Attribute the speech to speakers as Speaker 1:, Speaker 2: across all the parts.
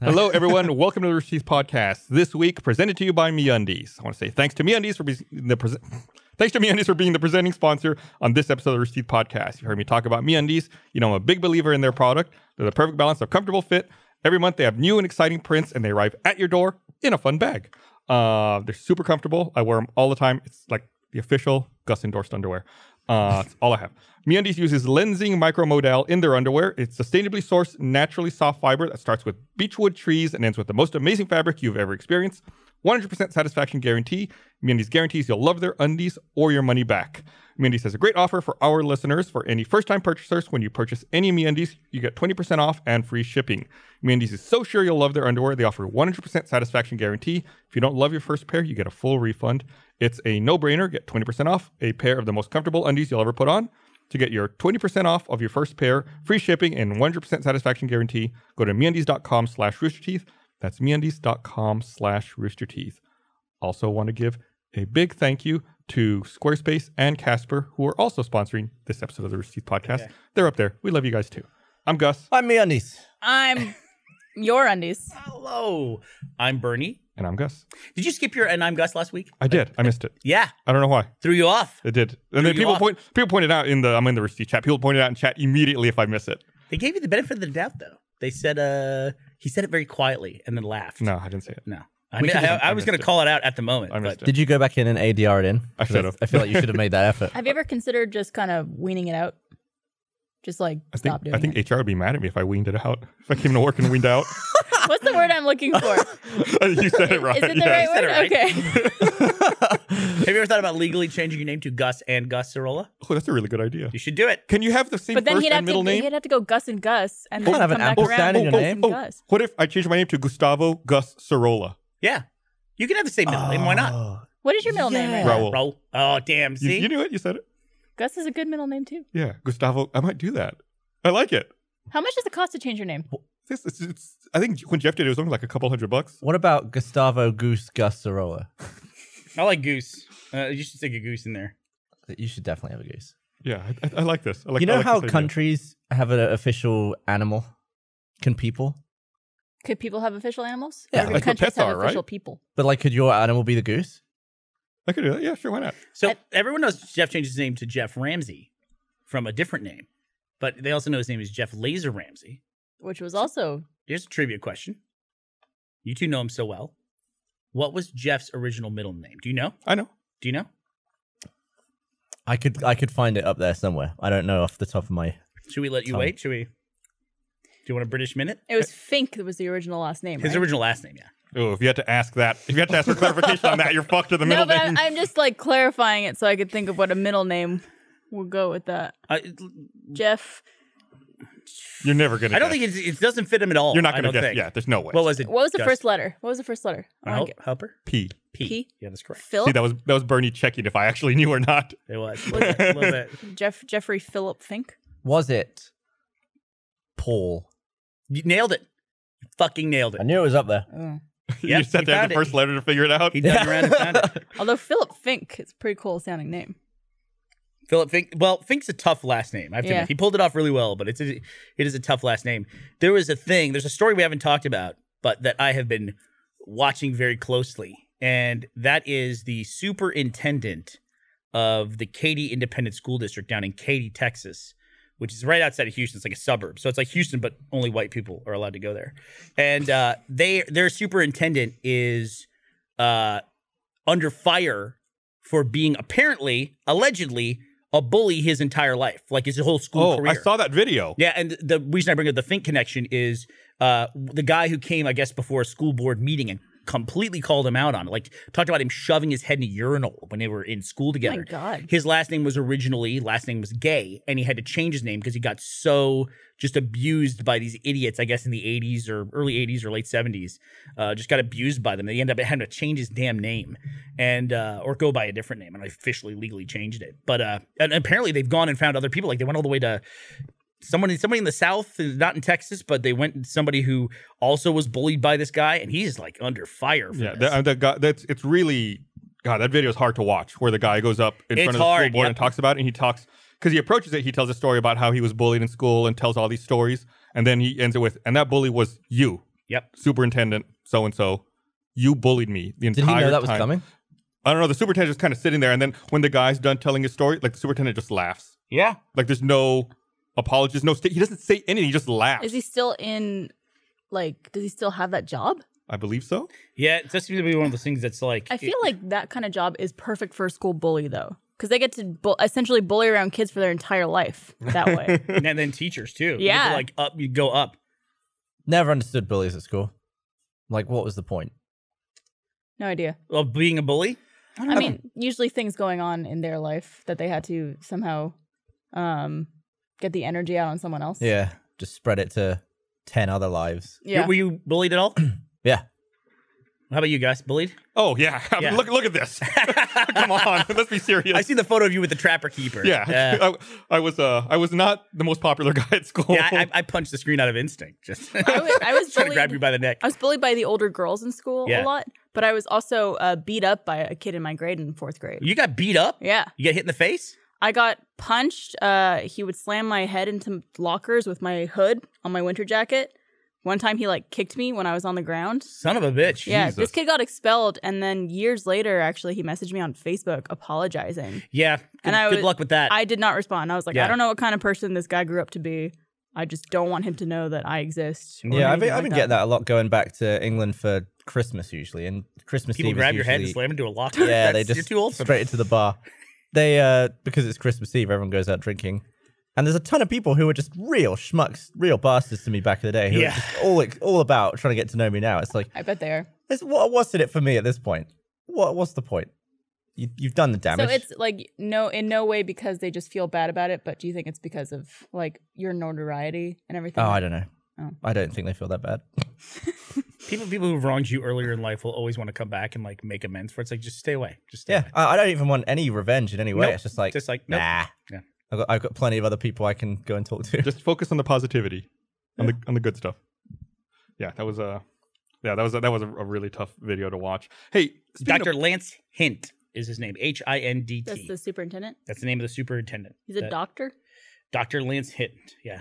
Speaker 1: Hello, everyone. Welcome to the Rooster Teeth podcast. This week, presented to you by MeUndies. I want to say thanks to MeUndies for being the presen- thanks to MeUndies for being the presenting sponsor on this episode of the Rooster Teeth podcast. You heard me talk about MeUndies. You know, I'm a big believer in their product. They're the perfect balance of comfortable fit. Every month, they have new and exciting prints, and they arrive at your door in a fun bag. Uh, they're super comfortable. I wear them all the time. It's like the official Gus endorsed underwear. Uh, that's all I have. MeUndies uses lensing micromodal in their underwear. It's sustainably sourced, naturally soft fiber that starts with beechwood trees and ends with the most amazing fabric you've ever experienced. 100% satisfaction guarantee. MeUndies guarantees you'll love their undies or your money back. MeUndies has a great offer for our listeners. For any first-time purchasers, when you purchase any MeUndies, you get 20% off and free shipping. MeUndies is so sure you'll love their underwear, they offer 100% satisfaction guarantee. If you don't love your first pair, you get a full refund. It's a no-brainer. Get 20% off a pair of the most comfortable undies you'll ever put on. To get your 20% off of your first pair, free shipping, and 100% satisfaction guarantee, go to MeUndies.com slash roosterteeth. That's MeUndies.com slash roosterteeth. Also want to give a big thank you to Squarespace and Casper, who are also sponsoring this episode of the Rooster Teeth podcast. They're up there. We love you guys too. I'm Gus,
Speaker 2: I'm MeUndies.
Speaker 3: I'm your undies.
Speaker 2: Hello. I'm Bernie.
Speaker 1: and I'm Gus.
Speaker 2: Did you skip your and I'm Gus last week?
Speaker 1: I did. I missed it.
Speaker 2: Yeah.
Speaker 1: I don't know why.
Speaker 2: Threw you off.
Speaker 1: It did. And then
Speaker 2: you
Speaker 1: people
Speaker 2: off.
Speaker 1: point people pointed out in the I'm in the Rooster Teeth chat. People pointed out in chat immediately if I miss it.
Speaker 2: They gave you the benefit of the doubt though. They said uh he said it very quietly and then laughed.
Speaker 1: No, I didn't say it.
Speaker 2: No. I,
Speaker 1: We
Speaker 2: mean,
Speaker 1: should
Speaker 2: I,
Speaker 1: have-
Speaker 2: I
Speaker 1: I
Speaker 2: was
Speaker 1: missed
Speaker 2: going
Speaker 1: it.
Speaker 2: to call it out at the moment.
Speaker 1: I missed
Speaker 2: but
Speaker 1: it.
Speaker 4: Did you go back in and ADR it in?
Speaker 1: I
Speaker 4: 'Cause
Speaker 1: should've.
Speaker 4: I feel like you should have made that effort.
Speaker 3: Have you ever considered just kind of weaning it out? Just like
Speaker 1: I think,
Speaker 3: stop doing
Speaker 1: I think
Speaker 3: it.
Speaker 1: HR would be mad at me if I weaned it out. If I came to work and weaned out.
Speaker 3: What's the word I'm looking for? Is
Speaker 1: you said it right.
Speaker 3: it the
Speaker 1: yeah.
Speaker 3: right
Speaker 2: said
Speaker 3: word?
Speaker 2: it right.
Speaker 3: Okay.
Speaker 2: Have you ever thought about legally changing your name to Gus and Gus Cirola?
Speaker 1: Oh, that's a really good idea.
Speaker 2: You should do it.
Speaker 1: Can you have the same
Speaker 3: but then
Speaker 1: first
Speaker 3: he'd have
Speaker 1: and
Speaker 3: to
Speaker 1: middle name? Oh,
Speaker 3: he'd have to go Gus and Gus and then
Speaker 4: Can't have
Speaker 3: come
Speaker 4: an
Speaker 3: back
Speaker 4: apple
Speaker 3: around
Speaker 4: stand in your
Speaker 3: with Gus
Speaker 4: name.
Speaker 3: and Gus.
Speaker 1: What if I change my name to Gustavo Gus Sorola?
Speaker 2: Yeah. You can have the same middle name. Why not?
Speaker 4: Oh,
Speaker 3: What is your middle name?
Speaker 1: Oh. Raoul.
Speaker 3: Right?
Speaker 1: Raoul.
Speaker 2: Raoul. Oh, damn.
Speaker 1: You,
Speaker 2: See?
Speaker 1: you knew it. You said it.
Speaker 3: Gus is a good middle name too.
Speaker 1: Yeah, Gustavo. I might do that. I like it.
Speaker 3: How much does it cost to change your name?
Speaker 1: This, it's, it's, I think when Jeff did it, it was only like a couple hundred bucks.
Speaker 4: What about Gustavo Goose Gustarola?
Speaker 2: I like goose. Uh, you should stick a goose in there.
Speaker 4: You should definitely have a goose.
Speaker 1: Yeah, I, I- I like this. I like,
Speaker 4: you
Speaker 1: I
Speaker 4: know
Speaker 1: like
Speaker 4: how
Speaker 1: this idea.
Speaker 4: countries have an official animal? Can people?
Speaker 3: Could people have official animals?
Speaker 4: Yeah,
Speaker 3: Or do
Speaker 1: like what
Speaker 3: countries
Speaker 1: pets
Speaker 3: have
Speaker 1: are, right?
Speaker 3: official people.
Speaker 4: But like, could your animal be the goose?
Speaker 1: I could do that. Yeah, sure. Why not?
Speaker 2: So
Speaker 3: I-
Speaker 2: everyone knows Jeff changed his name to Jeff Ramsey from a different name, but they also know his name is Jeff Laser Ramsey.
Speaker 3: Which was also
Speaker 2: Here's a trivia question. You two know him so well. What was Jeff's original middle name? Do you know?
Speaker 1: I know.
Speaker 2: Do you know?
Speaker 4: I could I could find it up there somewhere. I don't know off the top of my.
Speaker 2: Should we let you
Speaker 4: Tell me.
Speaker 2: wait? Should we? Do you want a British minute?
Speaker 3: it
Speaker 1: Uh,
Speaker 3: was Fink that was the original last name.
Speaker 2: His
Speaker 3: right?
Speaker 2: original last name, yeah.
Speaker 1: Oh, if you had to ask that, if you had to ask for clarification on that, you're fucked in the
Speaker 3: no,
Speaker 1: middle
Speaker 3: but
Speaker 1: name.
Speaker 3: I'm, I'm just like clarifying it so I could think of what a middle name would go with that.
Speaker 2: I,
Speaker 3: Jeff.
Speaker 1: you're never gonna.
Speaker 2: I don't
Speaker 1: guess.
Speaker 2: think it's, it doesn't fit him at all.
Speaker 1: you're not
Speaker 2: I
Speaker 1: gonna
Speaker 2: don't
Speaker 1: guess.
Speaker 2: think.
Speaker 1: Yeah, there's no way.
Speaker 2: What was it?
Speaker 3: What was the
Speaker 2: Gus?
Speaker 3: first letter? What was the first letter? I
Speaker 2: Uh,
Speaker 3: wanna
Speaker 2: Hel-
Speaker 3: get-
Speaker 2: helper?
Speaker 1: P.
Speaker 2: P.
Speaker 3: P?
Speaker 2: Yeah, that's correct.
Speaker 3: Philip.
Speaker 1: See, that was that was Bernie checking if I actually knew or not.
Speaker 2: It was.
Speaker 3: Was it-
Speaker 2: A little bit.
Speaker 3: Jeff Jeffrey Philip Fink.
Speaker 4: Was it Paul?
Speaker 2: You nailed it. You fucking nailed it.
Speaker 4: I knew it was up there.
Speaker 2: Yep,
Speaker 1: you just had
Speaker 2: he
Speaker 1: to have the
Speaker 2: found it.
Speaker 1: first letter to figure it out.
Speaker 2: He dug around and found it.
Speaker 3: Although Philip Fink is a pretty cool sounding name.
Speaker 2: Philip Fink. Well, Fink's a tough last name. I have to
Speaker 3: Yeah.
Speaker 2: admit. He pulled it off really well, but it's a, it is a tough last name. There was a thing. There's a story we haven't talked about, but that I have been watching very closely, and that is the superintendent of the Katy Independent School District down in Katy, Texas, which is right outside of Houston. It's like a suburb, so it's like Houston, but only white people are allowed to go there. And uh, they their superintendent is uh, under fire for being apparently, allegedly, a bully his entire life, like his whole school
Speaker 1: Oh,
Speaker 2: career.
Speaker 1: I saw that video.
Speaker 2: Yeah, and the reason I bring up the Fink connection is uh, the guy who came, I guess, before a school board meeting and completely called him out on it. Like talked about him shoving his head in a urinal when they were in school
Speaker 3: Oh my
Speaker 2: together.
Speaker 3: God.
Speaker 2: His last name was originally last name was Gay, and he had to change his name because he got so just abused by these idiots. I guess in the '80s or early '80s or late '70s, uh, just got abused by them. They ended up having to change his damn name and uh, or go by a different name, and I officially legally changed it. But uh, and apparently they've gone and found other people. Like they went all the way to someone somebody in the South, uh, not in Texas, but they went somebody who also was bullied by this guy, and he's like under fire. For
Speaker 1: Yeah,
Speaker 2: this.
Speaker 1: that, uh, that guy, that's it's really God. That video is hard to watch. Where the guy goes up in
Speaker 2: It's
Speaker 1: front of the school
Speaker 2: hard,
Speaker 1: board
Speaker 2: yep.
Speaker 1: and talks about, it, and he talks because he approaches it. He tells a story about how he was bullied in school and tells all these stories, and then he ends it with, "And that bully was you."
Speaker 2: Yep.
Speaker 1: Superintendent so and so, you bullied me the
Speaker 4: Did he
Speaker 1: entire
Speaker 4: know that was
Speaker 1: time.
Speaker 4: coming?
Speaker 1: I don't know. The superintendent's kind of sitting there, and then when the guy's done telling his story, like the superintendent just laughs.
Speaker 2: Yeah.
Speaker 1: Like there's no apologies, no state. He doesn't say anything. He just laughs.
Speaker 3: Is he still in? Like, does he still have that job?
Speaker 1: I believe so.
Speaker 2: Yeah. It just seems to be one of those things that's like
Speaker 3: I feel like that kind of job is perfect for a school bully though, because they get to bu- essentially bully around kids for their entire life that way.
Speaker 2: like and then teachers too. You get to,
Speaker 3: Yeah.
Speaker 2: like up you go up.
Speaker 4: Never understood bullies at school. Like, what was the point?
Speaker 3: no idea.
Speaker 2: Well, being a bully.
Speaker 3: I mean, usually things going on in their life that they had to somehow um, get the energy out on someone else.
Speaker 4: Yeah, just spread it to ten other lives.
Speaker 3: Yeah.
Speaker 2: Were you bullied at all?
Speaker 4: Yeah,
Speaker 2: How about you guys? Bullied?
Speaker 1: Oh yeah. I mean,
Speaker 2: Yeah.
Speaker 1: Look look at this. Come on. Let's be serious.
Speaker 2: I see the photo of you with the trapper keeper.
Speaker 1: yeah.
Speaker 2: Yeah.
Speaker 1: I, I was uh I was not the most popular guy at school.
Speaker 2: Yeah, I, I punched the screen out of instinct. Just
Speaker 3: I was, I was
Speaker 2: trying to grab
Speaker 3: bullied-
Speaker 2: you by the neck.
Speaker 3: I was bullied by the older girls in school a
Speaker 2: Yeah.
Speaker 3: lot, but I was also uh, beat up by a kid in my grade in fourth grade.
Speaker 2: You got beat up.
Speaker 3: Yeah.
Speaker 2: You get hit in the face.
Speaker 3: I got punched. Uh, he would slam my head into lockers with my hood on my winter jacket. One time he like kicked me when I was on the ground.
Speaker 2: Son of a bitch.
Speaker 3: Yeah,
Speaker 1: Jesus.
Speaker 3: this kid got expelled, and then years later, actually, he messaged me on Facebook apologizing.
Speaker 2: Yeah. Good,
Speaker 3: And I
Speaker 2: good
Speaker 3: was-
Speaker 2: luck with that.
Speaker 3: I did not respond. I was like,
Speaker 2: Yeah.
Speaker 3: I don't know what kind of person this guy grew up to be. I just don't want him to know that I exist. or
Speaker 4: yeah. I've been,
Speaker 3: anything
Speaker 4: I've
Speaker 3: like
Speaker 4: been getting that a lot going back to England for Christmas usually, and Christmas
Speaker 2: People
Speaker 4: Eve
Speaker 2: grab
Speaker 4: is
Speaker 2: your head and
Speaker 4: usually-
Speaker 2: slam into a locker.
Speaker 4: Yeah, they
Speaker 2: That's-
Speaker 4: just
Speaker 2: you're too old for that.
Speaker 4: straight into the bar. They uh because it's Christmas Eve, everyone goes out drinking. And there's a ton of people who were just real schmucks, real bastards to me back in the day, who
Speaker 2: Yeah.
Speaker 4: are just all all about trying to get to know me now. It's like,
Speaker 3: I bet they are.
Speaker 4: it's, what what's in it for me at this point? What what's the point? You, you've done the damage.
Speaker 3: So it's like no, in no way because they just feel bad about it. But do you think it's because of like your notoriety and everything?
Speaker 4: oh, I don't know.
Speaker 3: Oh.
Speaker 4: I don't think they feel that bad.
Speaker 2: People, people who've wronged you earlier in life will always want to come back and like make amends for it. It's like just stay away. Just stay
Speaker 4: Yeah,
Speaker 2: away.
Speaker 4: I, I don't even want any revenge in any way.
Speaker 2: Nope.
Speaker 4: It's just like,
Speaker 2: Just like nope.
Speaker 4: nah.
Speaker 2: Yeah.
Speaker 4: I've got, I've got plenty of other people I can go and talk to.
Speaker 1: just focus on the positivity, on the on the good stuff. Yeah, that was a yeah that was a, that was a, a really tough video to watch. Hey, speaking
Speaker 2: Dr.
Speaker 1: of-
Speaker 2: Lance Hint is his name. H I N D
Speaker 3: That's
Speaker 2: T.
Speaker 3: the superintendent.
Speaker 2: That's the name of the superintendent.
Speaker 3: He's a
Speaker 2: That-
Speaker 3: doctor.
Speaker 2: Dr. Lance Hint. Yeah.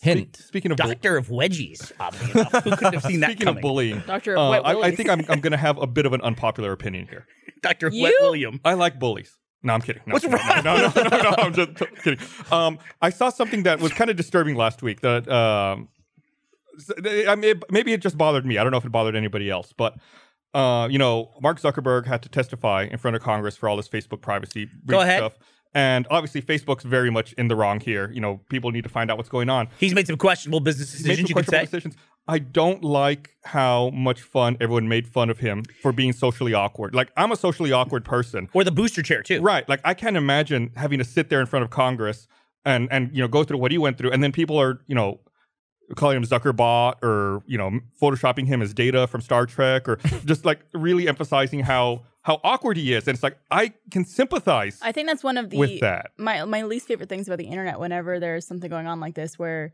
Speaker 4: Hint.
Speaker 1: speaking of bull-
Speaker 2: Doctor of wedgies, oddly enough. Who could have seen that
Speaker 1: speaking of
Speaker 2: coming?
Speaker 1: bullying,
Speaker 3: Doctor of
Speaker 1: uh,
Speaker 3: Wet
Speaker 1: I, I
Speaker 3: Willies.
Speaker 1: think I'm I'm gonna have a bit of an unpopular opinion here.
Speaker 2: Dr.
Speaker 3: You?
Speaker 2: Wet William.
Speaker 1: I like bullies. No, I'm kidding. No,
Speaker 2: What's
Speaker 1: no,
Speaker 2: wrong
Speaker 1: No, no, no, no, no, I'm just kidding. Um, I saw something that was kind of disturbing last week. That um, s- I mean, maybe it just bothered me. I don't know if it bothered anybody else, but uh, you know, Mark Zuckerberg had to testify in front of Congress for all this Facebook privacy breach
Speaker 2: Go ahead.
Speaker 1: stuff. And obviously, Facebook's very much in the wrong here. You know, people need to find out what's going on.
Speaker 2: He's made some questionable business
Speaker 1: He made some
Speaker 2: decisions, you could
Speaker 1: questionable
Speaker 2: say.
Speaker 1: decisions. I don't like how much fun everyone made fun of him for being socially awkward. Like, I'm a socially awkward person.
Speaker 2: Or the booster chair, too.
Speaker 1: Right. Like I can't imagine having to sit there in front of Congress and and you know go through what he went through, and then people are you know calling him Zuckerbot or you know photoshopping him as Data from Star Trek, or just like really emphasizing how how awkward he is. And it's like I can sympathize
Speaker 3: I think that's one of the
Speaker 1: with that.
Speaker 3: my my least favorite things about the internet whenever there's something going on like this where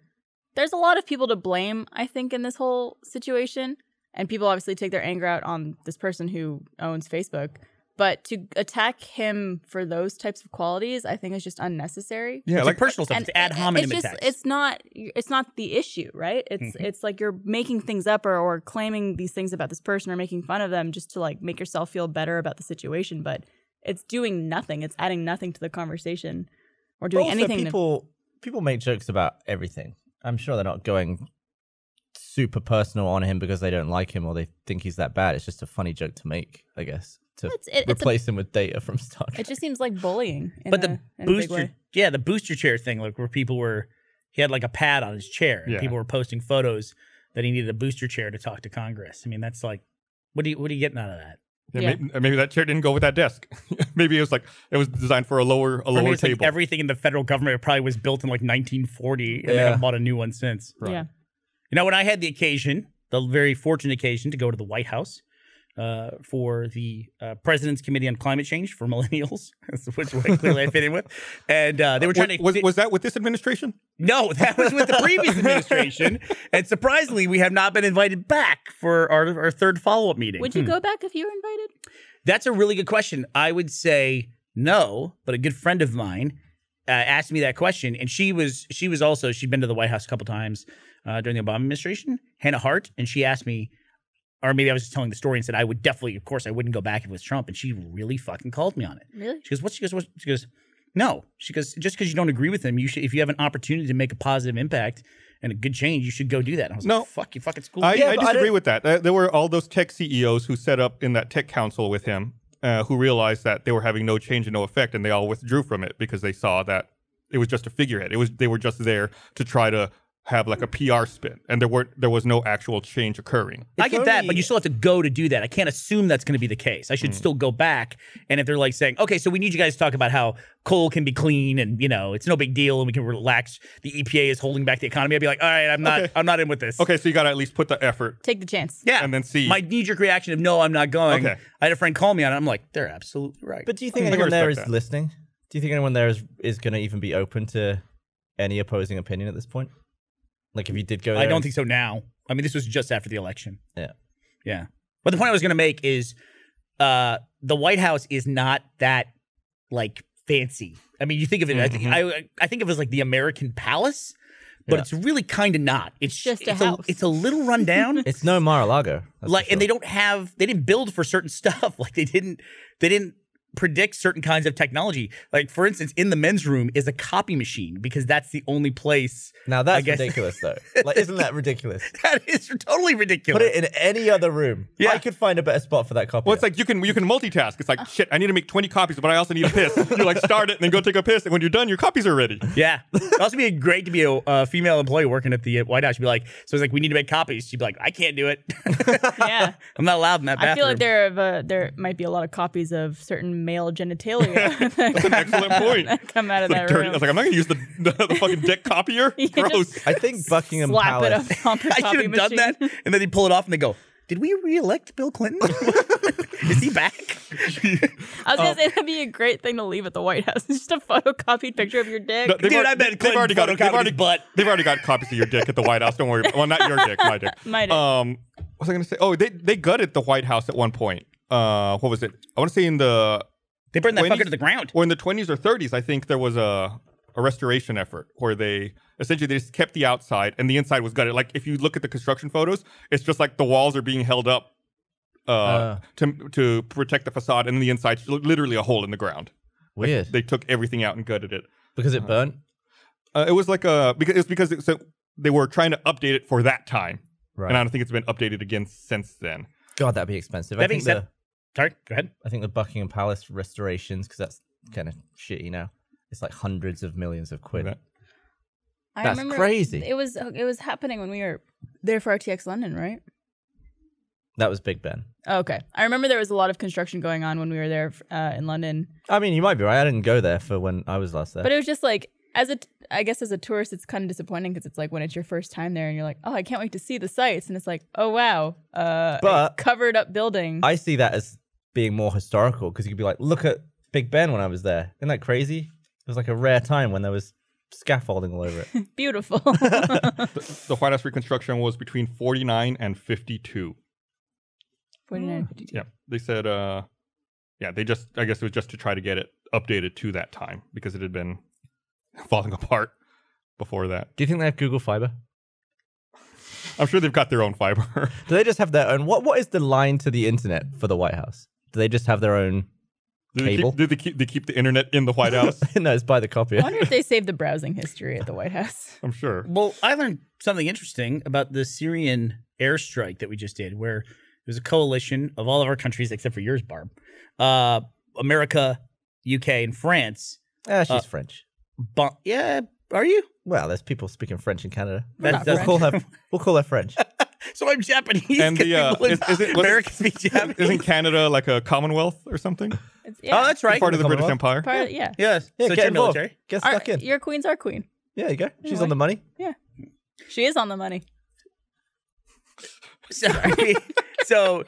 Speaker 3: there's a lot of people to blame i think in this whole situation and people obviously take their anger out on this person who owns facebook but to attack him for those types of qualities i think is just unnecessary
Speaker 1: Yeah,
Speaker 2: It's
Speaker 1: like
Speaker 2: like personal stuff. It's ad
Speaker 3: it-
Speaker 2: hominem
Speaker 3: it's just
Speaker 2: attacks. Mm-hmm.
Speaker 3: it's not it's not the issue right it's it's like you're making things up or, or claiming these things about this person or making fun of them just to like make yourself feel better about the situation but it's doing nothing it's adding nothing to the conversation or doing
Speaker 4: also,
Speaker 3: anything to-
Speaker 4: People people make jokes about everything. I'm sure they're not going super personal on him because they don't like him or they think he's that bad. It's just a funny joke to make, I guess. To
Speaker 3: It's- it- it's a-
Speaker 4: replace him with data from Star Trek.
Speaker 3: it just seems like bullying in
Speaker 2: but
Speaker 3: a-
Speaker 2: the
Speaker 3: in a big
Speaker 2: booster,
Speaker 3: way.
Speaker 2: yeah, the booster chair thing, like where people were, he had like a pad on his chair, and
Speaker 1: Yeah.
Speaker 2: people were posting photos that he needed a booster chair to talk to Congress. I mean, that's like, what do you what are you getting out of that?
Speaker 1: yeah,
Speaker 3: yeah.
Speaker 1: Maybe, maybe that chair didn't go with that desk. maybe it was like it was designed for a lower a
Speaker 2: Or maybe
Speaker 1: lower
Speaker 2: it's like
Speaker 1: table.
Speaker 2: everything in the federal government probably was built in like 1940, and they
Speaker 4: Yeah.
Speaker 2: haven't bought a new one since.
Speaker 1: Right.
Speaker 3: yeah
Speaker 2: You know, when I had the occasion, the very fortunate occasion to go to the White House uh, for the uh, President's Committee on Climate Change for Millennials, which clearly I fit in with, and uh, they were trying to
Speaker 1: was,
Speaker 2: fit-
Speaker 1: was that with this administration?
Speaker 2: No, that was with the previous administration. And surprisingly, we have not been invited back for our, our third follow up meeting.
Speaker 3: would you go back if you were invited
Speaker 2: That's a really good question. I would say no, but a good friend of mine uh, asked me that question, and she was she was also she'd been to the White House a couple times uh, during the Obama administration. Hannah Hart, and she asked me, or maybe I was just telling the story and said I would definitely, of course, I wouldn't go back if it was Trump, and she really fucking called me on it.
Speaker 3: Really?
Speaker 2: She goes, "What?" She goes, "What?" She goes, "No." She goes, "Just because you don't agree with him, you should. If you have an opportunity to make a positive impact and a good change, you should go do that." And I was
Speaker 1: No.
Speaker 2: like, "Fuck you, fucking school."
Speaker 1: I,
Speaker 4: Yeah,
Speaker 1: I
Speaker 4: but I
Speaker 1: disagree
Speaker 4: don't-
Speaker 1: with that. Uh, there were all those tech CEOs who set up in that tech council with him, uh, who realized that they were having no change and no effect, and they all withdrew from it because they saw that it was just a figurehead. It was they were just there to try to have like a PR spin, and there weren't there was no actual change occurring.
Speaker 2: I
Speaker 4: It's
Speaker 2: get that, but
Speaker 4: only-
Speaker 2: you still have to go to do that. I can't assume that's going to be the case. I should
Speaker 1: Hmm.
Speaker 2: still go back. And if they're like saying, okay, so we need you guys to talk about how coal can be clean and, you know, it's no big deal and we can relax. The EPA is holding back the economy. I'd be like, all right, I'm not,
Speaker 1: Okay.
Speaker 2: I'm not in with this.
Speaker 1: Okay, so you got to at least put the effort
Speaker 3: Take the chance.
Speaker 2: Yeah.
Speaker 1: and then see.
Speaker 2: My knee jerk reaction of, no, I'm not going.
Speaker 1: Okay.
Speaker 2: I had a friend call me on it. I'm like, they're absolutely right.
Speaker 4: But do you think
Speaker 1: I can
Speaker 4: anyone there is
Speaker 1: respect that.
Speaker 4: listening? Do you think anyone there is is going to even be open to any opposing opinion at this point? Like if you did go, there
Speaker 2: I don't
Speaker 4: and-
Speaker 2: think so now. I mean, this was just after the election.
Speaker 4: Yeah.
Speaker 2: Yeah. But the point I was going to make is uh, the White House is not that like fancy. I mean, you think of it, I, think, I, I think of it as like the American palace, but
Speaker 4: Mm-hmm. Yeah.
Speaker 2: it's really kind of not. It's
Speaker 3: Just a
Speaker 2: it's
Speaker 3: house.
Speaker 2: it's a little rundown.
Speaker 4: It's no Mar-a-Lago. that's for
Speaker 2: like, and they
Speaker 4: sure.
Speaker 2: don't have, they didn't build for certain stuff. Like they didn't, they didn't predict certain kinds of technology. Like for instance, in the men's room is a copy machine because that's the only place
Speaker 4: Now that's
Speaker 2: guess-
Speaker 4: ridiculous, though. Like, isn't that ridiculous?
Speaker 2: that is totally ridiculous.
Speaker 4: Put it in any other room.
Speaker 2: Yeah.
Speaker 4: I could find a better spot for that copy.
Speaker 1: well, it's like you can you can multitask. It's like shit. I need to make twenty copies, but I also need a piss. you like start it and then go take a piss, and when you're done, your copies are ready.
Speaker 2: Yeah. It'd also be great to be a uh, female employee working at the White House. She'd be like, so it's like, we need to make copies. She'd be like, I can't do it.
Speaker 3: Yeah.
Speaker 2: I'm not allowed in that bathroom.
Speaker 3: I feel like there have, uh, there might be a lot of copies of certain male genitalia
Speaker 1: That's an excellent point.
Speaker 3: that come out of
Speaker 1: It's like dirty.
Speaker 3: that
Speaker 1: I
Speaker 3: room.
Speaker 1: was like, I'm not gonna use the the, the fucking dick copier.
Speaker 3: Yeah.
Speaker 1: Gross.
Speaker 4: I think Buckingham
Speaker 3: Slap it
Speaker 4: Palace.
Speaker 3: up on the
Speaker 2: I
Speaker 3: copy
Speaker 2: should have done
Speaker 3: machine.
Speaker 2: that. And then they pull it off and they go, did we re-elect Bill Clinton? Is he back?
Speaker 3: I was gonna say that'd be a great thing to leave at the White House. It's just a photocopied picture of your dick.
Speaker 1: No, they've
Speaker 2: Dude,
Speaker 1: already-
Speaker 2: I bet Clinton photocopied
Speaker 1: they've already
Speaker 2: his butt.
Speaker 1: They've already got copies of your dick at the White House. Don't worry. Well, not your dick, my dick.
Speaker 3: My dick.
Speaker 1: Um, what was I going to say? Oh, they they gutted the White House at one point. Uh, what was it? I want to say in the
Speaker 2: They burned that
Speaker 1: 20s
Speaker 2: fucker to the ground.
Speaker 1: or in the 20s or 30s. I think there was a a restoration effort where they essentially they just kept the outside and the inside was gutted. Like if you look at the construction photos, it's just like the walls are being held up. Uh,
Speaker 4: Uh.
Speaker 1: to to protect the facade and the inside's literally a hole in the ground.
Speaker 4: Weird,
Speaker 1: They took everything out and gutted it.
Speaker 4: because it burnt.
Speaker 1: Uh, it was like a because it was because it, so they were trying to update it for that time,
Speaker 4: Right.
Speaker 1: and I don't think it's been updated again since then.
Speaker 4: God, that'd be expensive.
Speaker 2: That
Speaker 4: I
Speaker 2: being
Speaker 4: think
Speaker 2: said-
Speaker 4: the
Speaker 2: Sorry, go ahead.
Speaker 4: I think the Buckingham Palace restorations, because that's kind of shitty now. It's like hundreds of millions of quid.
Speaker 1: Right.
Speaker 3: I
Speaker 4: That's
Speaker 3: remember
Speaker 4: crazy.
Speaker 3: It was it was happening when we were there for RTX London, right?
Speaker 4: That was Big Ben.
Speaker 3: Oh, okay, I remember there was a lot of construction going on when we were there uh, in London,
Speaker 4: I mean, you might be right. I didn't go there for when I was last there.
Speaker 3: but it was just like as a t- I guess as a tourist, it's kind of disappointing because it's like when it's your first time there and you're like, oh, I can't wait to see the sights, and it's like, oh wow, uh, a
Speaker 4: But-
Speaker 3: covered up building.
Speaker 4: I see that as being more historical because you could be like, look at Big Ben when I was there. Isn't that crazy? It was like a rare time when there was scaffolding all over it.
Speaker 3: Beautiful.
Speaker 1: The, the White House reconstruction was between forty nine and fifty two.
Speaker 3: 49.
Speaker 1: Yeah, they said, uh, yeah, they just I guess it was just to try to get it updated to that time because it had been falling apart before that.
Speaker 4: Do you think they have Google Fiber?
Speaker 1: I'm sure they've got their own fiber.
Speaker 4: Do they just have their own? What What is the line to the internet for the White House? Do they just have their own?
Speaker 1: did they
Speaker 4: Cable?
Speaker 1: keep, did they keep they keep the internet in the White House?
Speaker 4: no, it's by the copier.
Speaker 3: I wonder if they saved the browsing history at the White House.
Speaker 1: I'm sure.
Speaker 2: Well, I learned something interesting about the Syrian airstrike that we just did, where it was a coalition of all of our countries except for yours, Barb, uh, America, UK, and France.
Speaker 4: Ah, she's
Speaker 2: Uh,
Speaker 4: French.
Speaker 2: Bon- yeah, are you?
Speaker 4: Well, there's people speaking French in Canada.
Speaker 3: We're
Speaker 2: That's-
Speaker 3: not
Speaker 4: We'll
Speaker 2: French.
Speaker 4: call her. We'll call her French.
Speaker 2: So I'm Japanese.
Speaker 1: And
Speaker 2: 'cause
Speaker 1: the, uh,
Speaker 2: people in
Speaker 1: is- is it- was it-
Speaker 2: America speak Japanese.
Speaker 1: Isn't Canada like a Commonwealth or something?
Speaker 3: It's, yeah.
Speaker 2: Oh, that's right.
Speaker 1: Part of the British
Speaker 4: Commonwealth.
Speaker 1: Empire.
Speaker 3: Part- yeah.
Speaker 2: yes.
Speaker 4: Yeah,
Speaker 2: so it's
Speaker 4: get
Speaker 2: your
Speaker 4: involved.
Speaker 2: military.
Speaker 4: Get
Speaker 3: Our-
Speaker 4: stuck in.
Speaker 3: Your queen's our queen.
Speaker 4: Yeah, you go. She's
Speaker 3: Yeah.
Speaker 4: on the money.
Speaker 3: She is on the money.
Speaker 2: Sorry. so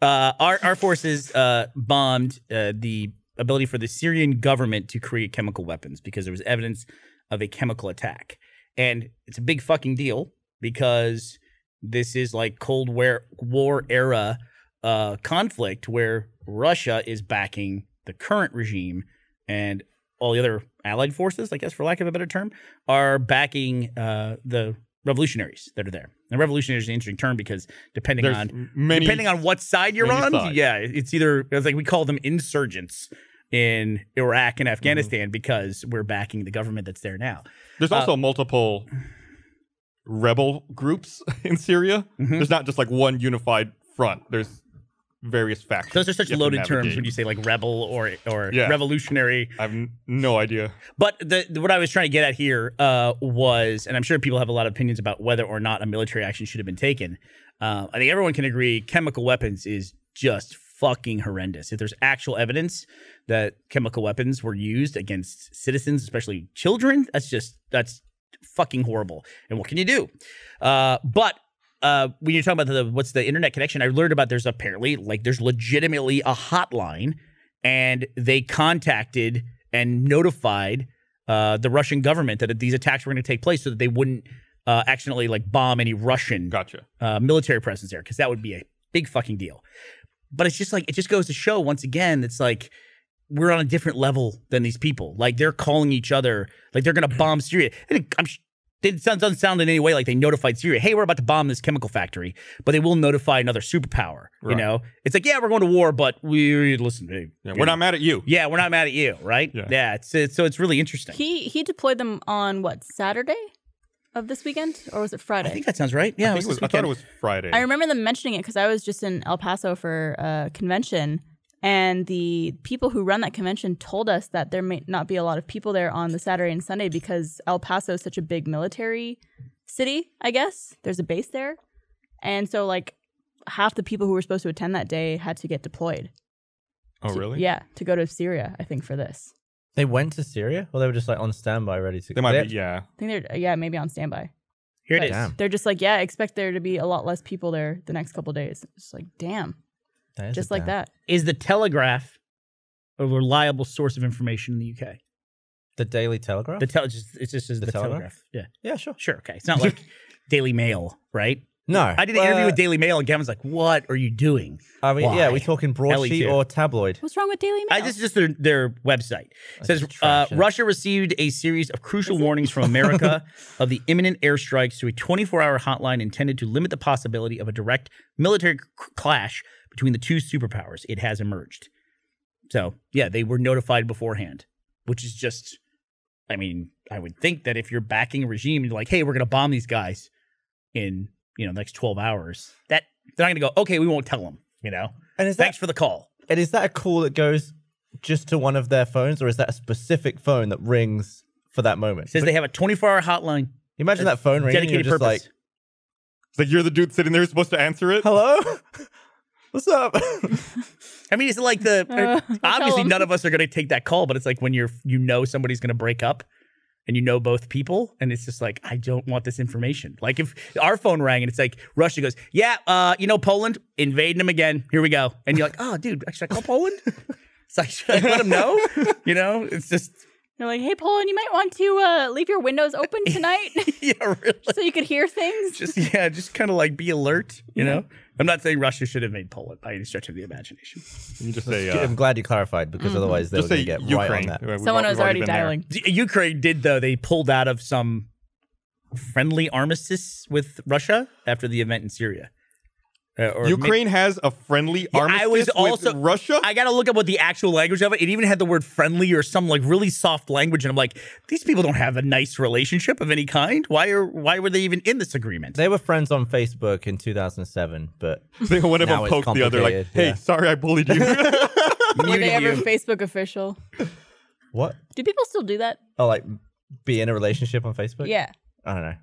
Speaker 2: uh, our our forces uh, bombed uh, the ability for the Syrian government to create chemical weapons because there was evidence of a chemical attack, and it's a big fucking deal because this is like Cold War war era uh, conflict where Russia is backing the current regime and all the other allied forces, I guess, for lack of a better term, are backing uh, the revolutionaries that are there. And revolutionary is an interesting term because depending
Speaker 1: There's
Speaker 2: on
Speaker 1: many.
Speaker 2: depending on what side you're
Speaker 1: many
Speaker 2: on,
Speaker 1: sides.
Speaker 2: yeah, it's either it's like we call them insurgents in Iraq and Afghanistan
Speaker 1: Mm-hmm.
Speaker 2: because we're backing the government that's there now.
Speaker 1: there's
Speaker 2: uh,
Speaker 1: also multiple rebel groups in Syria.
Speaker 2: Mhm.
Speaker 1: There's not just like one unified front. There's various factions.
Speaker 2: Those are such
Speaker 1: you have to
Speaker 2: loaded terms
Speaker 1: navigate.
Speaker 2: when you say like rebel or or
Speaker 1: Yeah.
Speaker 2: revolutionary.
Speaker 1: I have n- no idea.
Speaker 2: But the, the- what I was trying to get at here uh, was, and I'm sure people have a lot of opinions about whether or not a military action should have been taken. Uh, I think everyone can agree chemical weapons is just fucking horrendous. If there's actual evidence that chemical weapons were used against citizens, especially children, that's just that's fucking horrible. And what can you do? Uh, but uh, when you're talking about the what's the internet connection, I learned about there's apparently like there's legitimately a hotline, and they contacted and notified uh, the Russian government that these attacks were going to take place so that they wouldn't uh, accidentally like bomb any Russian
Speaker 1: Gotcha.
Speaker 2: uh, military presence there because that would be a big fucking deal. But it's just like it just goes to show once again, it's like we're on a different level than these people. Like they're calling each other, like they're gonna bomb Syria. And it- I'm, sh- it sounds- doesn't sound in any way like they notified Syria, hey, we're about to bomb this chemical factory, but they will notify another superpower. You
Speaker 1: Right.
Speaker 2: know, it's like yeah, we're going to war, but we listen, hey,
Speaker 1: Yeah,
Speaker 2: you
Speaker 1: we're
Speaker 2: know,
Speaker 1: not mad at you.
Speaker 2: Yeah, we're not mad at you, right?
Speaker 1: Yeah.
Speaker 2: it's, it's so it's really interesting.
Speaker 3: He he deployed them on what Saturday of this weekend, or was it
Speaker 2: I
Speaker 3: Friday?
Speaker 2: think that sounds right. Yeah,
Speaker 1: I,
Speaker 2: it
Speaker 1: think it
Speaker 2: was
Speaker 1: was,
Speaker 2: this
Speaker 1: I thought
Speaker 2: weekend.
Speaker 1: it was Friday.
Speaker 3: I remember them mentioning it because I was just in El Paso for a convention, and the people who run that convention told us that there may not be a lot of people there on the Saturday and Sunday because El Paso is such a big military city. I guess there's a base there, and so like half the people who were supposed to attend that day had to get deployed.
Speaker 1: oh,
Speaker 3: to-
Speaker 1: really?
Speaker 3: Yeah, to go to Syria. I think for this.
Speaker 4: They went to Syria, or they were just like on standby, ready to.
Speaker 1: They might
Speaker 4: They-
Speaker 1: be. Yeah.
Speaker 3: I think they're uh, yeah maybe on standby.
Speaker 2: Here it
Speaker 3: But
Speaker 2: is.
Speaker 4: Damn.
Speaker 3: They're just like yeah, expect there to be a lot less people there the next couple days. It's like damn,
Speaker 4: that is
Speaker 3: just
Speaker 4: a
Speaker 3: like
Speaker 4: damn-
Speaker 3: that.
Speaker 2: Is the Telegraph a reliable source of information in the UK?
Speaker 4: The Daily Telegraph.
Speaker 2: The tel- it's just, it's just as the,
Speaker 4: The
Speaker 2: telegraph.
Speaker 4: Telegraph?
Speaker 2: Yeah.
Speaker 4: yeah, sure.
Speaker 2: Sure. Okay. It's not like Daily Mail, right?
Speaker 4: No,
Speaker 2: I did an interview with Daily Mail and Gavin's like, what are you doing?
Speaker 4: I mean, yeah, we
Speaker 2: Why? E
Speaker 4: talking broadsheet
Speaker 2: LE2.
Speaker 4: or tabloid?
Speaker 3: What's wrong with Daily Mail?
Speaker 2: I, this is just their, their website. It says uh,
Speaker 4: Trash, yeah.
Speaker 2: Russia received a series of crucial warnings from America of the imminent airstrikes through a 24 hour hotline intended to limit the possibility of a direct military c- clash between the two superpowers. It has emerged. So, yeah, they were notified beforehand, which is just, I mean, I would think that if you're backing a regime, you're like, hey, we're going to bomb these guys in, you know, the next 12 hours, that they're not going to go, okay, we won't tell them, you know?
Speaker 4: And is that
Speaker 2: Thanks for the call.
Speaker 4: and is that a call that goes just to one of their phones, or is that a specific phone that rings for that moment?
Speaker 2: It says they have a 24 hour hotline
Speaker 4: Imagine that phone ringing. and You're
Speaker 2: dedicated
Speaker 4: just
Speaker 2: purpose.
Speaker 4: like,
Speaker 1: It's like you're the dude sitting there who's supposed to answer it.
Speaker 4: hello, what's up?
Speaker 2: I mean, it's like the
Speaker 3: Uh, tell
Speaker 2: obviously
Speaker 3: 'em.
Speaker 2: none of us are going to take that call, but it's like when you're you know somebody's going to break up, and you know both people, and it's just like I don't want this information. Like if our phone rang and it's like Russia goes, yeah, uh, you know Poland invading them again. Here we go, and you're like, oh, dude, should I call Poland? It's like should I let them know? You know, it's just
Speaker 3: They're like, hey, Poland, you might want to uh, leave your windows open tonight
Speaker 2: yeah, really.
Speaker 3: so you could hear things.
Speaker 2: Just yeah, just kind of like be alert, you know. I'm not saying Russia should have made Poland by any stretch of the imagination.
Speaker 1: You just say. Uh,
Speaker 4: I'm glad you clarified because
Speaker 3: Mm-hmm.
Speaker 4: otherwise they were
Speaker 1: just say
Speaker 4: going to get
Speaker 1: Ukraine.
Speaker 4: right on that.
Speaker 1: We've
Speaker 3: Someone
Speaker 1: al-
Speaker 3: was
Speaker 1: we've
Speaker 3: already
Speaker 1: been there.
Speaker 3: dialing.
Speaker 2: D- Ukraine did though. They pulled out of some friendly armistice with Russia after the event in Syria. Uh, or may-
Speaker 1: Ukraine has a friendly
Speaker 2: Yeah,
Speaker 1: armistice
Speaker 2: I was also-
Speaker 1: with Russia.
Speaker 2: I gotta look up what the actual language of it. It even had the word friendly or some like really soft language, and I'm like, these people don't have a nice relationship of any kind. Why are why were they even in this agreement?
Speaker 4: They were friends on Facebook in 2007, but
Speaker 1: They- one of
Speaker 4: Now
Speaker 1: them
Speaker 4: it's
Speaker 1: poked the other, like,
Speaker 4: complicated,
Speaker 1: "Hey,
Speaker 4: yeah.
Speaker 1: sorry, I bullied you."
Speaker 3: Were
Speaker 2: Muted
Speaker 3: they ever
Speaker 2: you.
Speaker 3: Facebook official?
Speaker 4: what?
Speaker 3: Do people still do that?
Speaker 4: Oh, like be in a relationship on Facebook?
Speaker 3: yeah.
Speaker 4: I don't know.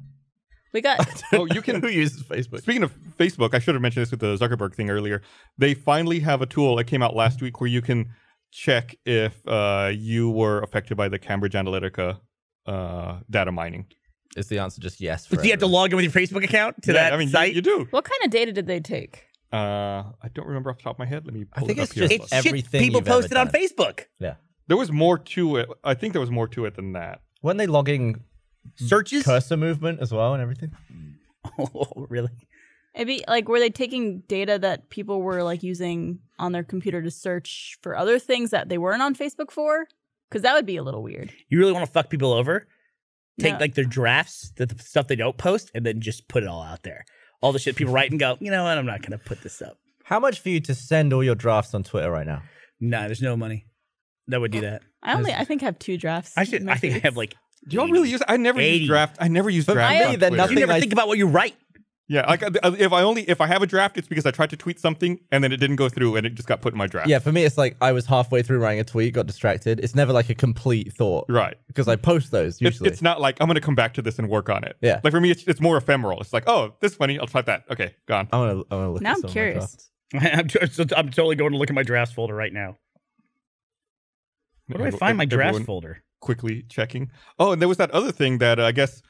Speaker 3: We got
Speaker 1: oh, you can
Speaker 4: Who uses Facebook?
Speaker 1: Speaking of Facebook, I should have mentioned this with the Zuckerberg thing earlier. They finally have a tool that came out last week where you can check if uh, you were affected by the Cambridge Analytica uh, data mining.
Speaker 4: Is the answer just yes? For
Speaker 2: Do you have to
Speaker 4: everyone?
Speaker 2: log in with your Facebook account to
Speaker 1: Yeah,
Speaker 2: that
Speaker 1: I mean, you-
Speaker 2: site?
Speaker 1: You, do.
Speaker 3: what kind of data did they take?
Speaker 1: Uh, I don't remember off the top of my head. Let me
Speaker 4: I
Speaker 1: pull
Speaker 4: think
Speaker 1: it up
Speaker 4: it's
Speaker 1: here.
Speaker 4: just-
Speaker 2: it's shit
Speaker 4: Everything
Speaker 2: people
Speaker 4: you've ever
Speaker 2: posted on
Speaker 4: done.
Speaker 2: Facebook.
Speaker 4: yeah.
Speaker 1: there was more to it. I think there was more to it than that.
Speaker 4: Weren't they logging
Speaker 2: Searches?
Speaker 4: cursor movement as well and everything?
Speaker 2: oh, really?
Speaker 3: Maybe like were they taking data that people were like using on their computer to search for other things that they weren't on Facebook for? Because that would be a little weird.
Speaker 2: You really want to fuck people over? take
Speaker 3: Yeah.
Speaker 2: like their drafts, the, the stuff they don't post, and then just put it all out there. All the shit people write and go, you know what? I'm not gonna put this up.
Speaker 4: How much for you to send all your drafts on Twitter right now?
Speaker 2: No, there's no money that would do that.
Speaker 3: I only, I think, have two drafts.
Speaker 2: I should. I think I have like.
Speaker 1: Do y'all really use? I never use
Speaker 2: 80.
Speaker 1: draft. I never use
Speaker 4: But
Speaker 1: draft.
Speaker 3: me,
Speaker 1: on
Speaker 4: then
Speaker 1: Twitter.
Speaker 4: nothing-
Speaker 2: You never
Speaker 4: I-
Speaker 2: think about what you write.
Speaker 1: Yeah, like uh, if I only if I have a draft, it's because I tried to tweet something and then it didn't go through and it just got put in my draft.
Speaker 4: Yeah, for me, it's like I was halfway through writing a tweet, got distracted. It's never like a complete thought
Speaker 1: right.
Speaker 4: because I post those
Speaker 1: It's,
Speaker 4: usually.
Speaker 1: it's not like I'm gonna come back to this and work on it.
Speaker 4: Yeah.
Speaker 1: Like for me, it's it's more ephemeral. It's like, oh, this is funny. I'll type that. Okay, gone.
Speaker 4: I want to. I want to look.
Speaker 3: Now
Speaker 4: at
Speaker 3: I'm
Speaker 4: some of my
Speaker 3: curious.
Speaker 4: drafts.
Speaker 2: I'm, t- I'm totally going to look at my drafts folder right now. Where do I
Speaker 1: Every-
Speaker 2: find my drafts
Speaker 1: everyone
Speaker 2: folder?
Speaker 1: Quickly checking. Oh, and there was that other thing that uh, I guess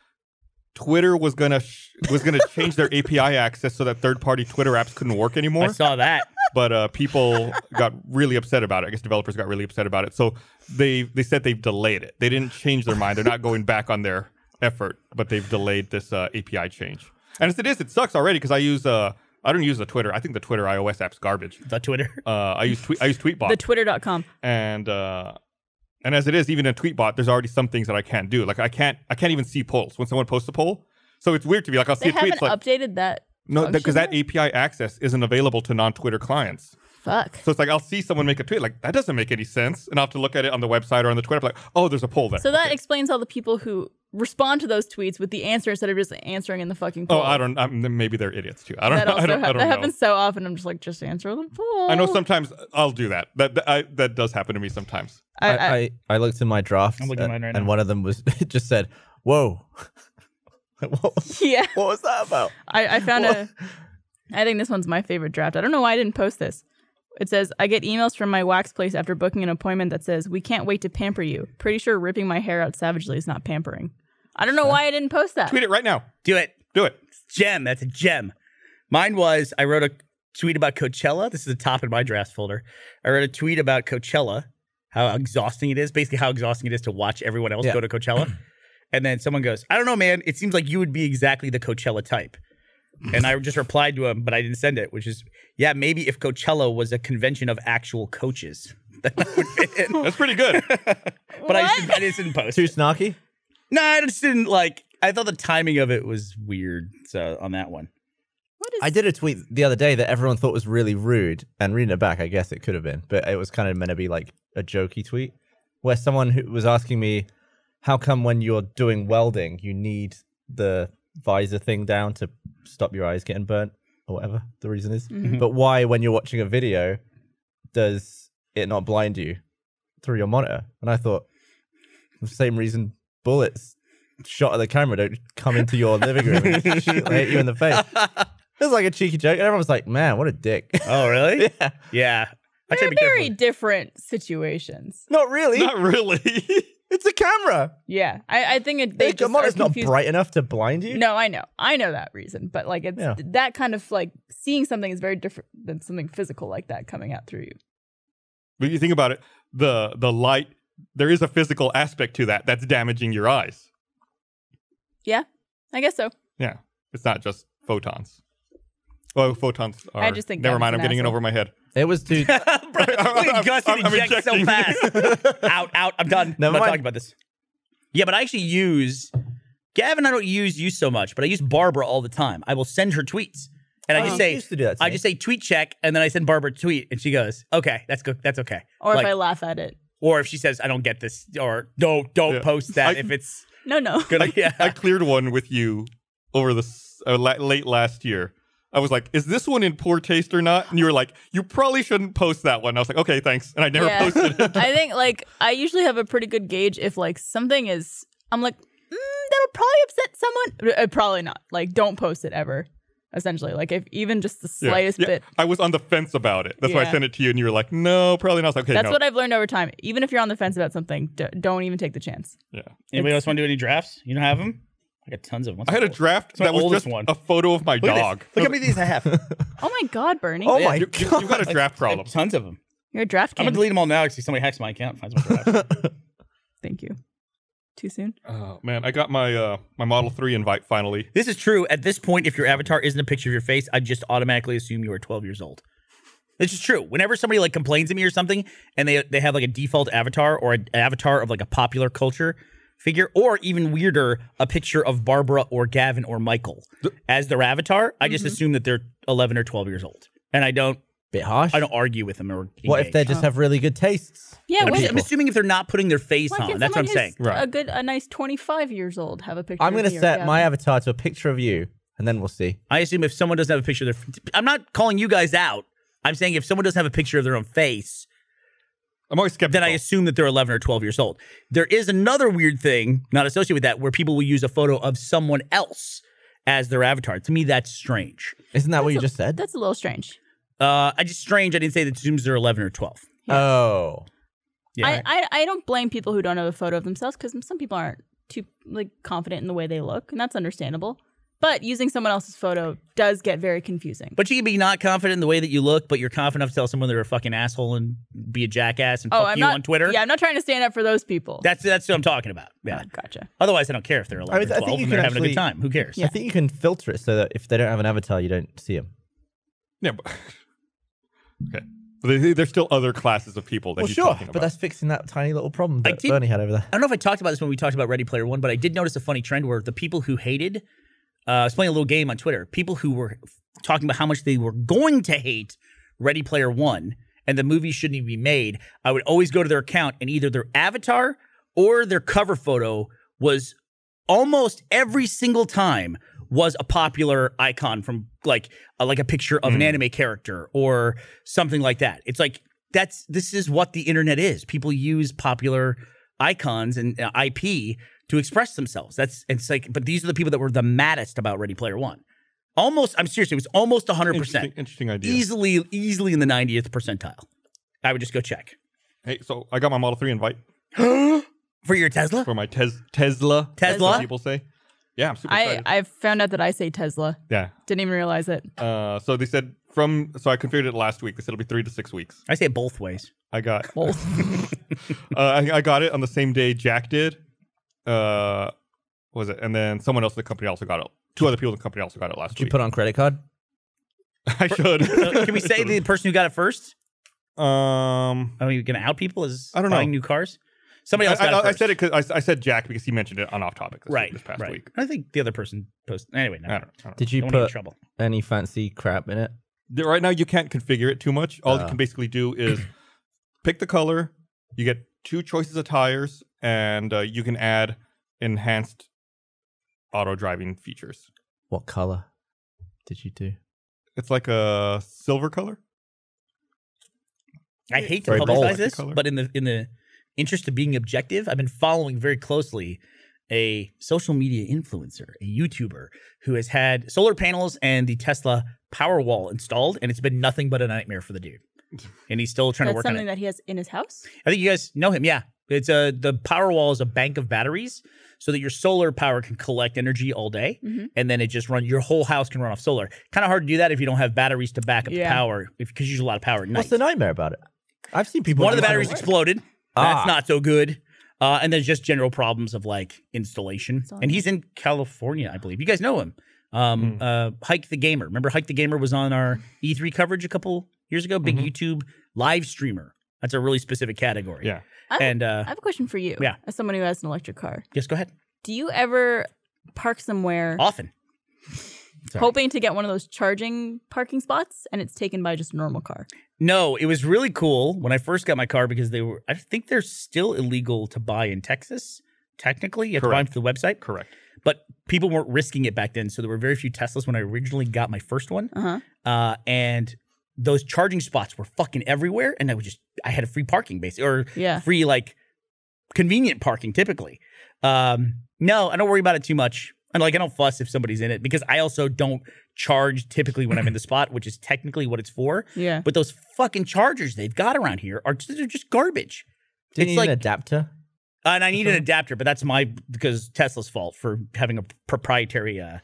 Speaker 1: Twitter was gonna sh- was gonna change their API access so that third party Twitter apps couldn't work anymore.
Speaker 2: I saw that.
Speaker 1: but uh, people got really upset about it. I guess developers got really upset about it. So they they said they've delayed it. They didn't change their mind. They're not going back on their effort, but they've delayed this uh, API change. And as it is, it sucks already because I use uh I don't use the Twitter. I think the Twitter iOS app's garbage.
Speaker 2: the Twitter.
Speaker 1: Uh, I use tweet I use Tweetbot
Speaker 3: the twitter.com.
Speaker 1: and uh, and as it is, even in Tweetbot, there's already some things that I can't do. Like I can't I can't even see polls when someone posts a poll. So it's weird to me. Like I'll see
Speaker 3: They
Speaker 1: a tweet.
Speaker 3: haven't
Speaker 1: It's like
Speaker 3: updated that.
Speaker 1: no, because that
Speaker 3: function
Speaker 1: API access isn't available to non-Twitter clients.
Speaker 3: Fuck.
Speaker 1: So it's like I'll see someone make a tweet like that doesn't make any sense, and I'll have to look at it on the website or on the Twitter. Like, oh, there's a poll there.
Speaker 3: So that
Speaker 1: Okay.
Speaker 3: explains all the people who respond to those tweets with the answer instead of just answering in the fucking poll.
Speaker 1: oh, I don't. I'm, maybe they're idiots too. I don't.
Speaker 3: That
Speaker 1: know.
Speaker 3: also
Speaker 1: I don't.
Speaker 3: hap-
Speaker 1: I don't
Speaker 3: that
Speaker 1: know.
Speaker 3: happens so often. I'm just like, just answer the poll.
Speaker 1: I know sometimes I'll do that. That that, I, that does happen to me sometimes.
Speaker 3: I, I,
Speaker 4: I, I, I looked in my drafts.
Speaker 2: I'm looking at mine right
Speaker 4: and
Speaker 2: now.
Speaker 4: one of them was it just said, "Whoa." what, was-
Speaker 3: yeah,
Speaker 4: what was that about?
Speaker 3: I, I found
Speaker 4: Well-
Speaker 3: a. I think this one's my favorite draft. I don't know why I didn't post this. It says, I get emails from my wax place after booking an appointment that says, We can't wait to pamper you. Pretty sure ripping my hair out savagely is not pampering. I don't know why I didn't post that.
Speaker 1: Tweet it right now.
Speaker 2: Do it.
Speaker 1: Do it.
Speaker 2: Gem. That's a gem. Mine was I wrote a tweet about Coachella. This is the top in my drafts folder. I wrote a tweet about Coachella, how exhausting it is, basically how exhausting it is to watch everyone else
Speaker 4: Yeah.
Speaker 2: go to Coachella. and then someone goes, I don't know, man. It seems like you would be exactly the Coachella type. And I just replied to him, but I didn't send it, which is, yeah, maybe if Coachella was a convention of actual coaches, that would fit in.
Speaker 1: That's pretty good.
Speaker 2: But I just, I just didn't post.
Speaker 4: Too
Speaker 2: it.
Speaker 4: snarky.
Speaker 2: No, I just didn't like. I thought the timing of it was weird. So on that one,
Speaker 3: What is
Speaker 4: I did a tweet the other day that everyone thought was really rude, and reading it back, I guess it could have been, but it was kind of meant to be like a jokey tweet where someone who was asking me, "How come when you're doing welding, you need the visor thing down to stop your eyes getting burnt or whatever the reason is?
Speaker 3: Mhm.
Speaker 4: But why, when you're watching a video, does it not blind you through your monitor?" And I thought, the same reason bullets shot at the camera don't come into your living room and shoot- hit you in the face. It was like a cheeky joke, and everyone was like, "Man, what a dick!"
Speaker 2: Oh, really?
Speaker 4: yeah,
Speaker 2: yeah. I try
Speaker 3: They're
Speaker 2: to be
Speaker 3: very
Speaker 2: careful.
Speaker 3: different situations.
Speaker 4: not really.
Speaker 1: Not really.
Speaker 4: It's a camera.
Speaker 3: Yeah, I, I think it,
Speaker 4: They
Speaker 3: they
Speaker 4: your
Speaker 3: just are
Speaker 4: monitor's not
Speaker 3: confused
Speaker 4: bright enough to blind you.
Speaker 3: No, I know. I know that reason, but like it's
Speaker 4: Yeah.
Speaker 3: that kind of like seeing something is very different than something physical like that coming out through you.
Speaker 1: But you think about it, the the light. There is a physical aspect to that that's damaging your eyes.
Speaker 3: I guess so.
Speaker 1: Yeah, it's not just photons. Oh, photons are.
Speaker 3: just think
Speaker 1: Never
Speaker 3: Gavin's
Speaker 1: mind. I'm
Speaker 3: an
Speaker 1: getting it
Speaker 3: asshole.
Speaker 1: over my head.
Speaker 4: It was too.
Speaker 2: Bro, look at
Speaker 1: I'm-
Speaker 2: Gus
Speaker 1: I'm-
Speaker 2: and
Speaker 1: I'm
Speaker 2: eject so
Speaker 1: ejecting.
Speaker 2: fast. out, out. I'm done.
Speaker 4: Never
Speaker 2: I'm not
Speaker 4: mind.
Speaker 2: talking about this. Yeah, but I actually use Gavin. I don't use you so much, but I use Barbara all the time. I will send her tweets, and I
Speaker 4: Oh,
Speaker 2: just
Speaker 4: you
Speaker 2: say,
Speaker 4: used to do that to
Speaker 2: I
Speaker 4: me.
Speaker 2: just say tweet check, and then I send Barbara a tweet, and she goes, okay, that's good, that's okay.
Speaker 3: Or
Speaker 2: Like-
Speaker 3: if I laugh at it.
Speaker 2: or if she says, I don't get this, or no, don't
Speaker 1: Yeah.
Speaker 2: post that
Speaker 1: I-
Speaker 2: if it's
Speaker 3: No, no.
Speaker 2: gonna.
Speaker 1: I,
Speaker 2: yeah.
Speaker 1: I cleared one with you over the s- uh, la- late last year. I was like, "Is this one in poor taste or not?" And you were like, "You probably shouldn't post that one." I was like, "Okay, thanks," and I never
Speaker 3: Yeah.
Speaker 1: posted it.
Speaker 3: I think like I usually have a pretty good gauge if like something is. I'm like mm, that'll probably upset someone. Uh, probably not. Like don't post it ever. Essentially, like if even just the
Speaker 1: Yeah.
Speaker 3: slightest
Speaker 1: Yeah.
Speaker 3: bit.
Speaker 1: I was on the fence about it. That's why I
Speaker 3: Yeah.
Speaker 1: sent it to you, and you were like, "No, probably not." I was like, okay,
Speaker 3: That's
Speaker 1: no.
Speaker 3: what I've learned over time. Even if you're on the fence about something, d- don't even take the chance.
Speaker 1: yeah.
Speaker 2: Anybody else want to do any drafts? You don't have them? I got tons of them.
Speaker 1: I had a draft
Speaker 2: It's my
Speaker 1: that was
Speaker 2: oldest
Speaker 1: just
Speaker 2: one.
Speaker 1: a photo of my
Speaker 2: Look at this.
Speaker 1: dog.
Speaker 2: Look how many of these I have. I
Speaker 3: Oh my God, Bernie,
Speaker 4: oh my
Speaker 1: You, you,
Speaker 4: god!
Speaker 1: have got a draft
Speaker 2: have
Speaker 1: problem.
Speaker 2: tons of them.
Speaker 3: you're a draft
Speaker 2: I'm
Speaker 3: king.
Speaker 2: gonna delete them all now because somebody hacks my account. and Finds my drafts.
Speaker 3: Thank you. Too soon.
Speaker 1: Oh man, I got my uh, my Model Three invite finally.
Speaker 2: this is true. At this point, if your avatar isn't a picture of your face, I just automatically assume you are 12 years old. This is true. Whenever somebody like complains to me or something, and they they have like a default avatar or an avatar of like a popular culture figure, or even weirder, a picture of Barbara or Gavin or Michael as their avatar. I just assume that they're 11 or 12 years old, and I don't
Speaker 4: Bit harsh.
Speaker 2: I don't argue with them or
Speaker 4: What if they
Speaker 2: engage.
Speaker 4: just have really good tastes?
Speaker 3: Yeah,
Speaker 4: They're
Speaker 3: what-
Speaker 2: I'm,
Speaker 3: they're
Speaker 4: people.
Speaker 2: I'm assuming if they're not putting their face
Speaker 3: Why
Speaker 2: on.
Speaker 3: can't
Speaker 2: That's what I'm
Speaker 3: someone
Speaker 2: saying.
Speaker 3: who's
Speaker 1: Right.
Speaker 3: A good, a nice twenty-five years old have a picture.
Speaker 4: I'm
Speaker 3: going to
Speaker 4: set my avatar to a picture of you, and then we'll see.
Speaker 2: I assume if someone doesn't have a picture of their, I'm not calling you guys out. I'm saying if someone doesn't have a picture of their own face,
Speaker 1: I'm always skeptical.
Speaker 2: then I assume that they're 11 or 12 years old. There is another weird thing not associated with that where people will use a photo of someone else as their avatar. To me, that's strange.
Speaker 4: Isn't that what
Speaker 3: That's
Speaker 4: you
Speaker 3: a-
Speaker 4: just said?
Speaker 3: That's a little strange.
Speaker 2: Uh, I just strange. I didn't say that assumes they're 11 or 12.
Speaker 3: yeah.
Speaker 4: Oh,
Speaker 2: Yeah.
Speaker 3: I, I I don't blame people who don't have a photo of themselves because some people aren't too like confident in the way they look, and that's understandable. But using someone else's photo does get very confusing.
Speaker 2: but you can be not confident in the way that you look, but you're confident enough to tell someone they're a fucking asshole and be a jackass and
Speaker 3: oh,
Speaker 2: fuck
Speaker 3: I'm
Speaker 2: you
Speaker 3: not
Speaker 2: on Twitter.
Speaker 3: Yeah, I'm not trying to stand up for those people.
Speaker 2: That's that's what I'm talking about. Yeah.
Speaker 3: Oh, gotcha.
Speaker 2: Otherwise, I don't care if they're 11
Speaker 4: I mean,
Speaker 2: or
Speaker 4: I think
Speaker 2: 12
Speaker 4: you
Speaker 2: and they're
Speaker 4: can
Speaker 2: having a good
Speaker 4: actually-
Speaker 2: time. Who cares?
Speaker 4: I think you can filter it so that if they don't have an avatar, you don't see them.
Speaker 1: Yeah, but, okay. But there- there's still other classes of people that
Speaker 4: Well,
Speaker 1: he's
Speaker 4: sure,
Speaker 1: talking about.
Speaker 4: but that's fixing that tiny little problem
Speaker 2: I
Speaker 4: that
Speaker 2: did-
Speaker 4: Bernie had over there.
Speaker 2: I don't know if I talked about this when we talked about Ready Player One, but I did notice a funny trend where the people who hated, uh, I was playing a little game on Twitter, people who were f- talking about how much they were going to hate Ready Player One and the movie shouldn't even be made, I would always go to their account and either their avatar or their cover photo was almost every single time was a popular icon from like uh, like a picture of an
Speaker 1: Mm.
Speaker 2: anime character or something like that. It's like that's this is what the internet is. People use popular icons and uh, IP to express themselves. That's it's like but these are the people that were the maddest about Ready Player 1. Almost I'm serious, it was almost 100%.
Speaker 1: interesting, interesting idea.
Speaker 2: Easily easily in the 90th percentile. I would just go check.
Speaker 1: Hey, so I got my Model 3 invite
Speaker 2: For your Tesla?
Speaker 1: for my tes- Tesla. that's
Speaker 2: Tesla?
Speaker 1: what people say. Yeah, I'm super
Speaker 3: I
Speaker 1: excited.
Speaker 3: I found out that I say Tesla.
Speaker 1: yeah.
Speaker 3: Didn't even realize it.
Speaker 1: Uh, so they said from, so I configured it last week. They said it'll be three to six weeks.
Speaker 2: I say it both ways.
Speaker 1: I got,
Speaker 3: Both.
Speaker 1: uh, I, I got it on the same day Jack did. Uh, what was it? And then someone else in the company also got it. Two other people in the company also got it last
Speaker 4: Did you
Speaker 1: week.
Speaker 4: put it on credit card?
Speaker 1: I should.
Speaker 2: Uh, can we say the person who got it first?
Speaker 1: Um,
Speaker 2: Are we going to out people as
Speaker 1: I don't know.
Speaker 2: buying new cars? Somebody else
Speaker 1: I,
Speaker 2: got
Speaker 1: I-
Speaker 2: it
Speaker 1: I
Speaker 2: first.
Speaker 1: said it because I, I said Jack because he mentioned it on off topic this,
Speaker 2: right
Speaker 1: this past
Speaker 2: right.
Speaker 1: week.
Speaker 2: I think the other person posted. Anyway, no,
Speaker 1: I don't, I don't
Speaker 4: Did you
Speaker 2: don't wanna get in
Speaker 4: put
Speaker 2: trouble.
Speaker 4: any fancy crap in it?
Speaker 1: know. Right now, you can't configure it too much. All you
Speaker 4: Uh.
Speaker 1: can basically do is pick the color. You get two choices of tires, and uh, you can add enhanced auto driving features.
Speaker 4: What color did you do?
Speaker 1: It's like a silver color.
Speaker 2: I hate to
Speaker 4: Very bold.
Speaker 2: publicize this,
Speaker 1: Color.
Speaker 2: but in the in the interest of being objective, I've been following very closely a social media influencer, a YouTuber who has had solar panels and the Tesla Powerwall installed, and it's been nothing but a nightmare for the dude. And he's still trying to
Speaker 3: That's
Speaker 2: work on
Speaker 3: something
Speaker 2: it.
Speaker 3: that he has in his house.
Speaker 2: I think you guys know him. Yeah, it's a the Powerwall is a bank of batteries so that your solar power can collect energy all day.
Speaker 3: Mhm.
Speaker 2: and then it just run your whole house can run off solar. Kind of hard to do that if you don't have batteries to back up
Speaker 3: Yeah.
Speaker 2: the power because you use a lot of power at night.
Speaker 4: What's the nightmare about it? I've seen people.
Speaker 2: One
Speaker 4: do
Speaker 2: of the
Speaker 4: that.
Speaker 2: batteries exploded.
Speaker 4: Ah.
Speaker 2: That's not so good. Uh, and there's just general problems of like installation.
Speaker 3: It's on
Speaker 2: And he's in California, I believe. You guys know him. Um,
Speaker 1: Hmm.
Speaker 2: uh, Hike the Gamer. Remember Hike the Gamer was on our E3 coverage a couple years ago? Big
Speaker 1: Mhm.
Speaker 2: YouTube live streamer. That's a really specific category.
Speaker 1: Yeah.
Speaker 3: I have,
Speaker 2: And uh,
Speaker 3: I have a question for you.
Speaker 2: Yeah.
Speaker 3: As someone who has an electric car,
Speaker 2: yes, go ahead.
Speaker 3: do you ever park somewhere
Speaker 2: Often. Sorry.
Speaker 3: hoping to get one of those charging parking spots and it's taken by just a normal car?
Speaker 2: No, it was really cool when I first got my car because they were. I think they're still illegal to buy in Texas. Technically, you have
Speaker 1: Correct.
Speaker 2: to buy them through the website,
Speaker 1: Correct.
Speaker 2: but people weren't risking it back then, so there were very few Teslas when I originally got my first one,
Speaker 3: Uh huh.
Speaker 2: uh, and those charging spots were fucking everywhere, and I would just I had a free parking base or
Speaker 3: Yeah.
Speaker 2: free like convenient parking typically. Um, no, I don't worry about it too much. And like I don't fuss if somebody's in it because I also don't charge typically when I'm in the spot, which is technically what it's for.
Speaker 3: Yeah.
Speaker 2: But those fucking chargers they've got around here are just, they're just garbage.
Speaker 4: Do you
Speaker 2: It's
Speaker 4: need
Speaker 2: like-
Speaker 4: an adapter?
Speaker 2: And I need an adapter, but that's my because Tesla's fault for having a proprietary uh,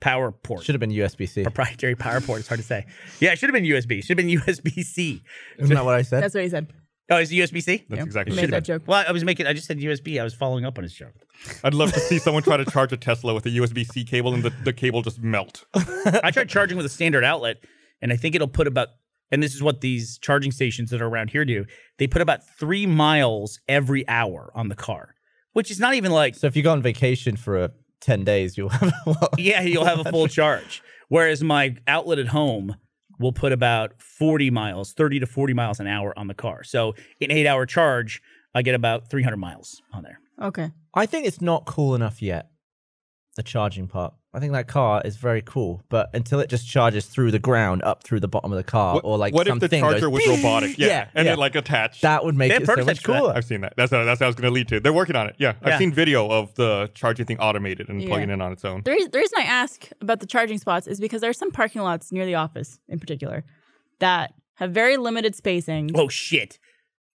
Speaker 2: power port.
Speaker 4: Should have been USB C.
Speaker 2: proprietary power port. It's hard to say. Yeah, it should have been USB. Should have been USB C.
Speaker 4: Isn't that what I said?
Speaker 3: That's what he said.
Speaker 2: Oh, is it USB C?
Speaker 1: That's
Speaker 3: Yeah.
Speaker 1: exactly
Speaker 3: Made
Speaker 1: what
Speaker 3: that
Speaker 1: it is.
Speaker 3: joke.
Speaker 2: Well, I was making. I just said USB. I was following up on his joke.
Speaker 1: I'd love to see someone try to charge a Tesla with a USB C cable and the, the cable just melt.
Speaker 2: I tried charging with a standard outlet, and I think it'll put about. And this is what these charging stations that are around here do. They put about three miles every hour on the car, which is not even like
Speaker 4: So if you go on vacation for uh, ten days, you'll have a lot.
Speaker 2: yeah, you'll have a full charge. Whereas my outlet at home will put about 40 miles, 30 to 40 miles an hour on the car. So an eight hour charge, I get about 300 miles on there.
Speaker 3: Okay.
Speaker 4: I think it's not cool enough yet. The charging part. I think that car is very cool, but until it just charges through the ground, up through the bottom of the car,
Speaker 1: What,
Speaker 4: or like
Speaker 1: what if
Speaker 4: something
Speaker 1: the charger
Speaker 4: goes,
Speaker 1: was robotic? Yeah,
Speaker 4: Yeah,
Speaker 1: and
Speaker 4: yeah.
Speaker 1: then like attached.
Speaker 4: that would make
Speaker 2: They have
Speaker 4: it so
Speaker 2: prototypes
Speaker 4: much
Speaker 2: for that.
Speaker 4: cooler.
Speaker 1: I've seen that. That's how, that's how it's going to lead to. They're working on it. Yeah, I've
Speaker 2: Yeah.
Speaker 1: seen video of the charging thing automated and
Speaker 3: Yeah.
Speaker 1: plugging in on its own.
Speaker 3: The, reas- the reason I ask about the charging spots is because there are some parking lots near the office, in particular, that have very limited spacing.
Speaker 2: Oh, shit.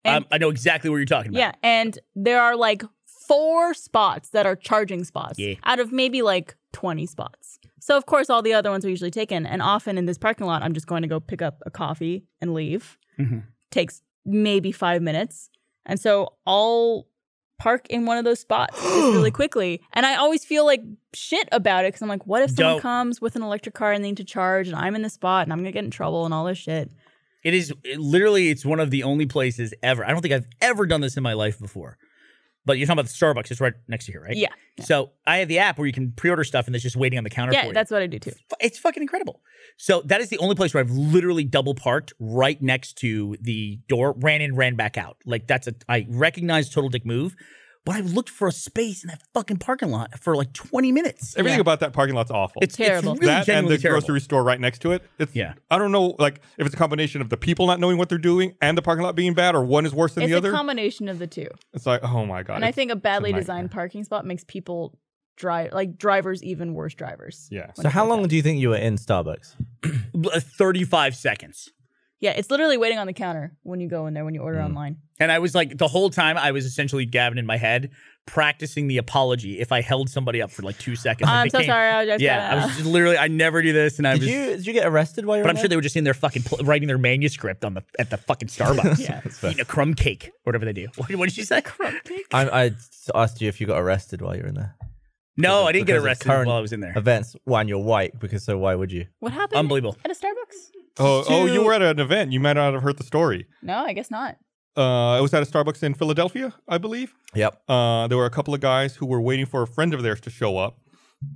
Speaker 3: And-
Speaker 2: um, I know exactly what you're talking about.
Speaker 3: yeah, and there are like four spots that are charging spots
Speaker 2: Yeah.
Speaker 3: out of maybe like twenty spots. So of course, all the other ones are usually taken, and often in this parking lot, I'm just going to go pick up a coffee and leave.
Speaker 2: Mhm.
Speaker 3: Takes maybe five minutes, and so I'll park in one of those spots just really quickly. And I always feel like shit about it because I'm like, what if someone
Speaker 2: Don't.
Speaker 3: comes with an electric car and they need to charge, and I'm in the spot and I'm gonna get in trouble and all this shit.
Speaker 2: It is it literally, it's one of the only places ever. I don't think I've ever done this in my life before. But you're talking about the Starbucks. It's right next to here, right?
Speaker 3: Yeah,
Speaker 2: So I have the app where you can pre-order stuff and it's just waiting on the counter for
Speaker 3: yeah,
Speaker 2: you.
Speaker 3: that's what I do too.
Speaker 2: Fu- it's fucking incredible. So that is the only place where I've literally double parked right next to the door, ran in, ran back out. Like that's a I recognize total dick move, but I've looked for a space in that fucking parking lot for like twenty minutes.
Speaker 1: Everything
Speaker 3: Yeah.
Speaker 1: about that parking lot's awful.
Speaker 2: It's
Speaker 3: Terrible.
Speaker 2: It's really
Speaker 1: that and the
Speaker 2: genuinely terrible.
Speaker 1: grocery store right next to it. It's,
Speaker 2: Yeah.
Speaker 1: I don't know, like if it's a combination of the people not knowing what they're doing and the parking lot being bad, or one is worse than
Speaker 3: It's
Speaker 1: the
Speaker 3: a
Speaker 1: other.
Speaker 3: combination of the two.
Speaker 1: it's like, oh my god.
Speaker 3: And I
Speaker 1: it's-
Speaker 3: think a badly
Speaker 1: nightmare.
Speaker 3: designed parking spot makes people drive like drivers even worse drivers.
Speaker 1: yeah.
Speaker 4: So how long do you think you were in Starbucks?
Speaker 2: B- uh, Thirty-five seconds,
Speaker 3: Yeah, it's literally waiting on the counter when you go in there when you order
Speaker 1: Mm.
Speaker 3: online.
Speaker 2: and I was like the whole time I was essentially Gavin in my head practicing the apology if I held somebody up for like two seconds. I
Speaker 3: Oh, I'm so
Speaker 2: became-
Speaker 3: sorry. I just
Speaker 2: Yeah, I was just literally I never do this, and I
Speaker 4: Did
Speaker 2: was.
Speaker 4: you did you get arrested while you were?
Speaker 2: But I'm sure they were just in there fucking pl- writing their manuscript on the at the fucking Starbucks.
Speaker 3: yeah.
Speaker 2: eating a crumb cake or whatever they do. What, what did she say? Uh, Crumb cake?
Speaker 4: I, I asked you if you got arrested while you were in there.
Speaker 2: No, I didn't get
Speaker 4: Because of
Speaker 2: arrested
Speaker 4: current
Speaker 2: while I was in there.
Speaker 4: Events when you're white, because so why would you?
Speaker 3: What happened?
Speaker 2: Unbelievable.
Speaker 3: At a Starbucks?
Speaker 1: Oh, oh, you
Speaker 2: Two-
Speaker 1: were at an event. You might not have heard the story.
Speaker 3: No, I guess not.
Speaker 1: Uh, it was at a Starbucks in Philadelphia, I believe.
Speaker 4: Yep.
Speaker 1: Uh, there were a couple of guys who were waiting for a friend of theirs to show up,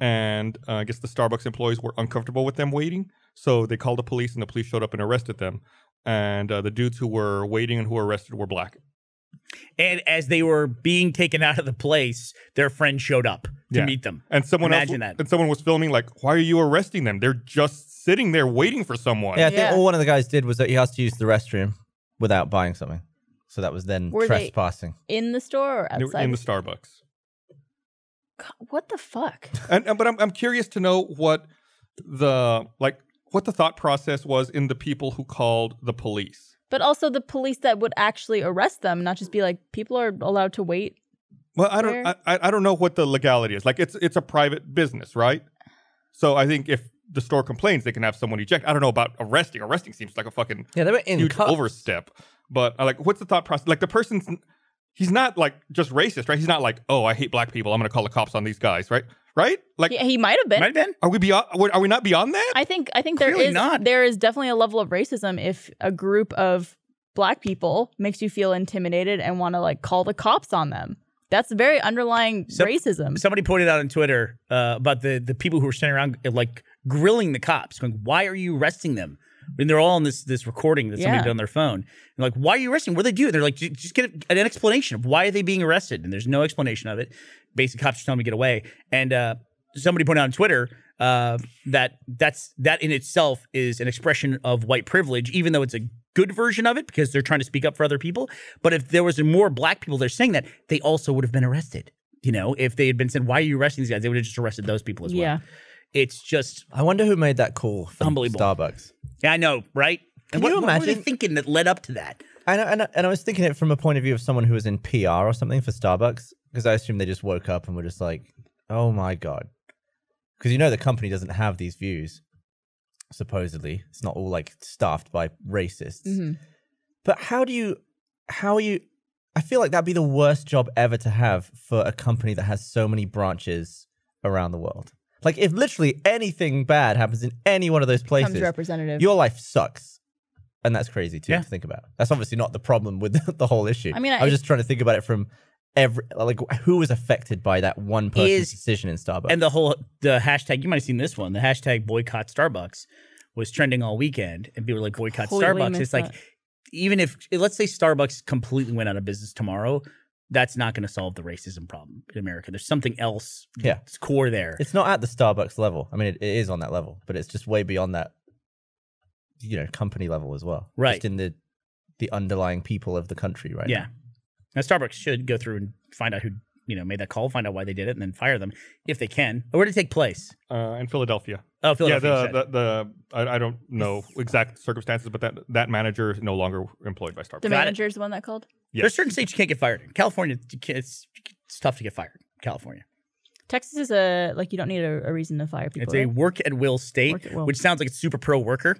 Speaker 1: and uh, I guess the Starbucks employees were uncomfortable with them waiting, so they called the police, and the police showed up and arrested them. And uh, the dudes who were waiting and who were arrested were black.
Speaker 2: And as they were being taken out of the place, their friend showed up to
Speaker 1: Yeah.
Speaker 2: meet them.
Speaker 1: And someone
Speaker 2: Imagine
Speaker 1: else,
Speaker 2: that.
Speaker 1: and someone was filming like, "Why are you arresting them? They're just sitting there waiting for someone."
Speaker 4: Yeah, I think
Speaker 3: Yeah.
Speaker 4: all one of the guys did was that he asked to use the restroom without buying something. So that was then
Speaker 3: Were they-
Speaker 4: trespassing.
Speaker 3: In the store or
Speaker 1: They were
Speaker 3: outside?
Speaker 1: in the Starbucks.
Speaker 3: God, what the fuck?
Speaker 1: And, and but I'm I'm curious to know what the like what the thought process was in the people who called the police.
Speaker 3: But also the police that would actually arrest them, not just be like, people are allowed to wait.
Speaker 1: Well, I don't I,
Speaker 3: Fair.
Speaker 1: I I don't know what the legality is. Like it's it's a private business, right? So I think if the store complains, they can have someone eject. I don't know about arresting. Arresting seems like a fucking
Speaker 4: Yeah, they were in
Speaker 1: huge
Speaker 4: cuffs.
Speaker 1: overstep. But uh, like, what's the thought process? Like the person's he's not like just racist, right? He's not like, oh, I hate black people. I'm gonna call the cops on these guys, right? Right? Like,
Speaker 3: Yeah, he might have been.
Speaker 2: Might have been.
Speaker 1: are we beyond? Are we not beyond that?
Speaker 3: I think I think there
Speaker 2: Clearly
Speaker 3: is
Speaker 2: not.
Speaker 3: there is definitely a level of racism if a group of black people makes you feel intimidated and want to like call the cops on them. That's very underlying
Speaker 2: Some-
Speaker 3: racism.
Speaker 2: Somebody pointed out on Twitter uh, about the the people who were standing around uh, like grilling the cops, going, "Why are you arresting them?" And they're all on this this recording that somebody
Speaker 3: Yeah.
Speaker 2: did on their phone. And like, why are you arresting? What do they do? And they're like, "Ju- just get an explanation of why are they being arrested? And there's no explanation of it. Basic cops are telling me to get away. And uh, somebody pointed out on Twitter uh, that that's that in itself is an expression of white privilege, even though it's a good version of it because they're trying to speak up for other people. But if there was more black people there saying that, they also would have been arrested. You know, if they had been saying, "Why are you arresting these guys?" They would have just arrested those people as well.
Speaker 3: Yeah.
Speaker 2: It's just
Speaker 4: I wonder who made that call from
Speaker 2: Unbelievable.
Speaker 4: Starbucks.
Speaker 2: yeah, I know, right?
Speaker 4: Can
Speaker 2: And what,
Speaker 4: you
Speaker 2: what were they
Speaker 4: imagine-
Speaker 2: thinking that led up to that?
Speaker 4: And, I- and, I- and I was thinking it from a point of view of someone who was in PR or something for Starbucks, because I assume they just woke up and were just like, oh my God. Because you know the company doesn't have these views, supposedly. It's not all like staffed by racists.
Speaker 3: hmm
Speaker 4: But how do you, how are you, I feel like that'd be the worst job ever to have for a company that has so many branches around the world. Like if literally anything bad happens in any one of those
Speaker 3: Becomes
Speaker 4: places,
Speaker 3: representative.
Speaker 4: your life sucks. And that's crazy too
Speaker 2: Yeah.
Speaker 4: to think about. That's obviously not the problem with the whole issue.
Speaker 3: I mean,
Speaker 4: I,
Speaker 3: I-
Speaker 4: was just trying to think about it from every like who was affected by that one person's
Speaker 2: Is-
Speaker 4: decision in Starbucks.
Speaker 2: and the whole the hashtag you might have seen this one the hashtag boycott starbucks was trending all weekend and people were like boycott
Speaker 3: Completely
Speaker 2: starbucks
Speaker 3: missed
Speaker 2: it's like
Speaker 3: that.
Speaker 2: even if let's say starbucks completely went out of business tomorrow that's not going to solve the racism problem in america there's something else
Speaker 4: Yeah.
Speaker 2: that's core there
Speaker 4: it's not at the Starbucks level. I mean, it, it is on that level, but it's just way beyond that. You know, company level as well.
Speaker 2: Right.
Speaker 4: Just in the the underlying people of the country, right?
Speaker 2: yeah now starbucks should go through and find out who you know made that call find out why they did it and then fire them if they can or where did it take place
Speaker 1: uh, in Philadelphia.
Speaker 2: oh philadelphia you
Speaker 1: yeah,
Speaker 2: said.
Speaker 1: the, the the I, I don't know exact circumstances, but that that manager is no longer employed by Starbucks.
Speaker 3: The
Speaker 2: Got it.
Speaker 3: manager's the one that called.
Speaker 1: Yes.
Speaker 2: there's certain states you can't get fired in california you can't- it's, it's tough to get fired in california
Speaker 3: Texas is a like you don't need a, a reason to fire people.
Speaker 2: It's a
Speaker 3: right?
Speaker 2: work at will state,
Speaker 3: Work at will.
Speaker 2: which sounds like it's super pro worker.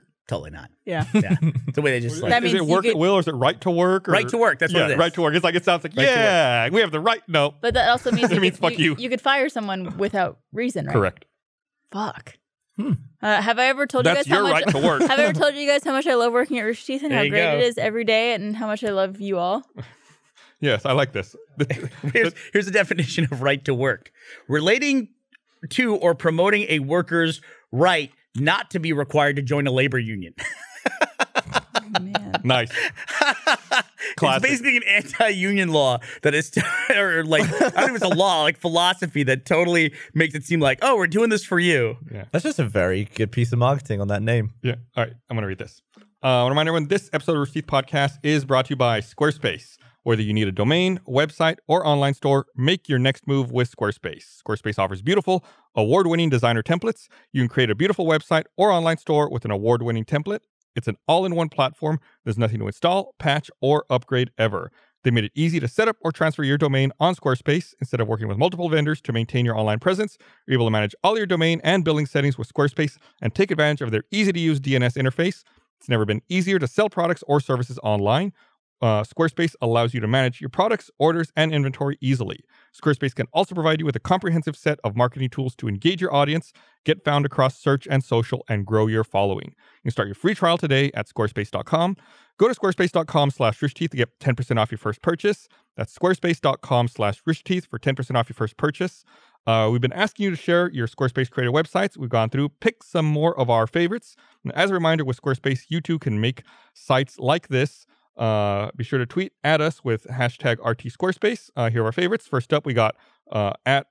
Speaker 2: Totally not.
Speaker 3: yeah.
Speaker 2: Yeah, it's the way they just like
Speaker 3: That
Speaker 1: is
Speaker 3: means
Speaker 1: it
Speaker 3: you
Speaker 1: work
Speaker 3: could-
Speaker 1: at will or is it right to work? Or,
Speaker 2: right to work. That's
Speaker 1: yeah,
Speaker 2: what it is.
Speaker 1: right to work. It's like it sounds like
Speaker 2: Right to work.
Speaker 1: yeah, we have the right. No,
Speaker 3: But that also means
Speaker 1: It
Speaker 3: you,
Speaker 1: means
Speaker 3: could,
Speaker 1: fuck you.
Speaker 3: you. could fire someone without reason, right?
Speaker 1: correct.
Speaker 3: Fuck.
Speaker 4: Hmm.
Speaker 3: Uh, have I ever told
Speaker 1: That's
Speaker 3: you guys
Speaker 1: your
Speaker 3: how much?
Speaker 1: right to work.
Speaker 3: Have I ever told you guys how much I love working at Rich Teeth and
Speaker 2: There
Speaker 3: how
Speaker 2: you
Speaker 3: great
Speaker 2: go.
Speaker 3: it is every day and how much I love you all?
Speaker 1: yes, I like this.
Speaker 2: Here's here's the definition of right to work: relating to or promoting a worker's right not to be required to join a labor union.
Speaker 3: Man.
Speaker 1: nice.
Speaker 2: it's
Speaker 1: Classic.
Speaker 2: basically an anti-union law that is, or like I don't know, if it's a law like philosophy that totally makes it seem like oh we're doing this for you.
Speaker 4: That's just a very good piece of marketing on that name.
Speaker 1: Yeah. All right. I'm going to read this. Uh, I want to remind everyone this episode of Receipt Podcast is brought to you by Squarespace. Whether you need a domain, website, or online store, make your next move with Squarespace. Squarespace offers beautiful, award winning designer templates. You can create a beautiful website or online store with an award winning template. It's an all in one platform. There's nothing to install, patch, or upgrade ever. They made it easy to set up or transfer your domain on Squarespace instead of working with multiple vendors to maintain your online presence. You're able to manage all your domain and billing settings with Squarespace and take advantage of their easy to use DNS interface. It's never been easier to sell products or services online. Uh, Squarespace allows you to manage your products, orders, and inventory easily. Squarespace can also provide you with a comprehensive set of marketing tools to engage your audience, get found across search and social, and grow your following. You can start your free trial today at squarespace.com. Go to squarespace.com slash richteeth to get 10% off your first purchase. That's squarespace.com slash richteeth for 10% off your first purchase. Uh, we've been asking you to share your Squarespace creator websites. We've gone through, pick some more of our favorites. And as a reminder, with Squarespace, you too can make sites like this. Uh, be sure to tweet at us with hashtag RT Squarespace. Uh, here are our favorites. First up, we got uh, at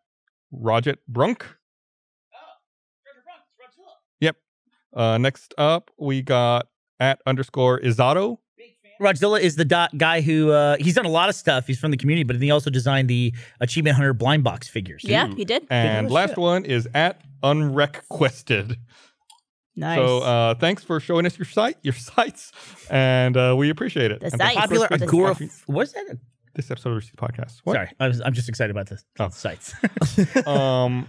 Speaker 1: Roget Brunk. Yep. Uh, next up, we got at underscore Izzato.
Speaker 2: Rodzilla is the dot guy who uh, he's done a lot of stuff. He's from the community, but then he also designed the Achievement Hunter blind box figures.
Speaker 3: Yeah,
Speaker 1: Ooh.
Speaker 3: he did.
Speaker 1: And
Speaker 4: Good
Speaker 1: last
Speaker 4: shit.
Speaker 1: one is at unrequested.
Speaker 3: Nice.
Speaker 1: So uh, thanks for showing us your site, your sites, and uh, we appreciate it.
Speaker 3: The
Speaker 1: And thanks
Speaker 3: sites.
Speaker 1: for
Speaker 2: Popular
Speaker 3: Of course,
Speaker 1: Squarespace
Speaker 2: agora.
Speaker 1: sponsoring
Speaker 2: What is that?
Speaker 1: This episode of Receipt Podcast. What?
Speaker 2: Sorry, I was, I'm just excited about the
Speaker 1: Oh.
Speaker 2: sites.
Speaker 1: um,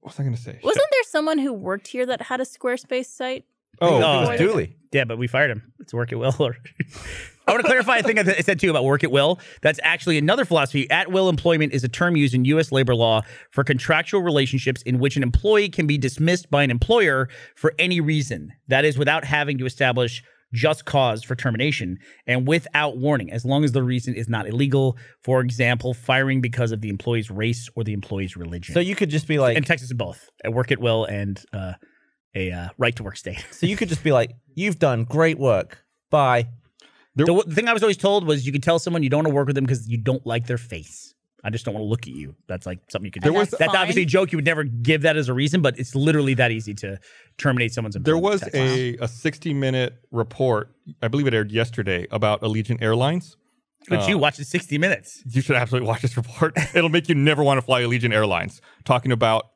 Speaker 1: what was I going to say?
Speaker 3: Wasn't there someone who worked here that had a Squarespace site?
Speaker 1: oh,
Speaker 2: Oh,
Speaker 4: it
Speaker 2: yeah.
Speaker 4: was Dooley.
Speaker 2: yeah, but we fired him. It's work at will. Or I want to clarify a thing I th- I said too about work at will. That's actually another philosophy. At will employment is a term used in U.S. labor law for contractual relationships in which an employee can be dismissed by an employer for any reason. That is without having to establish just cause for termination and without warning, as long as the reason is not illegal. For example, firing because of the employee's race or the employee's religion.
Speaker 4: So you could just be like,
Speaker 2: in Texas, in both at work at will and uh, a uh, right to work state.
Speaker 4: so you could just be like, you've done great work. Bye.
Speaker 2: The w- thing I was always told was you could tell someone you don't want to work with them because you don't like their face. I just don't want to look at you. That's like something you could.
Speaker 3: There
Speaker 2: do.
Speaker 3: was-
Speaker 2: that's obviously a joke. You would never give that as a reason, but it's literally that easy to terminate someone's
Speaker 1: There
Speaker 2: employment.
Speaker 1: was
Speaker 2: in Texas.
Speaker 1: a, a 60 minute report, I believe it aired yesterday, about Allegiant Airlines.
Speaker 2: but you watched it sixty minutes.
Speaker 1: You should absolutely watch this report. It'll make you never want to fly Allegiant Airlines. Talking about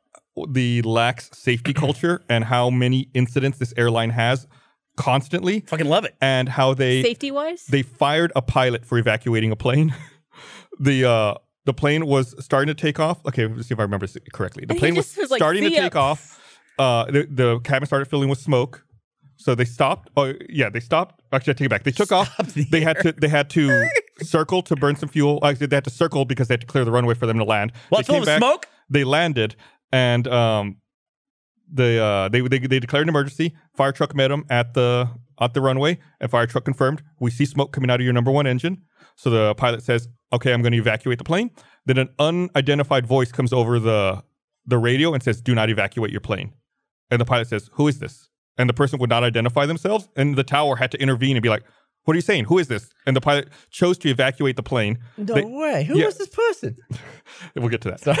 Speaker 1: the lax safety culture and how many incidents this airline has constantly,
Speaker 2: Fucking love it.
Speaker 1: and how they
Speaker 3: Safety wise?
Speaker 1: they fired a pilot for evacuating a plane. the uh, the plane was starting to take off. Okay, let's see if I remember this correctly. The
Speaker 3: He
Speaker 1: plane was
Speaker 3: just was like,
Speaker 1: starting to
Speaker 3: "See ya."
Speaker 1: take off. Uh, the, the cabin started filling with smoke, so they stopped. Oh yeah, they stopped. Actually, I take it back. They took off.
Speaker 2: the
Speaker 1: they had to they had to circle to burn some fuel. Actually, they had to circle because they had to clear the runway for them to land.
Speaker 2: Well,
Speaker 1: They
Speaker 2: it's full
Speaker 1: came
Speaker 2: of
Speaker 1: back
Speaker 2: smoke.
Speaker 1: they landed and um the uh they, they they declared an emergency fire truck met them at the at the runway and fire truck confirmed we see smoke coming out of your number one engine so the pilot says okay i'm going to evacuate the plane Then an unidentified voice comes over the the radio and says, "Do not evacuate your plane." And the pilot says, "Who is this?" And the person would not identify themselves, and the tower had to intervene and be like, "What are you saying? Who is this?" And the pilot chose to evacuate the plane.
Speaker 4: No
Speaker 1: They-
Speaker 4: way. Who
Speaker 1: yeah.
Speaker 4: was this person?
Speaker 1: We'll get to that.
Speaker 4: Sorry.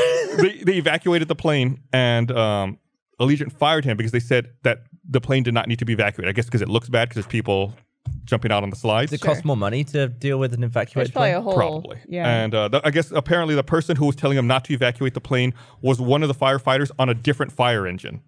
Speaker 1: they, they evacuated the plane, and um, Allegiant fired him because they said that the plane did not need to be evacuated. I guess because it looks bad because there's people jumping out on the slides.
Speaker 4: Does it
Speaker 3: Sure.
Speaker 4: cost more money to deal with an
Speaker 3: There's
Speaker 4: evacuation?
Speaker 3: probably a whole
Speaker 1: Probably.
Speaker 3: yeah.
Speaker 1: And uh, the, I guess apparently the person who was telling him not to evacuate the plane was one of the firefighters on a different fire engine.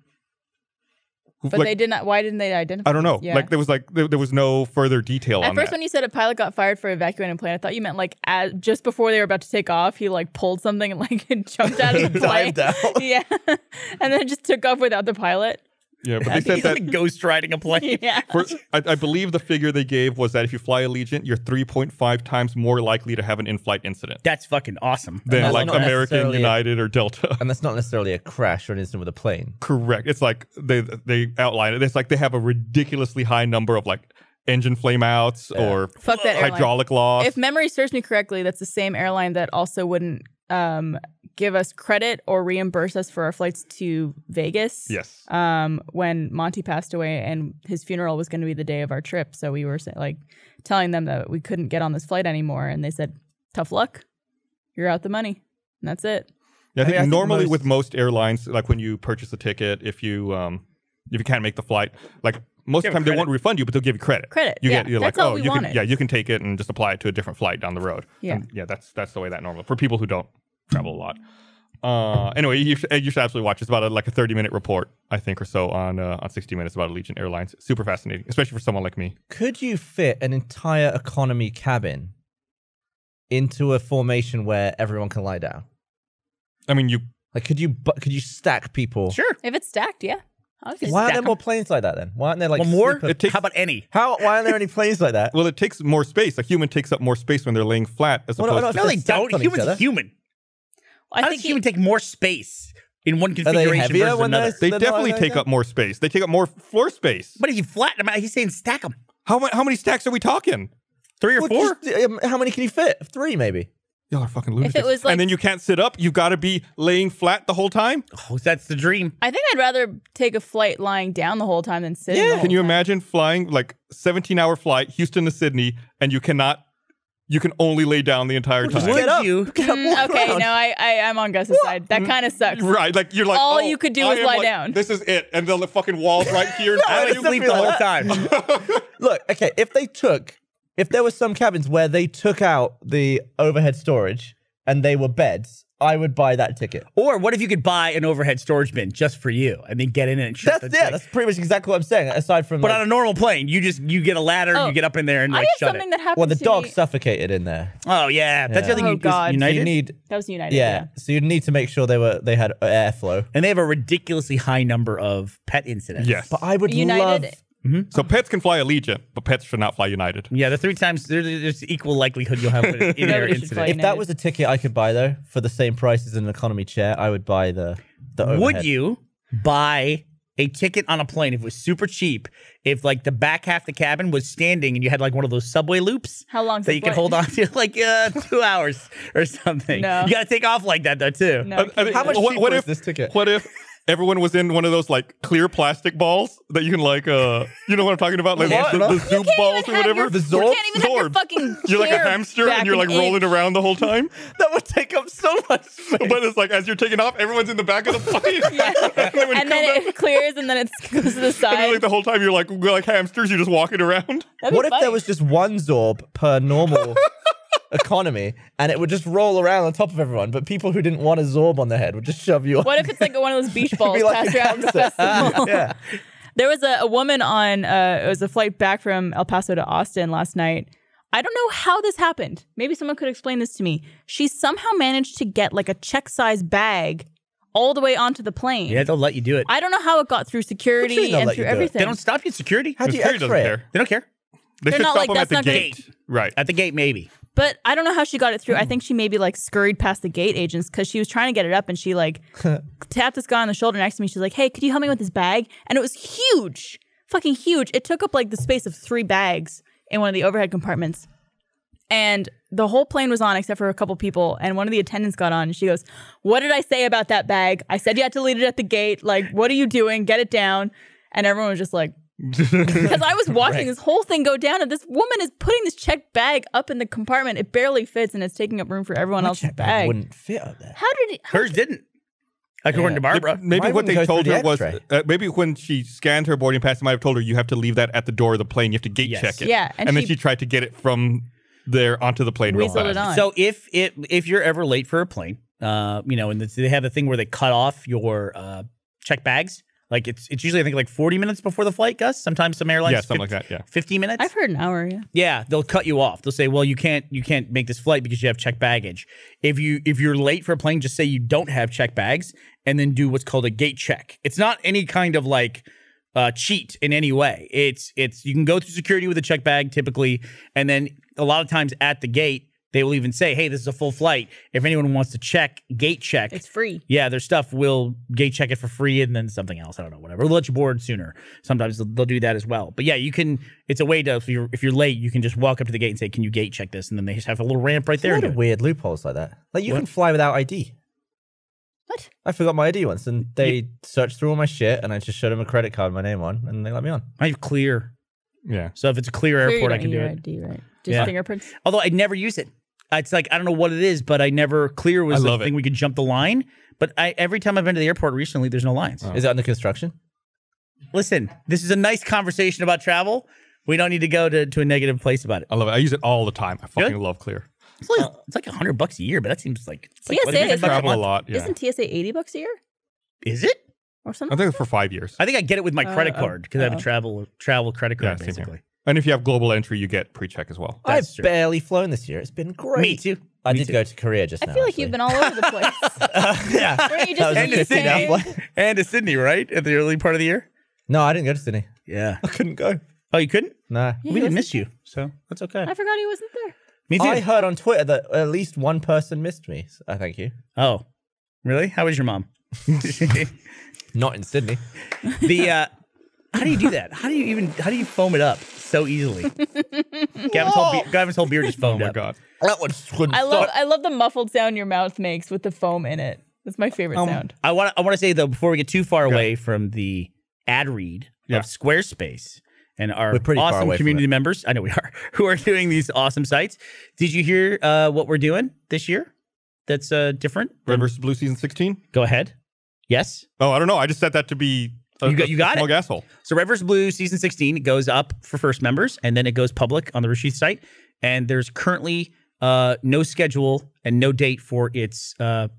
Speaker 1: Who-
Speaker 3: but
Speaker 1: like,
Speaker 3: they did not. Why didn't they identify?
Speaker 1: I don't know.
Speaker 3: Yeah.
Speaker 1: Like there was like there, there was no further detail
Speaker 3: At
Speaker 1: on
Speaker 3: first,
Speaker 1: that.
Speaker 3: when you said a pilot got fired for evacuating a plane, I thought you meant like as, just before they were about to take off, he like pulled something and like jumped out of the plane.
Speaker 4: Dived out.
Speaker 3: yeah, and then it just took off without the pilot.
Speaker 1: yeah, but they said
Speaker 2: He's
Speaker 1: that.
Speaker 2: like ghost riding a plane.
Speaker 3: Yeah,
Speaker 1: For, I, I believe the figure they gave was that if you fly Allegiant, you're 3.5 times more likely to have an in-flight incident
Speaker 2: That's fucking awesome.
Speaker 1: than
Speaker 4: that's
Speaker 1: like
Speaker 4: not
Speaker 1: American,
Speaker 4: necessarily a-
Speaker 1: United, or Delta.
Speaker 4: And that's not necessarily a crash or an incident with a plane.
Speaker 1: Correct. It's like they they outline it. It's like they have a ridiculously high number of like engine flameouts or
Speaker 3: fuck that airline.
Speaker 1: hydraulic loss.
Speaker 3: If memory serves me correctly, that's the same airline that also wouldn't um, give us credit or reimburse us for our flights to Vegas.
Speaker 1: yes.
Speaker 3: Um, when Monty passed away and his funeral was going to be the day of our trip, so we were sa- like telling them that we couldn't get on this flight anymore, and they said, "Tough luck, you're out the money." And that's it.
Speaker 1: Yeah, I
Speaker 4: I
Speaker 1: think
Speaker 4: mean, I think
Speaker 1: normally
Speaker 4: most-
Speaker 1: with most airlines, like when you purchase a ticket, if you um if you can't make the flight, like most of
Speaker 2: Give
Speaker 1: the time they
Speaker 2: credit.
Speaker 1: won't refund you, but they'll give you credit.
Speaker 3: Credit,
Speaker 1: You
Speaker 3: yeah,
Speaker 1: get you're
Speaker 3: that's
Speaker 1: like,
Speaker 3: all
Speaker 1: oh,
Speaker 3: we
Speaker 1: you can
Speaker 3: wanted.
Speaker 1: yeah, you can take it and just apply it to a different flight down the road.
Speaker 3: Yeah.
Speaker 1: And yeah, that's that's the way that normally for people who don't travel a lot. Uh, anyway, you should, you should absolutely watch. It's about a, like a thirty minute report, I think, or so on uh, on sixty minutes about Allegiant Airlines. Super fascinating, especially for someone like me.
Speaker 4: Could you fit an entire economy cabin into a formation where everyone can lie down?
Speaker 1: I mean, you
Speaker 4: Like, could you bu- could you stack people?
Speaker 2: Sure.
Speaker 3: If it's stacked, yeah. I'll just-
Speaker 4: Why aren't
Speaker 2: Stack
Speaker 4: there
Speaker 2: 'em.
Speaker 4: more planes like that then? Why aren't there like
Speaker 2: One more?
Speaker 4: sleeper-
Speaker 1: It takes-
Speaker 2: How about any?
Speaker 4: How? Why aren't there any planes like that?
Speaker 1: well, it takes more space. A human takes up more space when they're laying flat as
Speaker 4: Well, no,
Speaker 1: opposed
Speaker 4: no,
Speaker 1: to
Speaker 2: No, they
Speaker 4: Just stacked
Speaker 2: don't.
Speaker 4: on each
Speaker 2: Human's
Speaker 4: other.
Speaker 2: a human.
Speaker 3: I
Speaker 2: How
Speaker 3: think
Speaker 2: does a
Speaker 3: he,
Speaker 2: human take more space in one
Speaker 4: they
Speaker 2: configuration
Speaker 4: heavier
Speaker 2: versus
Speaker 4: when
Speaker 2: another?
Speaker 4: they're-
Speaker 1: They
Speaker 4: Then why
Speaker 1: definitely
Speaker 4: they
Speaker 1: take
Speaker 4: don't?
Speaker 1: up more space. They take up more floor space.
Speaker 2: But if you flatten them out, he's saying stack them.
Speaker 1: How, mu- how many stacks are we talking?
Speaker 2: Three or
Speaker 4: Well,
Speaker 2: four?
Speaker 4: just, um, how many can you fit? Three, maybe.
Speaker 1: Y'all are fucking lunatics.
Speaker 3: was like-
Speaker 1: and then you can't sit up. You've got to be laying flat the whole time.
Speaker 2: Oh, that's the dream.
Speaker 3: I think I'd rather take a flight lying down the whole time than sitting. the whole
Speaker 1: Can you
Speaker 3: time.
Speaker 1: imagine flying like 17 hour flight Houston to Sydney and you cannot, you can only lay down the entire
Speaker 2: Just
Speaker 1: time.
Speaker 2: get up.
Speaker 4: you? Get up,
Speaker 3: Mm,
Speaker 4: walk
Speaker 3: okay,
Speaker 4: around.
Speaker 3: no, I, I I'm on Gus's side. That kind of sucks.
Speaker 1: Right, like you're like oh,
Speaker 3: All you could do
Speaker 1: I
Speaker 3: is
Speaker 1: am,
Speaker 3: lie
Speaker 1: like,
Speaker 3: down.
Speaker 1: This is it, and the fucking walls right here. in
Speaker 4: I
Speaker 1: front
Speaker 4: would
Speaker 1: of you.
Speaker 4: sleep the whole time. Look, okay, if they took, if there were some cabins where they took out the overhead storage and they were beds, I would buy that ticket.
Speaker 2: Or what if you could buy an overhead storage bin just for you and then get in it and shut
Speaker 4: That's
Speaker 2: the
Speaker 4: yeah,
Speaker 2: thing?
Speaker 4: that's pretty much exactly what I'm saying. Aside from,
Speaker 2: But
Speaker 4: like,
Speaker 2: on a normal plane, you just you get a ladder,
Speaker 3: Oh.
Speaker 2: you get up in there and
Speaker 3: I
Speaker 2: like
Speaker 3: had
Speaker 2: shut
Speaker 3: something
Speaker 2: it.
Speaker 3: that happened.
Speaker 4: well, the
Speaker 3: to
Speaker 4: dog
Speaker 3: me-
Speaker 4: suffocated in there.
Speaker 2: Oh yeah, that's
Speaker 4: Yeah.
Speaker 2: the other thing.
Speaker 3: Oh,
Speaker 2: you-
Speaker 3: God.
Speaker 4: So
Speaker 2: United,
Speaker 4: you need,
Speaker 3: That was United. Yeah.
Speaker 4: yeah, so you'd need to make sure they were they had airflow.
Speaker 2: and they have a ridiculously high number of pet incidents.
Speaker 1: Yes.
Speaker 4: But I would
Speaker 3: United-
Speaker 4: love.
Speaker 1: So pets can fly Allegiant, but pets should not fly United.
Speaker 2: Yeah, the three times there- there's equal likelihood you'll have an in-air
Speaker 3: Nobody should fly
Speaker 2: incident.
Speaker 4: If that was a ticket I could buy though for the same price as an economy chair, I would buy the the.
Speaker 2: Would
Speaker 4: overhead.
Speaker 2: you buy a ticket on a plane if it was super cheap? If like the back half of the cabin was standing and you had like one of those subway loops
Speaker 3: How long's
Speaker 2: that
Speaker 3: the
Speaker 2: you could
Speaker 3: flight?
Speaker 2: hold on to like uh, two hours or something?
Speaker 3: No.
Speaker 2: You got to take off like that though too.
Speaker 3: No,
Speaker 1: I-
Speaker 3: I
Speaker 1: I
Speaker 3: can't
Speaker 1: think-
Speaker 4: How much
Speaker 1: what,
Speaker 4: cheaper
Speaker 1: what
Speaker 4: is
Speaker 1: if
Speaker 4: this ticket?
Speaker 1: What if everyone was in one of those like clear plastic balls that you can like uh you know what I'm talking about like
Speaker 4: What?
Speaker 1: the, the zoop balls or
Speaker 3: have
Speaker 1: whatever
Speaker 3: your-
Speaker 1: the
Speaker 3: you can't even have your fucking
Speaker 1: you're like a
Speaker 3: chair
Speaker 1: hamster
Speaker 3: back
Speaker 1: and you're like
Speaker 3: an
Speaker 1: rolling
Speaker 3: inch.
Speaker 1: around the whole time
Speaker 4: That would take up so much space.
Speaker 1: but it's like as you're taking off everyone's in the back of the plane and then, when you
Speaker 3: And then
Speaker 1: come back,
Speaker 3: it clears, and then it goes to the
Speaker 1: and then,
Speaker 3: side.
Speaker 1: like the whole time you're like we're like hamsters you're just walking around
Speaker 3: That'd be
Speaker 4: What if
Speaker 3: funny.
Speaker 4: there was just one Zorb per normal economy and it would just roll around on top of everyone, but people who didn't want a Zorb on their head would just shove you on.
Speaker 3: What if it's like one of those beach
Speaker 4: It'd
Speaker 3: balls
Speaker 4: be like
Speaker 3: passed
Speaker 4: a
Speaker 3: around at the
Speaker 4: hamster.
Speaker 3: festival?
Speaker 4: yeah.
Speaker 3: There was a, a woman on uh, it was a flight back from El Paso to Austin last night. I don't know how this happened. Maybe someone could explain this to me. She somehow managed to get like a check size bag all the way onto the plane.
Speaker 2: Yeah, they'll let you do it.
Speaker 3: I don't know how it got through
Speaker 4: What do you mean
Speaker 3: security
Speaker 4: they'll
Speaker 3: and
Speaker 4: let
Speaker 3: through
Speaker 4: you do it?
Speaker 3: everything.
Speaker 2: they don't stop you at security.
Speaker 4: How do you
Speaker 1: Security doesn't
Speaker 4: x-ray it?
Speaker 1: care
Speaker 2: They don't care.
Speaker 1: they
Speaker 3: They're
Speaker 1: should
Speaker 3: not
Speaker 1: stop
Speaker 3: like,
Speaker 1: them at
Speaker 3: "That's
Speaker 1: the
Speaker 3: not the
Speaker 1: gate.
Speaker 2: gate."
Speaker 1: right
Speaker 2: At the gate, maybe.
Speaker 3: but I don't know how she got it through. I think she maybe like scurried past the gate agents because she was trying to get it up and she like tapped this guy on the shoulder next to me. She's like, "Hey, could you help me with this bag?" And it was huge, fucking huge. It took up like the space of three bags in one of the overhead compartments. and the whole plane was on except for a couple people. And one of the attendants got on and she goes, What did I say about that bag? I said you had to leave it at the gate. Like, what are you doing? Get it down. And everyone was just like, because I was watching this whole thing go down, and this woman is putting this checked bag up in the compartment. It barely fits, and it's taking up room for everyone else's
Speaker 4: Check
Speaker 3: bag.
Speaker 4: bag wouldn't fit up there.
Speaker 3: How did it?
Speaker 2: Hers didn't. According
Speaker 4: Yeah.
Speaker 2: to Barbara.
Speaker 4: Why
Speaker 1: Maybe what
Speaker 4: wouldn't
Speaker 1: they
Speaker 4: go
Speaker 1: told
Speaker 4: through
Speaker 1: her
Speaker 4: the
Speaker 1: was
Speaker 4: X-ray?
Speaker 1: uh, maybe when she scanned her boarding pass, they might have told her you have to leave that at the door of the plane. You have to gate
Speaker 2: Yes.
Speaker 1: check it.
Speaker 3: Yeah,
Speaker 1: and,
Speaker 3: and
Speaker 1: then
Speaker 3: she-
Speaker 1: she tried to get it from there onto the plane. Real
Speaker 3: Weaseled
Speaker 1: fast.
Speaker 3: it on.
Speaker 2: So if it if you're ever late for a plane, uh, you know, and it's- they have a thing where they cut off your uh, check bags. Like it's it's usually I think like 40 minutes before the flight, Gus. Sometimes some airlines,
Speaker 1: Yeah, something like
Speaker 2: 50
Speaker 1: that. Yeah.
Speaker 2: 50 minutes.
Speaker 3: I've heard an hour. Yeah,
Speaker 2: Yeah, they'll cut you off. They'll say, "Well, you can't you can't make this flight because you have checked baggage." If you if you're late for a plane, just say you don't have checked bags and then do what's called a gate check. It's not any kind of like uh, cheat in any way. It's it's you can go through security with a check bag typically, and then a lot of times at the gate they will even say, "Hey, this is a full flight. If anyone wants to check, gate check."
Speaker 3: it's free.
Speaker 2: yeah, their stuff will gate check it for free and then something else. I don't know, whatever. They'll let you board sooner. Sometimes they'll, they'll do that as well. But yeah, you can. It's a way to if you're if you're late, you can just walk up to the gate and say, "Can you gate check this?" And then they just have a little ramp right
Speaker 4: There
Speaker 2: there.
Speaker 4: are
Speaker 2: and
Speaker 4: a lot of
Speaker 2: do it.
Speaker 4: weird loopholes like that. Like you
Speaker 2: What?
Speaker 4: can fly without ID.
Speaker 3: What?
Speaker 4: I forgot my ID once, and they searched through all my shit, and I just showed them a credit card, with my name on, and they let me on.
Speaker 2: I have clear.
Speaker 1: Yeah.
Speaker 2: So if it's a clear
Speaker 3: Clear, you
Speaker 2: airport, I
Speaker 3: don't
Speaker 2: can
Speaker 3: need
Speaker 2: do
Speaker 3: your
Speaker 2: it.
Speaker 3: ID, right? Just
Speaker 2: Yeah.
Speaker 3: fingerprints.
Speaker 2: Although I never use it. Uh, It's like I don't know what it is, but I never clear
Speaker 1: I
Speaker 2: was the
Speaker 1: love it.
Speaker 2: thing we could jump the line. But I, every time I've been to the airport recently, there's no lines.
Speaker 1: Oh.
Speaker 4: Is it under construction?
Speaker 2: Listen, this is a nice conversation about travel. We don't need to go to, to a negative place about it.
Speaker 1: I love it. I use it all the time. I fucking
Speaker 2: Good.
Speaker 1: love Clear.
Speaker 2: It's like, it's like 100 bucks a year, but that seems like. It's like
Speaker 3: TSA
Speaker 2: what, 100
Speaker 3: is
Speaker 2: bucks
Speaker 3: like-
Speaker 2: a
Speaker 1: Travel a
Speaker 2: month?
Speaker 1: lot. Yeah.
Speaker 3: Isn't TSA eighty bucks a year
Speaker 2: Is it?
Speaker 3: or
Speaker 1: I
Speaker 3: something?
Speaker 1: think it's for five years.
Speaker 2: I think I get it with my
Speaker 3: Uh,
Speaker 2: credit
Speaker 3: uh,
Speaker 2: card because I have a
Speaker 3: uh.
Speaker 2: travel travel credit
Speaker 1: Yeah,
Speaker 2: card
Speaker 1: same here.
Speaker 2: basically.
Speaker 1: And if you have global entry, you get pre check as well. Oh
Speaker 4: I've
Speaker 2: That's true.
Speaker 4: barely flown this year. It's been great.
Speaker 2: Me too.
Speaker 4: I
Speaker 2: Me
Speaker 4: did
Speaker 2: too.
Speaker 4: go to Korea just
Speaker 3: I
Speaker 4: now.
Speaker 3: feel like you've been all over the place.
Speaker 1: Uh,
Speaker 4: yeah.
Speaker 3: Weren't you
Speaker 4: That was
Speaker 3: just
Speaker 4: a
Speaker 3: in the
Speaker 2: interesting.
Speaker 3: UK?
Speaker 4: $50 flight.
Speaker 2: and to Sydney, right, at the early part of the year.
Speaker 4: No, I didn't go to Sydney.
Speaker 2: Yeah.
Speaker 4: I couldn't go.
Speaker 2: Oh, you couldn't?
Speaker 4: Nah.
Speaker 3: Yeah,
Speaker 2: we
Speaker 3: he
Speaker 2: didn't
Speaker 3: wasn't
Speaker 2: miss you, so that's okay.
Speaker 3: I forgot he wasn't there.
Speaker 2: Me too.
Speaker 4: I heard on Twitter that at least one person missed me. So, I thank you.
Speaker 2: oh, really? How was your mom? the
Speaker 4: Not in Sydney.
Speaker 2: uh, how do you do that? How do you even how do you foam it up so easily? Gavin's whole, be- Gavin's whole beard is
Speaker 1: Oh
Speaker 2: foamed
Speaker 1: my
Speaker 2: up.
Speaker 1: God.
Speaker 4: That was good
Speaker 3: I love I love the muffled sound your mouth makes with the foam in it. That's my favorite
Speaker 1: Um,
Speaker 3: sound.
Speaker 2: I want I want to say though before we get too far away from the ad read
Speaker 1: Yeah.
Speaker 2: of Squarespace and our
Speaker 4: We're pretty far
Speaker 2: awesome
Speaker 4: away from
Speaker 2: community
Speaker 4: it.
Speaker 2: members, I know we are, who are doing these awesome sites. Did you hear uh, what we're doing this year? That's uh, different.
Speaker 1: Red versus Blue season 16?
Speaker 2: Go ahead. Yes.
Speaker 1: Oh, I don't know. I just set that to be a,
Speaker 2: You got-
Speaker 1: a-
Speaker 2: you got
Speaker 1: a small
Speaker 2: it.
Speaker 1: gas hole.
Speaker 2: So Red vs. Blue season 16 goes up for first members and then it goes public on the Rashid site. And there's currently uh, no schedule and no date for its uh,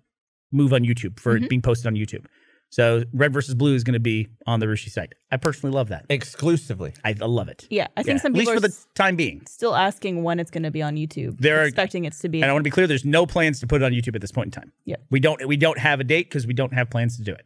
Speaker 2: move on YouTube, for
Speaker 3: Mm-hmm.
Speaker 2: it being posted on YouTube. So Red versus Blue is going to be on the Rishi site. I personally love that.
Speaker 4: Exclusively.
Speaker 2: I I love it.
Speaker 3: Yeah, I think some
Speaker 2: at least
Speaker 3: people are
Speaker 2: for the
Speaker 3: s-
Speaker 2: time being.
Speaker 3: still asking when it's going to be on YouTube.
Speaker 2: There are-
Speaker 3: expecting it to be.
Speaker 2: And I want to be clear: there's no plans to put it on YouTube at this point in time.
Speaker 3: Yeah.
Speaker 2: we don't we don't have a date because we don't have plans to do it.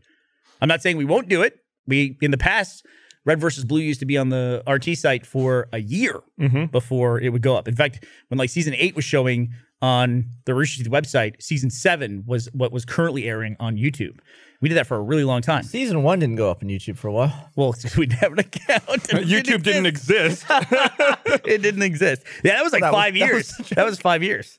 Speaker 2: I'm not saying we won't do it. We in the past, Red versus Blue used to be on the RT site for a year
Speaker 4: Mm-hmm.
Speaker 1: Mhm.
Speaker 2: before it would go up. In fact, when like season eight was showing on the Rooster Teeth website, season seven was what was currently airing on YouTube. We did that for a really long time.
Speaker 4: Season one didn't go up on YouTube for a while.
Speaker 2: Well, we didn't have an account. It
Speaker 1: YouTube didn't
Speaker 2: exist.
Speaker 1: exist.
Speaker 2: it didn't exist. Yeah, that was like
Speaker 4: That was-
Speaker 2: five
Speaker 4: that
Speaker 2: years.
Speaker 4: was Um, a
Speaker 2: that was five years.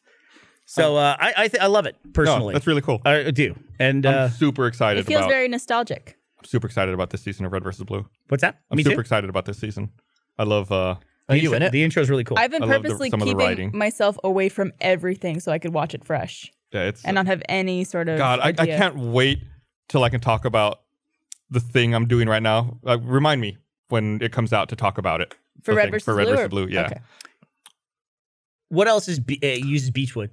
Speaker 2: So uh, I I, th- I love it
Speaker 1: no,
Speaker 2: personally.
Speaker 1: that's really cool.
Speaker 2: I do. And uh,
Speaker 1: I'm super excited
Speaker 3: it feels
Speaker 1: about
Speaker 3: very nostalgic.
Speaker 1: I'm super excited about this season of Red versus Blue.
Speaker 2: what's that?
Speaker 1: I'm
Speaker 2: Me
Speaker 1: super
Speaker 2: too.
Speaker 1: excited about this season. I love uh
Speaker 4: Are
Speaker 2: the
Speaker 4: you in
Speaker 2: intro,
Speaker 4: it?
Speaker 2: The intro's really cool.
Speaker 3: I've been
Speaker 1: I love the-
Speaker 3: purposely
Speaker 1: some of the writing.
Speaker 3: keeping myself away from everything so I could watch it fresh
Speaker 1: yeah, it's
Speaker 3: and not have any sort of
Speaker 1: God, I, I
Speaker 3: idea.
Speaker 1: can't wait till I can talk about the thing I'm doing right now. Uh, remind me when it comes out to talk about it.
Speaker 3: for
Speaker 1: The
Speaker 3: red
Speaker 1: thing,
Speaker 3: versus
Speaker 1: for Red
Speaker 3: blue.
Speaker 1: versus
Speaker 3: or-
Speaker 1: Blue, yeah.
Speaker 3: okay.
Speaker 2: what else is be- uh, uses Beechwood?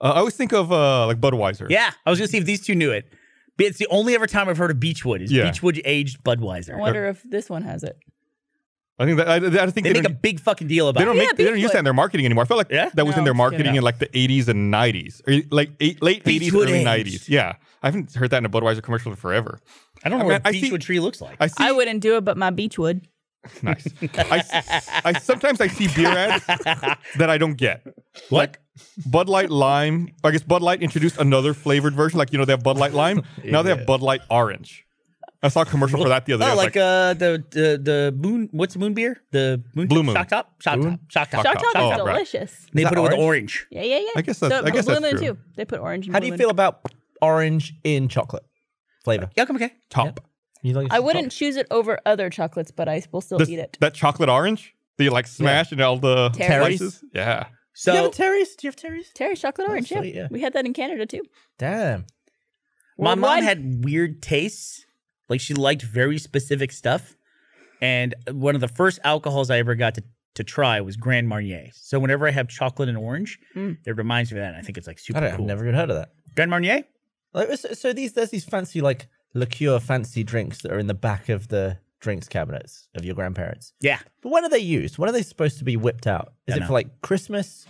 Speaker 1: Uh, I always think of uh like Budweiser.
Speaker 2: Yeah, I was gonna see if these two knew it. But It's the only ever time I've heard of Beechwood is
Speaker 1: Yeah.
Speaker 2: Beechwood aged
Speaker 3: I
Speaker 2: Budweiser.
Speaker 3: wonder if this one has it.
Speaker 1: I think that I, I think they,
Speaker 2: they make a
Speaker 1: don't,
Speaker 2: big fucking deal about
Speaker 1: they don't
Speaker 2: it.
Speaker 3: Yeah,
Speaker 1: make they don't use
Speaker 3: Beachwood.
Speaker 1: that in their marketing anymore. I felt like
Speaker 2: Yeah?
Speaker 1: that was in
Speaker 3: No,
Speaker 1: their
Speaker 3: it's good.
Speaker 1: marketing in like the 80s and 90s, or like eight, late 80s,
Speaker 2: Beachwood
Speaker 1: early
Speaker 2: aged.
Speaker 1: 90s. Yeah, I haven't heard that in a Budweiser commercial in forever.
Speaker 2: I don't know
Speaker 1: I
Speaker 2: what
Speaker 1: mean, I
Speaker 2: a
Speaker 1: see-
Speaker 2: Beechwood tree looks like.
Speaker 1: I see.
Speaker 3: I wouldn't do it, but my beach would.
Speaker 1: Nice. I, I sometimes I see beer ads that I don't get.
Speaker 2: what?
Speaker 1: Bud Light Lime. I guess Bud Light introduced another flavored version. Like you know they have Bud Light Lime. Now they have Bud Light Orange. I saw a commercial for that the other day.
Speaker 2: Oh,
Speaker 1: I was
Speaker 2: like, uh, the, the the moon. What's the moon beer? The moon.
Speaker 1: Blue Moon.
Speaker 2: Shock top. Shock
Speaker 4: Moon?
Speaker 2: top. Shock top.
Speaker 1: Shock
Speaker 3: Shock
Speaker 1: top.
Speaker 3: top is
Speaker 1: Oh, right.
Speaker 3: delicious.
Speaker 2: They
Speaker 4: Is
Speaker 2: put it
Speaker 4: that
Speaker 2: with
Speaker 4: orange?
Speaker 2: orange.
Speaker 3: Yeah, yeah, yeah.
Speaker 1: I guess that's-
Speaker 3: so,
Speaker 1: I guess
Speaker 3: Blue
Speaker 1: that's
Speaker 3: Moon
Speaker 1: true.
Speaker 3: too. They put orange. In
Speaker 4: How
Speaker 3: Blue
Speaker 4: do you
Speaker 3: Moon.
Speaker 4: feel about orange in chocolate flavor?
Speaker 2: Yeah, come okay.
Speaker 1: top.
Speaker 4: You like
Speaker 3: I wouldn't choose it over other chocolates, but I will still
Speaker 1: This-
Speaker 3: eat it.
Speaker 1: That chocolate orange that you like smash in all the
Speaker 3: Terry's.
Speaker 1: places. Yeah.
Speaker 4: So, Do you
Speaker 2: So
Speaker 4: have a Terry's? Do you have Terry's?
Speaker 3: Terry's chocolate
Speaker 4: Oh,
Speaker 3: orange.
Speaker 4: sweet,
Speaker 3: yeah.
Speaker 4: yeah.
Speaker 3: we had that in Canada too.
Speaker 4: Damn.
Speaker 2: my mom
Speaker 3: Worldwide.
Speaker 2: had weird tastes. Like she liked very specific stuff. And one of the first alcohols I ever got to, to try was Grand Marnier. So whenever I have chocolate and orange,
Speaker 3: Mm.
Speaker 2: it reminds me of that. And I think it's like super
Speaker 4: I don't, I've
Speaker 2: cool.
Speaker 4: never even heard of that.
Speaker 2: Grand Marnier?
Speaker 4: Like, so, so these there's these fancy like liqueur fancy drinks that are in the back of the drinks cabinets of your grandparents.
Speaker 2: Yeah.
Speaker 4: But when are they used? When are they supposed to be whipped out? Is
Speaker 2: I
Speaker 4: it
Speaker 2: know.
Speaker 4: for like Christmas?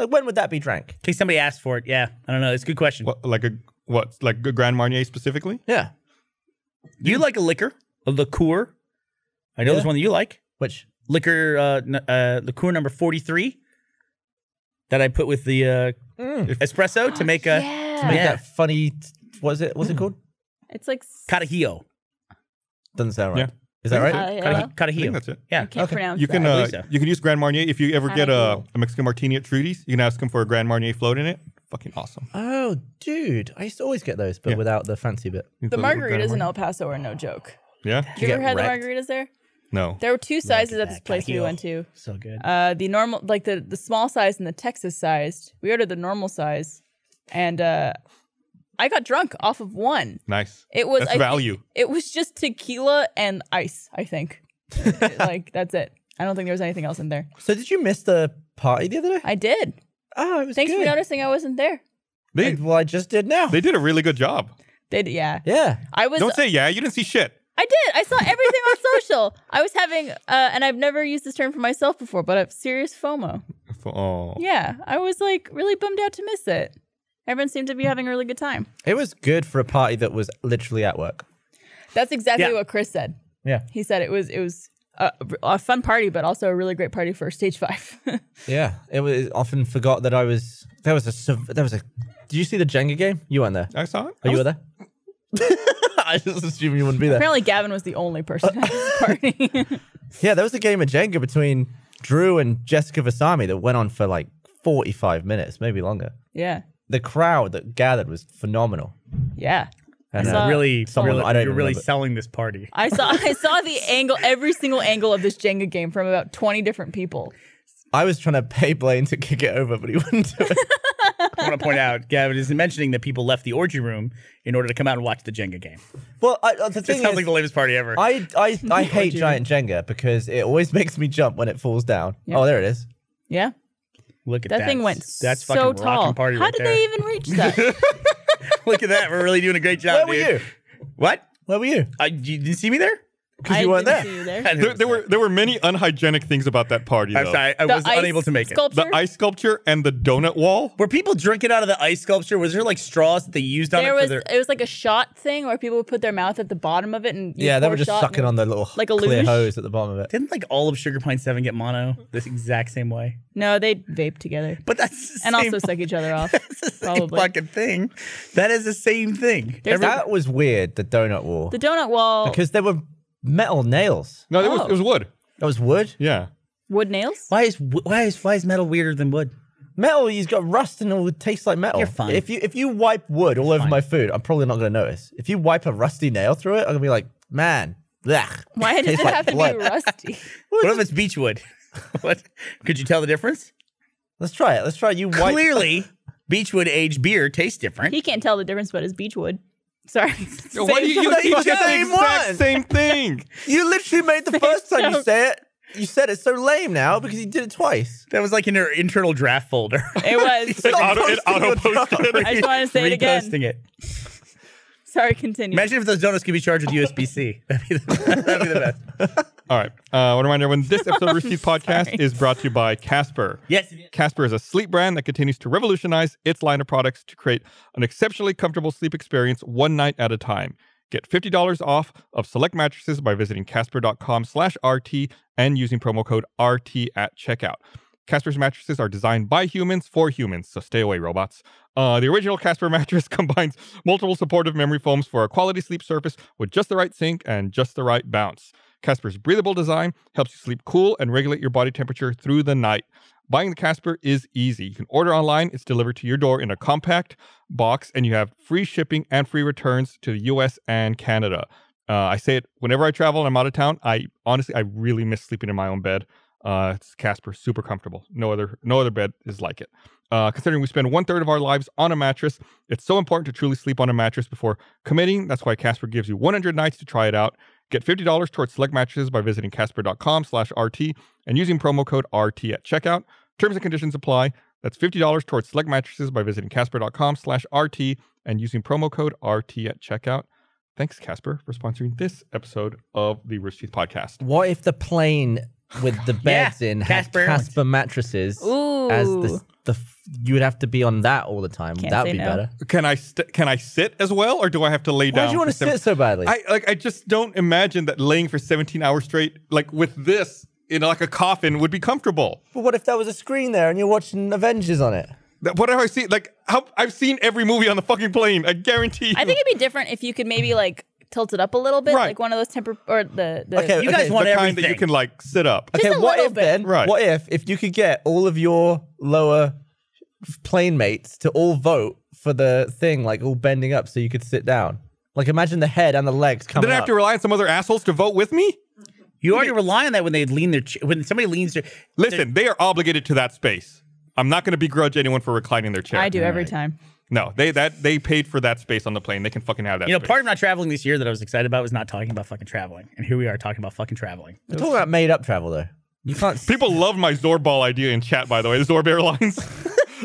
Speaker 4: Like when would that be drank?
Speaker 2: In case somebody asked for it. Yeah. I don't know. It's a good question.
Speaker 1: What, like a what? Like a Grand Marnier specifically?
Speaker 4: Yeah.
Speaker 2: you like a liquor? A liqueur? I know
Speaker 4: Yeah.
Speaker 2: there's one that you like.
Speaker 4: Which
Speaker 2: Liquor, uh, n- uh, liqueur number 43 that I put with the uh,
Speaker 4: mm,
Speaker 1: Oh,
Speaker 2: espresso
Speaker 3: Ah,
Speaker 2: to make a
Speaker 3: yeah.
Speaker 4: to make
Speaker 2: Yeah. Mm.
Speaker 4: that funny was it what's it called?
Speaker 3: It's like s-
Speaker 2: carajillo.
Speaker 4: Doesn't sound right.
Speaker 1: Yeah.
Speaker 4: Is that right?
Speaker 3: Uh, yeah.
Speaker 2: Caraji-
Speaker 1: I
Speaker 2: Carajillo.
Speaker 1: think that's it.
Speaker 2: Yeah.
Speaker 3: I can't
Speaker 4: Okay.
Speaker 3: pronounce
Speaker 1: You can
Speaker 3: that.
Speaker 1: uh,
Speaker 2: believe so.
Speaker 1: you can use Grand Marnier if you ever
Speaker 3: I
Speaker 1: get a,
Speaker 3: will.
Speaker 1: a Mexican martini at Trudy's. You can ask them for a Grand Marnier float in it. Fucking awesome.
Speaker 4: oh dude. I used to always get those, but
Speaker 1: Yeah.
Speaker 4: without the fancy bit.
Speaker 3: the
Speaker 1: Little Grand
Speaker 3: margaritas in
Speaker 1: Marnier.
Speaker 3: El Paso are no joke.
Speaker 1: Yeah.
Speaker 3: Have you
Speaker 4: get
Speaker 3: ever had
Speaker 4: wrecked?
Speaker 3: the margaritas there?
Speaker 1: No.
Speaker 3: There were two sizes at
Speaker 2: that
Speaker 3: this place we
Speaker 2: Carajillo.
Speaker 3: went to.
Speaker 2: So good.
Speaker 3: Uh, the normal, like the the small size and the Texas sized. We ordered the normal size, and uh, I got drunk off of one.
Speaker 1: Nice.
Speaker 3: It was
Speaker 1: That's
Speaker 3: I-
Speaker 1: value.
Speaker 3: It was just tequila and ice. I think, like that's it. I don't think there was anything else in there.
Speaker 4: So did you miss the party the other day?
Speaker 3: I did.
Speaker 4: Oh, it was
Speaker 3: Thanks
Speaker 4: good.
Speaker 3: for noticing I wasn't there.
Speaker 1: They
Speaker 4: well, I just did now.
Speaker 1: they did a really good job.
Speaker 3: They d- yeah.
Speaker 4: yeah.
Speaker 3: I was.
Speaker 1: Don't say yeah. You didn't see shit.
Speaker 3: I did. I saw everything on social. I was having, uh, and I've never used this term for myself before, but I have serious FOMO.
Speaker 1: Oh.
Speaker 3: Yeah, I was like really bummed out to miss it. Everyone seemed to be having a really good time.
Speaker 4: It was good for a party that was literally at work.
Speaker 3: That's exactly
Speaker 2: Yeah.
Speaker 3: what Chris said.
Speaker 4: Yeah.
Speaker 3: He said it was it was a, a fun party, but also a really great party for stage five.
Speaker 4: Yeah, it was often forgot that I was. There was a. sub- There was a. Did you see the Jenga game? You weren't there.
Speaker 1: I saw it.
Speaker 4: Oh, you were there. I just assumed you wouldn't be there.
Speaker 3: Apparently, Gavin was the only person at this party.
Speaker 4: Yeah, there was a game of Jenga between Drew and Jessica Vasami that went on for like forty-five minutes, maybe longer.
Speaker 3: yeah,
Speaker 4: The crowd that gathered was phenomenal.
Speaker 3: yeah.
Speaker 4: And,
Speaker 3: I
Speaker 4: uh,
Speaker 3: saw-
Speaker 2: really,
Speaker 4: someone-
Speaker 2: really-
Speaker 4: I don't
Speaker 2: you're
Speaker 4: even
Speaker 2: really
Speaker 4: remember.
Speaker 2: selling this party.
Speaker 3: I saw I saw the angle, every single angle of this Jenga game from about twenty different people.
Speaker 4: I was trying to pay Blaine to kick it over, but he wouldn't do it.
Speaker 2: I want to point out, Gavin is mentioning that people left the orgy room in order to come out and watch the Jenga game.
Speaker 4: well, I, uh, the
Speaker 2: This
Speaker 4: thing
Speaker 2: sounds
Speaker 4: is,
Speaker 2: like the lamest party ever.
Speaker 4: I I, I hate giant Jenga because it always makes me jump when it falls down.
Speaker 3: Yeah.
Speaker 4: Oh, there it is.
Speaker 3: Yeah,
Speaker 2: Look at
Speaker 3: that,
Speaker 2: that.
Speaker 3: thing went
Speaker 2: That's
Speaker 3: so
Speaker 2: fucking
Speaker 3: tall.
Speaker 2: rocking party
Speaker 3: How
Speaker 2: right
Speaker 3: did
Speaker 2: there.
Speaker 3: they even reach that?
Speaker 2: Look at that. We're really doing a great
Speaker 4: Where
Speaker 2: job,
Speaker 4: were
Speaker 2: dude.
Speaker 4: you?
Speaker 2: What?
Speaker 4: Where were you?
Speaker 2: I, you didn't see me there?
Speaker 4: Because
Speaker 3: I
Speaker 4: you weren't there.
Speaker 3: didn't see you
Speaker 2: I
Speaker 3: there.
Speaker 2: didn't
Speaker 1: There, there
Speaker 2: see
Speaker 1: were
Speaker 2: it.
Speaker 1: there were many unhygienic things about that party.
Speaker 2: I'm
Speaker 1: though.
Speaker 2: sorry. I
Speaker 3: The
Speaker 2: was
Speaker 3: ice
Speaker 2: unable to make it.
Speaker 3: sculpture?
Speaker 1: The ice sculpture and the donut wall.
Speaker 2: Were people drinking out of the ice sculpture? Was there like straws that they used on
Speaker 3: There
Speaker 2: it
Speaker 3: was
Speaker 2: for their.
Speaker 3: it was like a shot thing where people would put their mouth at the bottom of it and you
Speaker 4: Yeah, they
Speaker 3: pour
Speaker 4: were
Speaker 3: a
Speaker 4: just
Speaker 3: shot
Speaker 4: sucking
Speaker 3: and-
Speaker 4: on the little
Speaker 3: Like a
Speaker 4: clear
Speaker 3: luge?
Speaker 4: hose at the bottom of it.
Speaker 2: Didn't like all of Sugar Pine 7 get mono this exact same way?
Speaker 3: No, they vape together
Speaker 2: But that's the
Speaker 3: and
Speaker 2: same,
Speaker 3: also suck each other off.
Speaker 2: that's the same
Speaker 3: probably.
Speaker 2: fucking thing. That is the same thing.
Speaker 3: There's
Speaker 2: Every-
Speaker 4: That was weird, the donut wall.
Speaker 3: The donut wall
Speaker 4: because there were metal nails.
Speaker 1: No, it was
Speaker 3: Oh.
Speaker 1: it was wood.
Speaker 4: That was wood.
Speaker 1: Yeah.
Speaker 3: wood nails.
Speaker 2: Why is why is why is metal weirder than wood?
Speaker 4: Metal, you've got rust and it would taste like metal.
Speaker 2: You're fine.
Speaker 4: If you if you wipe wood all over
Speaker 2: fine.
Speaker 4: my food, I'm probably not gonna notice. If you wipe a rusty nail through it, I'm gonna be like, man, blech.
Speaker 3: Why does
Speaker 4: Tastes
Speaker 3: it
Speaker 4: like
Speaker 3: have to
Speaker 4: blood.
Speaker 3: be rusty?
Speaker 2: What if it's beechwood? what? Could you tell the difference?
Speaker 4: Let's try it. Let's try it. You wipe
Speaker 2: Clearly, beechwood aged beer tastes different.
Speaker 3: he can't tell the difference, but it's beech wood. Sorry.
Speaker 1: Why do you, you keep saying
Speaker 4: fucking
Speaker 1: the
Speaker 4: same
Speaker 1: exact
Speaker 4: one.
Speaker 1: same thing?
Speaker 4: You literally made the first time you
Speaker 3: joke.
Speaker 4: say it. You said it's so lame now because you did it twice.
Speaker 2: that was like in her internal draft folder.
Speaker 3: It was.
Speaker 1: It auto, it
Speaker 4: posting
Speaker 1: auto
Speaker 4: your
Speaker 1: posted it.
Speaker 3: I just wanted to say it again.
Speaker 2: Reposting it.
Speaker 3: Sorry, continue.
Speaker 2: Imagine if those donuts could be charged with USB C. That'd be the, that'd be the best.
Speaker 1: All right. Uh, I want to remind everyone this episode of Receipt Podcast
Speaker 3: sorry.
Speaker 1: is brought to you by Casper.
Speaker 2: Yes.
Speaker 1: Casper is a sleep brand that continues to revolutionize its line of products to create an exceptionally comfortable sleep experience one night at a time. Get $50 off of select mattresses by visiting casper.com slash RT and using promo code RT at checkout. Casper's mattresses are designed by humans for humans, so stay away, robots. Uh, the original Casper mattress combines multiple supportive memory foams for a quality sleep surface with just the right sink and just the right bounce. Casper's breathable design helps you sleep cool and regulate your body temperature through the night. Buying the Casper is easy. You can order online, it's delivered to your door in a compact box, and you have free shipping and free returns to the US and Canada. Uh, I say it whenever I travel and I'm out of town. I honestly, I really miss sleeping in my own bed. Uh, it's Casper, super comfortable. No other, no other bed is like it. Uh, considering we spend one third of our lives on a mattress, it's so important to truly sleep on a mattress before committing. That's why Casper gives you 100 nights to try it out. Get $50 towards select mattresses by visiting casper.com slash RT and using promo code RT at checkout. Terms and conditions apply. That's $50 towards select mattresses by visiting casper.com slash RT and using promo code RT at checkout. Thanks, Casper, for sponsoring this episode of the Rich Teeth Podcast.
Speaker 4: What if the plane with the beds in had
Speaker 2: Casper
Speaker 4: Casper,
Speaker 2: Airlines.
Speaker 4: mattresses
Speaker 3: Ooh.
Speaker 4: as the, the f- you would have to be on that all the time.
Speaker 3: Can't
Speaker 4: That'd
Speaker 3: say
Speaker 4: be
Speaker 3: no.
Speaker 4: better.
Speaker 1: Can I st- can I sit as well, or do I have to lay down?
Speaker 4: Why do you want
Speaker 1: for
Speaker 4: to
Speaker 1: seven-
Speaker 4: sit so badly?
Speaker 1: I like. I just don't imagine that laying for 17 hours straight, like with this in like a coffin, would be comfortable.
Speaker 4: but what if there was a screen there and you're watching Avengers on it?
Speaker 1: That- What have I seen? Like, how I've seen every movie on the fucking plane. I guarantee. You.
Speaker 3: I think it'd be different if you could maybe like tilt it up a little bit,
Speaker 1: Right.
Speaker 3: like one of those temper or the, the
Speaker 4: Okay,
Speaker 2: You guys
Speaker 4: okay,
Speaker 1: the
Speaker 2: want
Speaker 1: kind
Speaker 2: everything.
Speaker 1: that you can like sit up.
Speaker 3: Just
Speaker 4: Okay,
Speaker 3: a
Speaker 4: what
Speaker 3: little
Speaker 4: if
Speaker 3: bit.
Speaker 4: then?
Speaker 1: Right.
Speaker 4: What if if you could get all of your lower plane mates to all vote for the thing, like all bending up, so you could sit down? Like imagine the head and the legs coming
Speaker 1: Then I have
Speaker 4: up.
Speaker 1: to rely on some other assholes to vote with me.
Speaker 2: You already rely on that when they lean their ch- when somebody leans their.
Speaker 1: Listen, they are obligated to that space. I'm not going to begrudge anyone for reclining their chair.
Speaker 3: I do every time.
Speaker 1: No, they that they paid for that space on the plane. They can fucking have that.
Speaker 2: You know,
Speaker 1: space.
Speaker 2: part of not traveling this year that I was excited about was not talking about fucking traveling, and here we are talking about fucking traveling.
Speaker 4: We're talking about made up travel though. You can't.
Speaker 1: People love my Zorball idea in chat, by the way. The Zorb Airlines.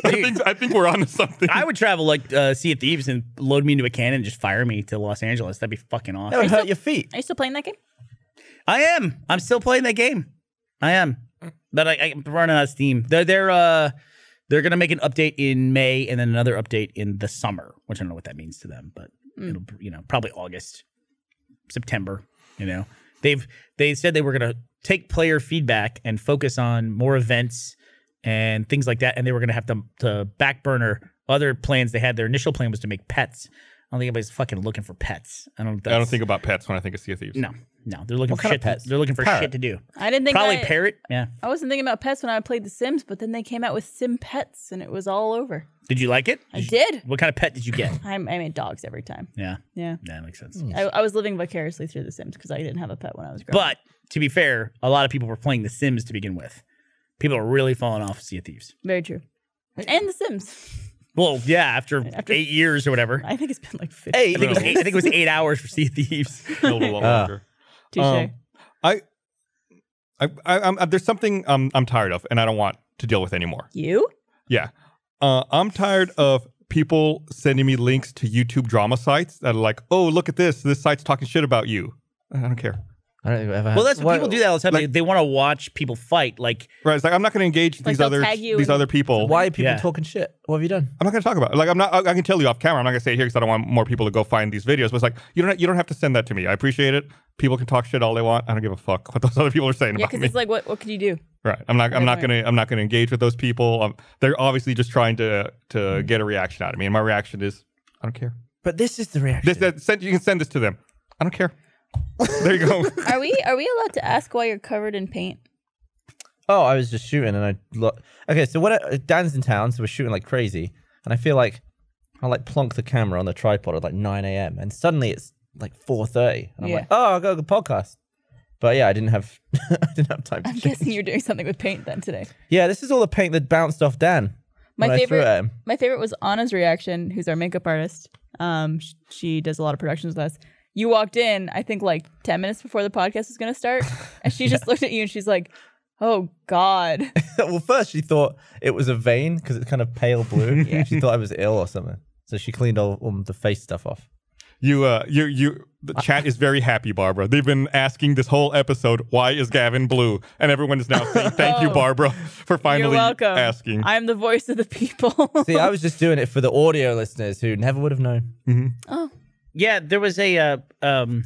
Speaker 1: I think I think we're onto something.
Speaker 2: I would travel like uh, Sea of Thieves and load me into a cannon and just fire me to Los Angeles. That'd be fucking
Speaker 4: that
Speaker 2: awesome.
Speaker 4: would hurt your feet.
Speaker 3: Are you still playing that game?
Speaker 2: I am. I'm still playing that game. I am, but I, I'm running out of steam. They're they're uh, they're gonna make an update in May and then another update in the summer, which I don't know what that means to them, but it'll you know probably August, September. You know, they've they said they were gonna take player feedback and focus on more events and things like that, and they were gonna have to to back burner other plans they had. Their initial plan was to make pets. I don't think anybody's fucking looking for pets. I don't.
Speaker 1: I don't
Speaker 2: that's-
Speaker 1: think about pets when I think of Sea of Thieves.
Speaker 2: No, no, they're looking
Speaker 4: What
Speaker 2: for
Speaker 4: kind of
Speaker 2: shit. to-
Speaker 4: pets?
Speaker 2: they're looking for
Speaker 4: Parrot.
Speaker 2: shit to do.
Speaker 3: I didn't think
Speaker 2: Probably
Speaker 3: I,
Speaker 2: parrot. Yeah.
Speaker 3: I wasn't thinking about pets when I played The Sims, but then they came out with Sim Pets, and it was all over.
Speaker 2: Did you like it?
Speaker 3: I did.
Speaker 2: What kind of pet did you get?
Speaker 3: I, I made dogs every time.
Speaker 2: yeah.
Speaker 3: Yeah,
Speaker 2: That makes sense.
Speaker 3: I, I was living vicariously through The Sims because I didn't have a pet when I was growing. up.
Speaker 2: But to be fair, a lot of people were playing The Sims to begin with. People are really falling off Sea of Thieves.
Speaker 3: very true. And The Sims.
Speaker 2: Well, yeah, after,
Speaker 3: After-
Speaker 2: eight years or whatever. I
Speaker 3: I think it's been like 50.
Speaker 4: Hey,
Speaker 2: think, it was eight, I think it was eight hours for Sea of Thieves.
Speaker 1: A little longer.
Speaker 3: Touche.
Speaker 1: Um, I, I, I, I'm, there's something um, I'm tired of, and I don't want to deal with anymore.
Speaker 3: you?
Speaker 1: Yeah, uh, I'm tired of people sending me links to YouTube drama sites that are like, "Oh, look at this. This site's talking shit about you." I don't care.
Speaker 4: I don't think I've ever. had-
Speaker 2: Well, that's what, people do that all the time. they they want to watch people fight. Like,
Speaker 1: Right? It's like I'm not going to engage
Speaker 3: Like,
Speaker 1: these
Speaker 3: they'll
Speaker 1: other
Speaker 3: tag you
Speaker 1: these
Speaker 3: and-
Speaker 1: other people.
Speaker 4: Why are people
Speaker 2: Yeah.
Speaker 4: talking shit? What have you done?
Speaker 1: I'm not going to talk about it. Like I'm not. I, I can tell you off camera. I'm not going to say it here because I don't want more people to go find these videos. But it's like you don't. You don't have to send that to me. I appreciate it. People can talk shit all they want. I don't give a fuck what those other people are saying
Speaker 3: Yeah,
Speaker 1: about
Speaker 3: because
Speaker 1: me.
Speaker 3: it's like, what, what could you do?
Speaker 1: right. I'm not. I'm not
Speaker 3: point.
Speaker 1: going to. I'm not going to engage with those people. Um, they're obviously just trying to to get a reaction out of me, and my reaction is, I don't care.
Speaker 4: But this is the reaction.
Speaker 1: This that send, you can send this to them. I don't care. There you go.
Speaker 3: Are we are we allowed to ask why you're covered in paint?
Speaker 4: Oh, I was just shooting, and I look. Okay, so what? I, Dan's in town, so we're shooting like crazy, and I feel like I like plonk the camera on the tripod at like nine a.m. and suddenly it's like four thirty, and I'm
Speaker 3: Yeah.
Speaker 4: like, oh, I got a podcast. But yeah, I didn't have I didn't have time. To
Speaker 3: I'm
Speaker 4: change.
Speaker 3: guessing you're doing something with paint then today.
Speaker 4: Yeah, this is all the paint that bounced off Dan.
Speaker 3: My
Speaker 4: when I threw
Speaker 3: favorite-
Speaker 4: it at him.
Speaker 3: My favorite was Anna's reaction, who's our makeup artist. Um, sh- she does a lot of productions with us. You walked in, I think, like ten minutes before the podcast was going to start, and she just looked at you and she's like, "Oh God,
Speaker 4: well, first she thought it was a vein because it's kind of pale blue. She thought I was ill or something, so she cleaned all, all the face stuff off.
Speaker 1: You uh you you the chat is very happy, Barbara. They've been asking this whole episode, why is Gavin blue? And everyone is now saying, Thank you,
Speaker 3: Oh.
Speaker 1: Barbara, for
Speaker 3: you're
Speaker 1: finally
Speaker 3: welcome."
Speaker 1: asking.
Speaker 3: I'm the voice of the people.
Speaker 4: See, I was just doing it for the audio listeners who never would have known.
Speaker 2: yeah, there was a, uh, um,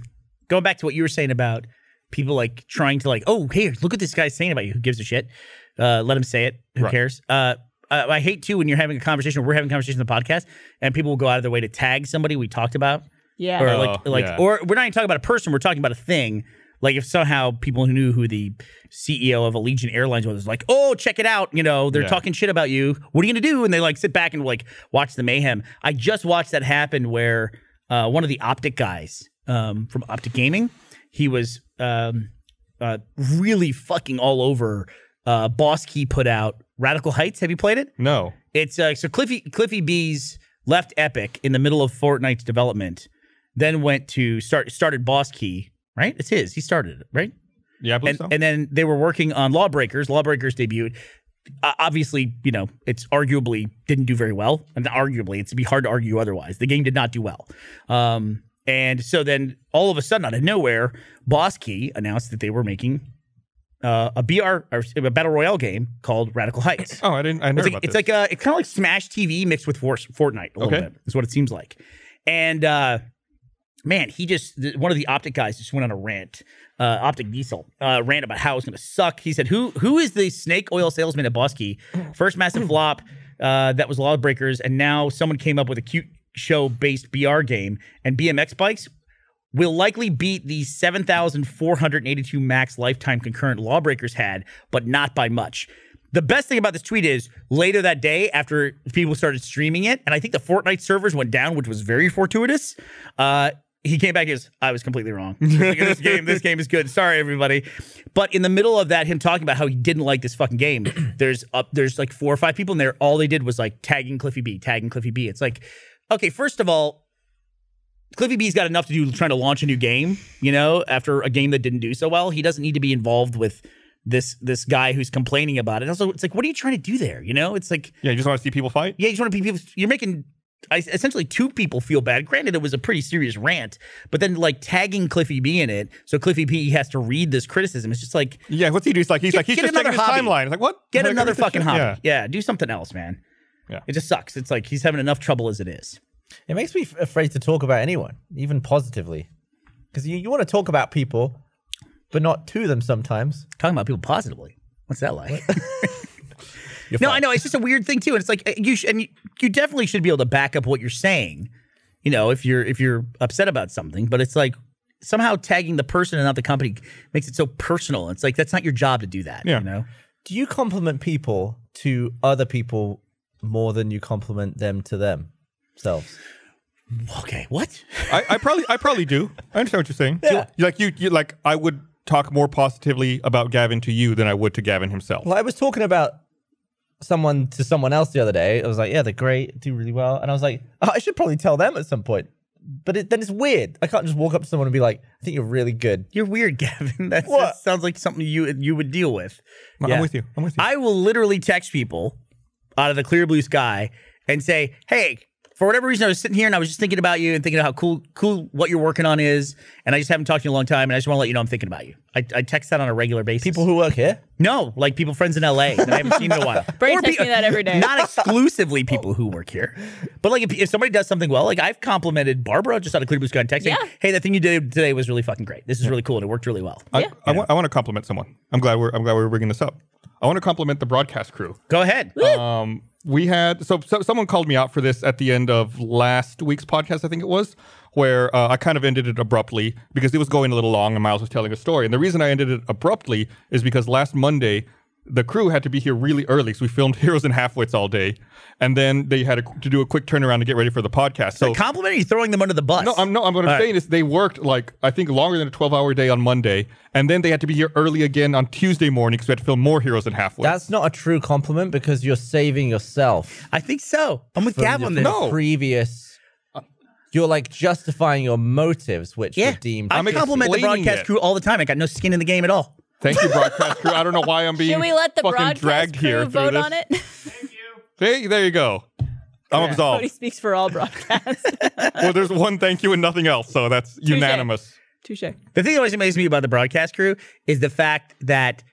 Speaker 2: going back to what you were saying about people like trying to like, oh, here, look what this guy's saying about you. Who gives a shit? Uh, let them say it. Who
Speaker 1: Right.
Speaker 2: cares? Uh, I, I hate too when you're having a conversation. We're having a conversation on the podcast, and people will go out of their way to tag somebody we talked about,
Speaker 3: Yeah.
Speaker 2: or
Speaker 1: Oh,
Speaker 2: like, like,
Speaker 1: yeah.
Speaker 2: or we're not even talking about a person. We're talking about a thing. Like if somehow people who knew who the CEO of Allegiant Airlines was, like, oh, check it out, you know, they're
Speaker 1: Yeah.
Speaker 2: talking shit about you. What are you gonna do? And they like sit back and like watch the mayhem. I just watched that happen where uh, one of the Optic guys um, from Optic Gaming, he was um, uh, really fucking all over. Uh, Boss Key put out Radical Heights. Have you played it?
Speaker 1: No.
Speaker 2: It's uh, so Cliffy Cliffy B's left Epic in the middle of Fortnite's development, then went to start started Boss Key, right? It's his. He started it, right?
Speaker 1: Yeah, I believe
Speaker 2: And,
Speaker 1: so.
Speaker 2: and then they were working on Lawbreakers. Lawbreakers debuted. Uh, obviously, you know, it's arguably didn't do very well, and arguably it's be hard to argue otherwise. The game did not do well. Um, and so then all of a sudden, out of nowhere, Boss Key announced that they were making uh, a BR or a battle royale game called Radical Heights.
Speaker 1: oh, I didn't. I
Speaker 2: It's
Speaker 1: never
Speaker 2: like, it's like uh, it's kind of like Smash TV mixed with Force, Fortnite a little
Speaker 1: Okay.
Speaker 2: bit is what it seems like. And uh, man, he just th- one of the optic guys just went on a rant. Uh, optic Diesel uh, rant about how it's going to suck. He said, "Who who is the snake oil salesman at Bosky? First massive flop uh, that was Lawbreakers, and now someone came up with a cute show based BR game and BMX bikes." Will likely beat the 7,482 max lifetime concurrent lawbreakers had, but not by much. The best thing about this tweet is later that day, after people started streaming it, and I think the Fortnite servers went down, which was very fortuitous. Uh, he came back and goes, I was completely wrong. this game, this game is good. Sorry, everybody. But in the middle of that, him talking about how he didn't like this fucking game, there's up, there's like four or five people in there. All they did was like tagging Cliffy B, tagging Cliffy B. It's like, okay, first of all, Cliffy B's got enough to do trying to launch a new game, you know, after a game that didn't do so well. He doesn't need to be involved with this this guy who's complaining about it. Also, it's like, what are you trying to do there? You know, it's like,
Speaker 1: yeah, you just want to see people fight.
Speaker 2: yeah, you just want to be people. You're making I, essentially two people feel bad. Granted, it was a pretty serious rant, but then like tagging Cliffy B in it, so Cliffy B has to read this criticism. It's just like,
Speaker 1: Yeah, what's he do? He's like, he's
Speaker 2: Get-
Speaker 1: like, he's
Speaker 2: get
Speaker 1: just taking
Speaker 2: another
Speaker 1: his
Speaker 2: hobby.
Speaker 1: timeline. It's like, what?
Speaker 2: get
Speaker 1: Like,
Speaker 2: another
Speaker 1: everything-
Speaker 2: fucking hobby.
Speaker 1: Yeah.
Speaker 2: Yeah. do something else, man.
Speaker 1: Yeah.
Speaker 2: It just sucks. It's like he's having enough trouble as it is.
Speaker 4: It makes me f- afraid to talk about anyone, even positively, because you, you want to talk about people, but not to them sometimes.
Speaker 2: Talking about people positively. What's that like?
Speaker 4: You're
Speaker 2: No,
Speaker 4: fine.
Speaker 2: I know. It's just a weird thing too, and it's like uh, you sh- and you, you definitely should be able to back up what you're saying. You know, if you're if you're upset about something, but it's like somehow tagging the person and not the company makes it so personal. It's like that's not your job to do that.
Speaker 1: Yeah.
Speaker 2: You know,
Speaker 4: Do you compliment people to other people more than you compliment them to themselves?
Speaker 2: okay, what?
Speaker 1: I, I probably, I probably do. I understand what you're saying.
Speaker 4: Yeah.
Speaker 1: You- Like you, you, like I would talk more positively about Gavin to you than I would to Gavin himself.
Speaker 4: Well, I was talking about someone to someone else the other day. I was like, yeah, they're great, do really well. And I was like, oh, I should probably tell them at some point. But it, then it's weird. I can't just walk up to someone and be like, I think you're really good.
Speaker 2: You're weird, Gavin. That's,
Speaker 4: What?
Speaker 2: That sounds like something you you would deal with.
Speaker 1: I'm
Speaker 2: Yeah.
Speaker 1: with you. I'm with you.
Speaker 2: I will literally text people out of the clear blue sky and say, "Hey, for whatever reason, I was sitting here and I was just thinking about you and thinking about how cool, cool what you're working on is, and I just haven't talked to you in a long time, and I just want to let you know I'm thinking about you." I, I text that on a regular basis.
Speaker 4: People who work here.
Speaker 2: no, like people friends in LA that I haven't seen in a while.
Speaker 3: Brady
Speaker 2: Or
Speaker 3: texts
Speaker 2: pe-
Speaker 3: me that every day.
Speaker 2: Not exclusively people who work here, but like if, if somebody does something well, like I've complimented Barbara just out of clear blue sky and texting,
Speaker 3: Yeah.
Speaker 2: "Hey, that thing you did today was really fucking great. This is really cool and it worked really well."
Speaker 1: I,
Speaker 3: Yeah.
Speaker 1: I, want, I want to compliment someone. I'm glad we're I'm glad we're bringing this up. I want to compliment the broadcast crew.
Speaker 2: Go ahead.
Speaker 1: Um, we had so, so someone called me out for this at the end of last week's podcast, I think it was, where uh, I kind of ended it abruptly because it was going a little long and Miles was telling a story. And the reason I ended it abruptly is because last Monday the crew had to be here really early, so we filmed Heroes and Halfwits all day, and then they had a, to do a quick turnaround to get ready for the podcast. So
Speaker 2: Complimenting you throwing them under the bus.
Speaker 1: no, I'm no. I'm what I'm
Speaker 2: All right.
Speaker 1: saying is they worked like I think longer than a 12 hour day on Monday, and then they had to be here early again on Tuesday morning because we had to film more Heroes than halfway.
Speaker 4: That's not a true compliment because you're saving yourself
Speaker 2: I think so. I'm with
Speaker 4: from
Speaker 2: Gav
Speaker 4: your
Speaker 2: on this.
Speaker 1: No.
Speaker 4: previous. uh, You're like justifying your motives, which
Speaker 2: Yeah,
Speaker 4: were deemed.
Speaker 2: I
Speaker 1: I'm
Speaker 2: compliment the
Speaker 1: explaining
Speaker 2: broadcast
Speaker 1: it.
Speaker 2: crew all the time. I got no skin in the game at all.
Speaker 1: Thank you, broadcast crew. I don't know why I'm being
Speaker 3: Can we let the
Speaker 1: fucking
Speaker 3: broadcast
Speaker 1: dragged
Speaker 3: crew
Speaker 1: here. through
Speaker 3: vote
Speaker 1: this.
Speaker 3: on it?
Speaker 1: Hey, there you go. I'm
Speaker 3: Cody
Speaker 1: absolved.
Speaker 3: speaks for all broadcasts.
Speaker 1: Well, there's one thank you and nothing else, so that's unanimous.
Speaker 3: Touche.
Speaker 2: The thing that always amazes me about the broadcast crew is the fact that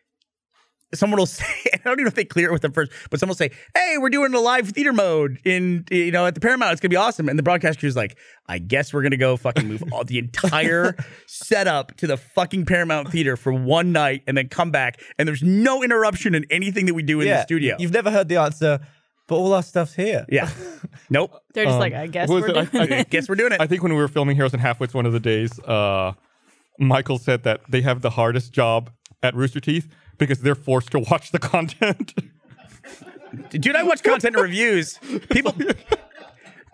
Speaker 2: someone will say, I don't even know if they clear it with them first, but someone will say, "Hey, we're doing a live theater mode in you know at the Paramount. It's gonna be awesome." And the broadcast crew's like, "I guess we're gonna go fucking move all the entire setup to the fucking Paramount Theater for one night and then come back, and there's no interruption in anything that we do in the studio."
Speaker 4: You've never heard the answer, but all our stuff's here.
Speaker 2: yeah, nope.
Speaker 3: They're just
Speaker 1: Um,
Speaker 3: like, I guess
Speaker 1: what
Speaker 3: we're
Speaker 1: was
Speaker 3: doing.
Speaker 1: it? I- I-
Speaker 3: it."
Speaker 2: Guess we're doing it.
Speaker 1: I think when we were filming Heroes and Halfwits one of the days, uh, Michael said that they have the hardest job at Rooster Teeth because they're forced to watch the content.
Speaker 2: Dude, I watch content and reviews. People,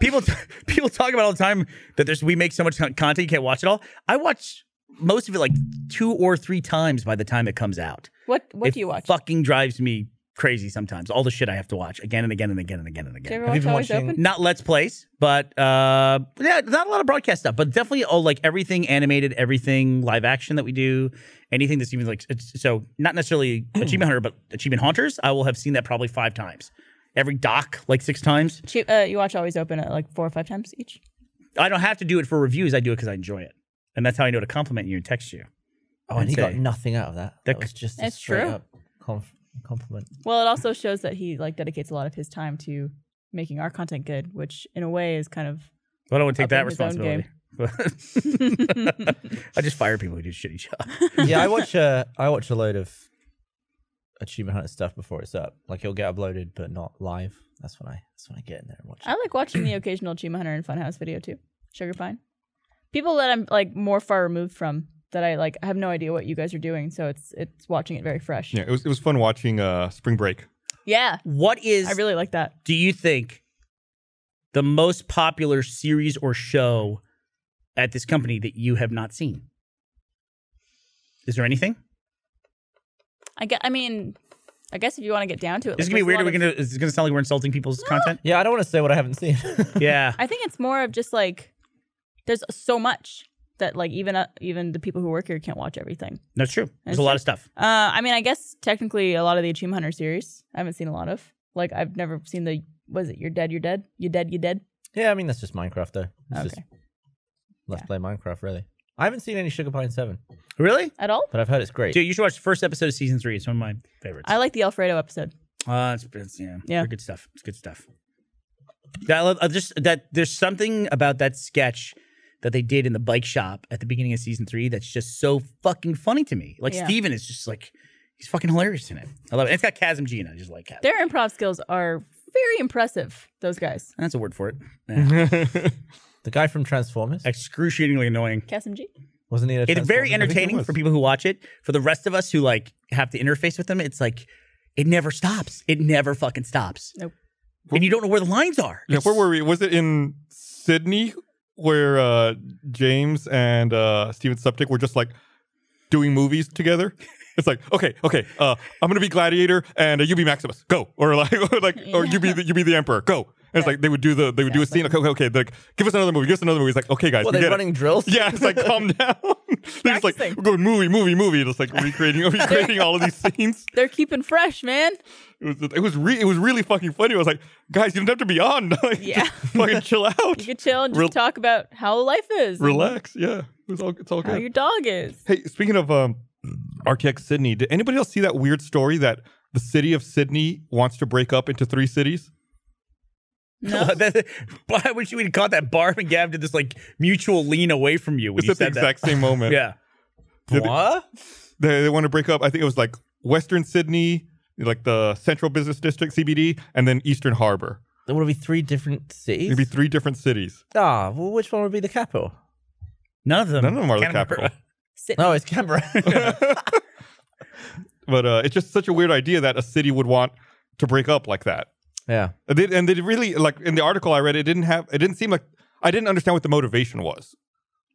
Speaker 2: people, people talk about all the time that there's we make so much con- content you can't watch it all. I watch most of it like two or three times by the time it comes out.
Speaker 3: what what
Speaker 2: it
Speaker 3: do you watch?
Speaker 2: Fucking drives me crazy sometimes. All the shit I have to watch again and again and again and again and
Speaker 3: do you
Speaker 2: again.
Speaker 3: ever
Speaker 4: Have you
Speaker 3: watch
Speaker 4: been
Speaker 3: Always
Speaker 4: watching-
Speaker 3: Open?
Speaker 2: Not Let's Plays, but uh, yeah, not a lot of broadcast stuff, but definitely all like everything animated, everything live action that we do, anything that's even like it's- so not necessarily Achievement Hunter, but Achievement Haunters. I will have seen that probably five times. Every doc, like six times.
Speaker 3: Che- uh, you watch Always Open at like four or five times each.
Speaker 2: I don't have to do it for reviews. I do it because I enjoy it, and that's how I know to compliment you and text you.
Speaker 4: Oh, and he got
Speaker 2: Insane.
Speaker 4: nothing out of that.
Speaker 2: That
Speaker 4: That was just a
Speaker 3: That's
Speaker 4: straight
Speaker 3: true.
Speaker 4: up conf- compliment.
Speaker 3: Well, it also shows that he like dedicates a lot of his time to making our content good, which in a way is kind of
Speaker 2: But I don't want to take
Speaker 3: Up
Speaker 2: that
Speaker 3: in his own
Speaker 2: responsibility. I just fire people who do shitty jobs.
Speaker 4: yeah, I watch uh, I watch a load of achievement hunter stuff before it's up. Like it'll get uploaded, but not live. That's when I that's when I get in there and watch.
Speaker 3: I like watching the occasional Achievement Hunter and Funhouse video too. Sugar Pine. People that I'm like more far removed from that I like I have no idea what you guys are doing, so it's it's watching it very fresh.
Speaker 1: yeah, it was it was fun watching uh, Spring Break.
Speaker 3: Yeah,
Speaker 2: What is
Speaker 3: I really like that.
Speaker 2: do you think the most popular series or show at this company that you have not seen? Is there anything?
Speaker 3: I get. I mean, I guess if you want to get down to it,
Speaker 2: This is
Speaker 3: like,
Speaker 2: gonna be
Speaker 3: there's a
Speaker 2: weird.
Speaker 3: lot
Speaker 2: Are we
Speaker 3: of-
Speaker 2: gonna? Is it gonna sound like we're insulting people's content?
Speaker 4: Yeah, I don't want to say what I haven't seen.
Speaker 2: Yeah.
Speaker 3: I think it's more of just like there's so much that like even uh, even the people who work here can't watch everything.
Speaker 2: That's true. There's
Speaker 3: That's
Speaker 2: a lot
Speaker 3: true.
Speaker 2: of stuff.
Speaker 3: Uh, I mean, I guess technically a lot of the Achievement Hunter series I haven't seen a lot of. Like I've never seen the was it You're Dead, You're Dead, You Dead, You Dead.
Speaker 4: yeah, I mean that's just Minecraft though. It's just
Speaker 3: Okay.
Speaker 4: let's
Speaker 3: Yeah.
Speaker 4: play Minecraft really. I haven't seen any Sugar Pine Seven,
Speaker 2: Really?
Speaker 3: At all?
Speaker 4: but I've heard it's great.
Speaker 2: Dude, you should watch the first episode of season three. It's one of my favorites.
Speaker 3: I like the Alfredo episode.
Speaker 2: Uh, it's, it's yeah,
Speaker 3: Yeah.
Speaker 2: they're good stuff. It's good stuff. That I love, I just that there's something about that sketch that they did in the bike shop at the beginning of season three that's just so fucking funny to me. Like
Speaker 3: Yeah.
Speaker 2: Steven is just like he's fucking hilarious in it. I love it. And it's got Chasm G and I just like Chasm.
Speaker 3: Their improv skills are very impressive. Those guys.
Speaker 2: That's a word for it. Yeah.
Speaker 4: the guy from Transformers
Speaker 2: Excruciatingly annoying.
Speaker 3: Casim G.
Speaker 4: wasn't he? in a
Speaker 2: It's very
Speaker 4: Transformers?
Speaker 2: entertaining
Speaker 1: was.
Speaker 2: for people who watch it. For the rest of us who like have to interface with them, it's like it never stops. It never fucking stops.
Speaker 3: Nope.
Speaker 2: And you don't know where the lines are.
Speaker 1: Yeah,
Speaker 2: It's-
Speaker 1: where were we? Was it in Sydney where uh, James and uh, Steven Septic were just like doing movies together? It's like okay, okay. Uh, I'm gonna be Gladiator, and uh, you be Maximus. Go, or like, or like, or you be the, you be the Emperor. Go. And it's
Speaker 3: Yeah.
Speaker 1: like they would do the they would do a scene. Like okay, okay. They're like give us another movie. Give us another movie. It's like okay, guys.
Speaker 4: Well,
Speaker 1: we
Speaker 4: they're
Speaker 1: get it.
Speaker 4: running drills.
Speaker 1: Yeah, it's like calm down. They're just like
Speaker 3: Practicing.
Speaker 1: we're going movie, movie, movie. Just like recreating, recreating all of these scenes.
Speaker 3: They're keeping fresh, man.
Speaker 1: It was it was re- it was really fucking funny. I was like, guys, you don't have to be on. Like,
Speaker 3: Yeah.
Speaker 1: just fucking chill out.
Speaker 3: You can chill and just
Speaker 1: Real-
Speaker 3: talk about how life is,
Speaker 1: Relax. Yeah, it's all it's all
Speaker 3: how
Speaker 1: good.
Speaker 3: your dog is.
Speaker 1: hey, speaking of um, RTX Sydney, did anybody else see that weird story that the city of Sydney wants to break up into three cities?
Speaker 3: No.
Speaker 2: That- Why would you we'd have caught that? Barb and Gav did this like mutual lean away from you when
Speaker 1: It's
Speaker 2: you
Speaker 1: at the
Speaker 2: said
Speaker 1: exact same
Speaker 2: that.
Speaker 1: moment.
Speaker 2: Yeah.
Speaker 1: Did it-
Speaker 4: What?
Speaker 1: they, they want to break up. I think it was like Western Sydney, like the Central Business District (CBD), and then Eastern Harbor.
Speaker 4: There would be three different cities.
Speaker 1: Maybe three different cities.
Speaker 4: Ah, well, which one would be the capital?
Speaker 2: None of them.
Speaker 1: None of them are the
Speaker 2: Can't remember.
Speaker 1: capital.
Speaker 3: Sit.
Speaker 4: No, it's Canberra.
Speaker 1: But uh, it's just such a weird idea that a city would want to break up like that.
Speaker 4: yeah.
Speaker 1: And they, and they really like in the article I read, it didn't have, it didn't seem like I didn't understand what the motivation was,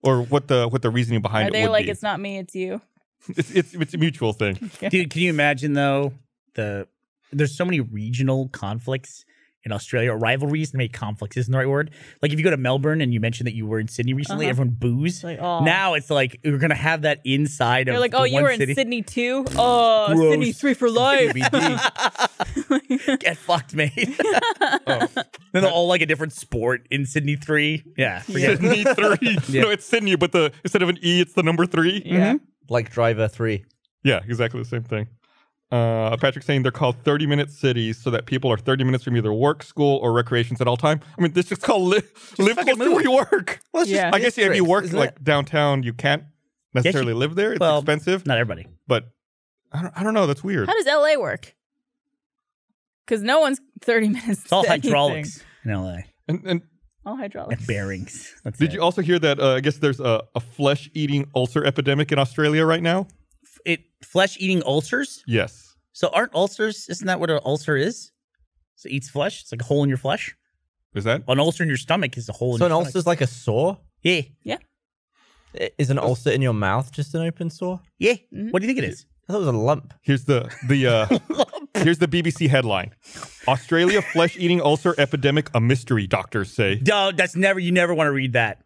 Speaker 1: or what the what the reasoning behind
Speaker 3: Are
Speaker 1: it
Speaker 3: they
Speaker 1: would
Speaker 3: like
Speaker 1: be.
Speaker 3: it's not me, it's you?
Speaker 1: It's, it's it's a mutual thing.
Speaker 2: Dude, can you imagine though? The there's so many regional conflicts in Australia or rivalries. Maybe conflicts isn't the right word. Like if you go to Melbourne and you mentioned that you were in Sydney recently,
Speaker 3: Uh-huh.
Speaker 2: everyone boos.
Speaker 3: It's like oh.
Speaker 2: Now it's like we're gonna have that inside
Speaker 3: They're
Speaker 2: of
Speaker 3: like,
Speaker 2: the
Speaker 3: oh, you
Speaker 2: one
Speaker 3: were in
Speaker 2: city.
Speaker 3: Sydney too. Oh,
Speaker 2: Gross.
Speaker 3: Sydney three for life.
Speaker 2: Get fucked, mate.
Speaker 1: Oh.
Speaker 2: Then they'll all like a different sport in Sydney three. Yeah, forget it.
Speaker 1: Sydney three. No, it's Sydney, but
Speaker 4: Mm-hmm.
Speaker 1: the instead of an E, it's the number three.
Speaker 3: yeah,
Speaker 4: Like Driver 3.
Speaker 1: Yeah, exactly the same thing. Uh, Patrick saying they're called 30 minute cities so that people are 30 minutes from either work, school, or recreations at all time. I mean, this is called li- live close
Speaker 2: fucking
Speaker 1: to where
Speaker 2: move.
Speaker 1: you work.
Speaker 4: Well,
Speaker 3: it's just Yeah.
Speaker 1: I guess yeah, if you work
Speaker 4: isn't
Speaker 1: like
Speaker 4: it?
Speaker 1: downtown, you can't necessarily live there. It's
Speaker 2: well,
Speaker 1: expensive,
Speaker 2: Not everybody.
Speaker 1: but I don't, I don't know. That's weird.
Speaker 3: How does LA work? Because no one's 30 minutes.
Speaker 2: It's all
Speaker 3: to anything.
Speaker 2: hydraulics in LA
Speaker 1: And, and
Speaker 3: All
Speaker 2: and
Speaker 3: hydraulics.
Speaker 2: bearings. That's
Speaker 1: did
Speaker 2: it.
Speaker 1: you also hear that? Uh, I guess there's a, a flesh eating ulcer epidemic in Australia right now.
Speaker 2: it flesh eating ulcers?
Speaker 1: Yes.
Speaker 2: So aren't ulcers? Isn't that what an ulcer is? So it eats flesh. It's like a hole in your flesh.
Speaker 1: Is that?
Speaker 2: An ulcer in your stomach is a hole in
Speaker 4: So
Speaker 2: your
Speaker 4: an
Speaker 2: stomach.
Speaker 4: ulcer is like a sore.
Speaker 2: Yeah,
Speaker 4: I- Is an ulcer in your mouth just an open sore?
Speaker 2: yeah.
Speaker 3: Mhm.
Speaker 2: What do you think Mm-hmm. it is?
Speaker 4: I thought it was a lump.
Speaker 1: Here's the the uh, here's the BBC headline: Australia flesh eating ulcer epidemic a mystery. Doctors say.
Speaker 2: No, that's never. You never want to read that.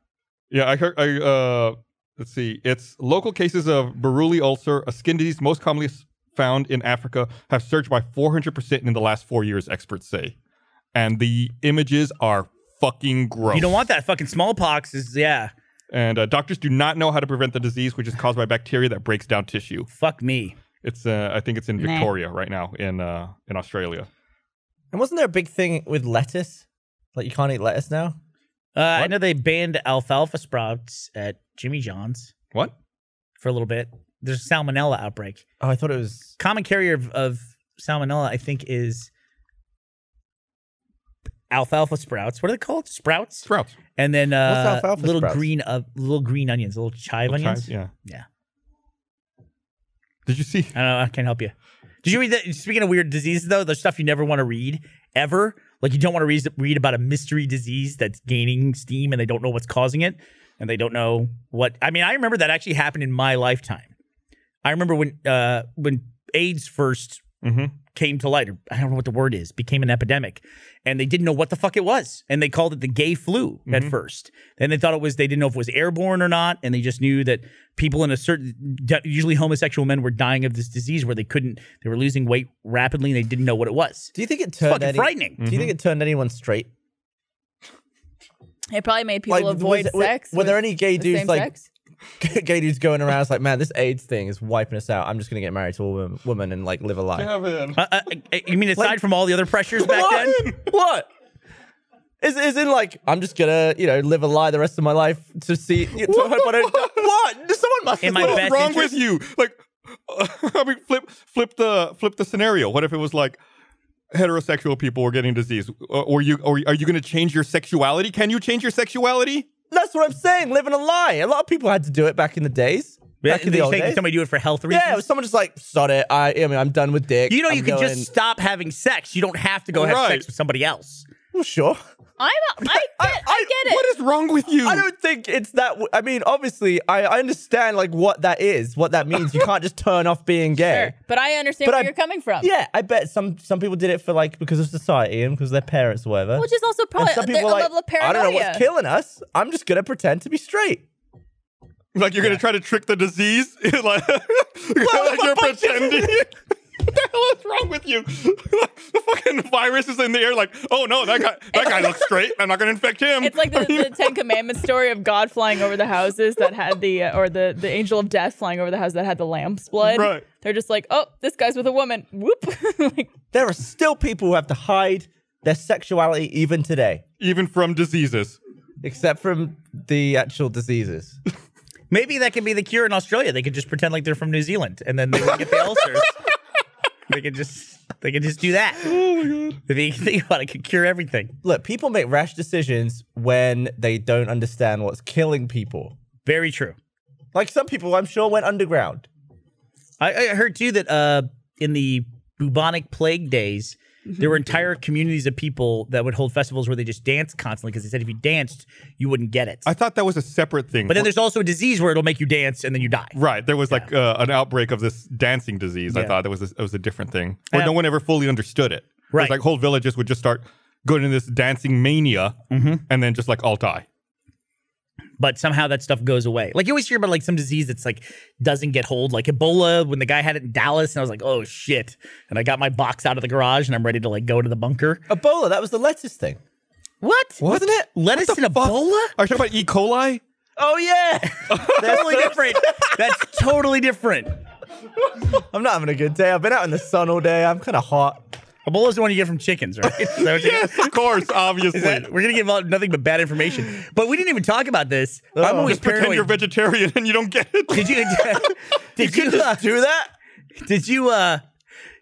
Speaker 1: Yeah, I heard. I uh, let's see. It's local cases of Beruli ulcer, a skin disease most commonly s- found in Africa, have surged by 400 percent in the last four years. Experts say, and the images are fucking gross.
Speaker 2: You don't want that. Fucking smallpox is yeah.
Speaker 1: and uh, doctors do not know how to prevent the disease, which is caused by bacteria that breaks down tissue.
Speaker 2: Fuck me.
Speaker 1: It's uh, I think it's in
Speaker 3: Meh.
Speaker 1: Victoria right now in uh, in Australia.
Speaker 4: And wasn't there a big thing with lettuce? Like you can't eat lettuce now.
Speaker 2: Uh, I
Speaker 1: What?
Speaker 2: know they banned alfalfa sprouts at Jimmy John's
Speaker 1: What?
Speaker 2: for a little bit. There's a salmonella outbreak.
Speaker 4: Oh, I thought it was.
Speaker 2: Common carrier of, of salmonella, I think, is alfalfa sprouts. What are they called? Sprouts.
Speaker 1: Sprouts.
Speaker 2: And then uh,
Speaker 4: alfalfa
Speaker 2: little
Speaker 4: sprouts?
Speaker 2: green, uh, little green onions, little chive
Speaker 1: Little
Speaker 2: onions.
Speaker 1: chives, Yeah.
Speaker 2: Yeah.
Speaker 1: Did you see?
Speaker 2: I don't know. I can't help you. Did you read that? Speaking of weird diseases, though, there's stuff you never want to read ever. Like you don't want to read, read about a mystery disease that's gaining steam, and they don't know what's causing it, and they don't know what. I mean, I remember that actually happened in my lifetime. I remember when uh, when AIDS first
Speaker 1: Mm-hmm.
Speaker 2: came to light, or I don't know what the word is, became an epidemic, and they didn't know what the fuck it was, and they called it the gay flu at
Speaker 4: Mm-hmm.
Speaker 1: Mhm.
Speaker 2: first. Then they thought it was they didn't know if it was airborne or not, and they just knew that people in a certain, d- usually homosexual men, were dying of this disease where they couldn't, they were losing weight rapidly, and they didn't know what it was.
Speaker 4: Do you think it
Speaker 2: It's
Speaker 4: turned?
Speaker 2: fucking
Speaker 4: Any,
Speaker 2: frightening.
Speaker 4: Do you think it turned anyone straight?
Speaker 3: It probably made people
Speaker 4: Like,
Speaker 3: avoid
Speaker 4: was- were-
Speaker 3: sex.
Speaker 4: were there
Speaker 3: with
Speaker 4: any gay
Speaker 3: the
Speaker 4: dudes,
Speaker 3: same
Speaker 4: like-
Speaker 3: sex.
Speaker 4: Gay dudes going around it's like, man, this AIDS thing is wiping us out. I'm just gonna get married to a woman, woman and like live a life.
Speaker 1: Kevin.
Speaker 2: Uh, uh, uh, you mean aside
Speaker 4: Like-
Speaker 2: from all the other pressures back then?
Speaker 4: what? What? Is is in like I'm just gonna you know live a lie the rest of my life to see to hope I don't. What? Someone must. have
Speaker 2: In my
Speaker 4: thought-
Speaker 1: What's
Speaker 2: best
Speaker 1: wrong
Speaker 2: interest.
Speaker 1: with you? Like, I mean, flip, flip the, flip the scenario. What if it was like heterosexual people were getting disease? Or, or you, or are you going to change your sexuality? Can you change your sexuality?
Speaker 4: That's what I'm saying. Living a lie. A lot of people had to do it back in the days. Back in
Speaker 2: They
Speaker 4: the old
Speaker 2: think
Speaker 4: days.
Speaker 2: somebody do it for health reasons.
Speaker 4: Yeah, it was someone just like, sod it. I, I mean, I'm done with dick.
Speaker 2: you know,
Speaker 4: I'm
Speaker 2: you can
Speaker 4: going-
Speaker 2: just stop having sex. You don't have to go have
Speaker 1: Right.
Speaker 2: sex with somebody else.
Speaker 4: Well, sure.
Speaker 3: I'm a, I, get, I, get it.
Speaker 1: What is wrong with you?
Speaker 4: I don't think it's that. W- I mean, obviously, I, I understand like what that is, what that means. You can't just turn off being gay.
Speaker 3: Sure. But I understand
Speaker 4: But
Speaker 3: where
Speaker 4: I-
Speaker 3: you're coming from.
Speaker 4: Yeah, I bet some some people did it for like because of society and because of their parents or whatever.
Speaker 3: Which is also
Speaker 4: and
Speaker 3: probably
Speaker 4: some
Speaker 3: a,
Speaker 4: people are
Speaker 3: a
Speaker 4: like,
Speaker 3: level of
Speaker 4: I
Speaker 3: paranoia.
Speaker 4: don't know what's killing us. I'm just gonna pretend to be straight.
Speaker 1: like you're going to try to trick the disease? like, like you're pretending. What the hell is wrong with you? the fucking virus is in the air. Like, oh no, that guy, that guy looks straight. I'm not going to infect him.
Speaker 3: It's like the, the Ten Commandments story of God flying over the houses that had the, uh, or the, the angel of death flying over the house that had the lamb's blood.
Speaker 1: Right.
Speaker 3: They're just like, oh, this guy's with a woman. Whoop. like,
Speaker 4: There are still people who have to hide their sexuality even today,
Speaker 1: even from diseases.
Speaker 4: except from the actual diseases.
Speaker 2: Maybe that could be the cure in Australia. They could just pretend like they're from New Zealand, and then they would get the ulcers. They could just they could just do that. Oh my god! If you think about it, it could cure everything.
Speaker 4: Look, people make rash decisions when they don't understand what's killing people.
Speaker 2: Very true.
Speaker 4: Like some people, I'm sure, went underground.
Speaker 2: I, I heard too that uh, in the bubonic plague days, there were entire communities of people that would hold festivals where they just danced constantly because they said if you danced, you wouldn't get it.
Speaker 1: I thought that was a separate thing.
Speaker 2: but then there's also a disease where it'll make you dance and then you die.
Speaker 1: Right. There was like uh, an outbreak of this dancing disease. I
Speaker 2: Yeah.
Speaker 1: thought that was a, it was a different thing, where
Speaker 2: Yeah.
Speaker 1: no one ever fully understood it. It was
Speaker 2: Right.
Speaker 1: like whole villages would just start going into this dancing mania,
Speaker 2: Mm-hmm.
Speaker 1: and then just like all die.
Speaker 2: but somehow that stuff goes away. Like you always hear about like some disease that's like doesn't get hold, like Ebola when the guy had it in Dallas, and I was like, oh shit. And I got my box out of the garage and I'm ready to like go to the bunker.
Speaker 4: Ebola, that was the lettuce thing.
Speaker 2: What?
Speaker 4: Wasn't it?
Speaker 2: Lettuce and Ebola?
Speaker 1: Are you talking about E. coli?
Speaker 4: Oh, yeah.
Speaker 2: That's totally different. That's totally different.
Speaker 4: I'm not having a good day. I've been out in the sun all day. I'm kind of hot.
Speaker 2: Ebola is the one you get from chickens, right? Is that what you get?
Speaker 1: yes, of course, obviously.
Speaker 2: Is that- we're gonna give out nothing but bad information. But we didn't even talk about this. I'm
Speaker 4: Oh.
Speaker 2: always
Speaker 4: Just
Speaker 1: Pretend you're
Speaker 2: paranoid.
Speaker 1: vegetarian and you don't get it.
Speaker 2: Did you? Did you? uh,
Speaker 4: Do that?
Speaker 2: did you? Uh,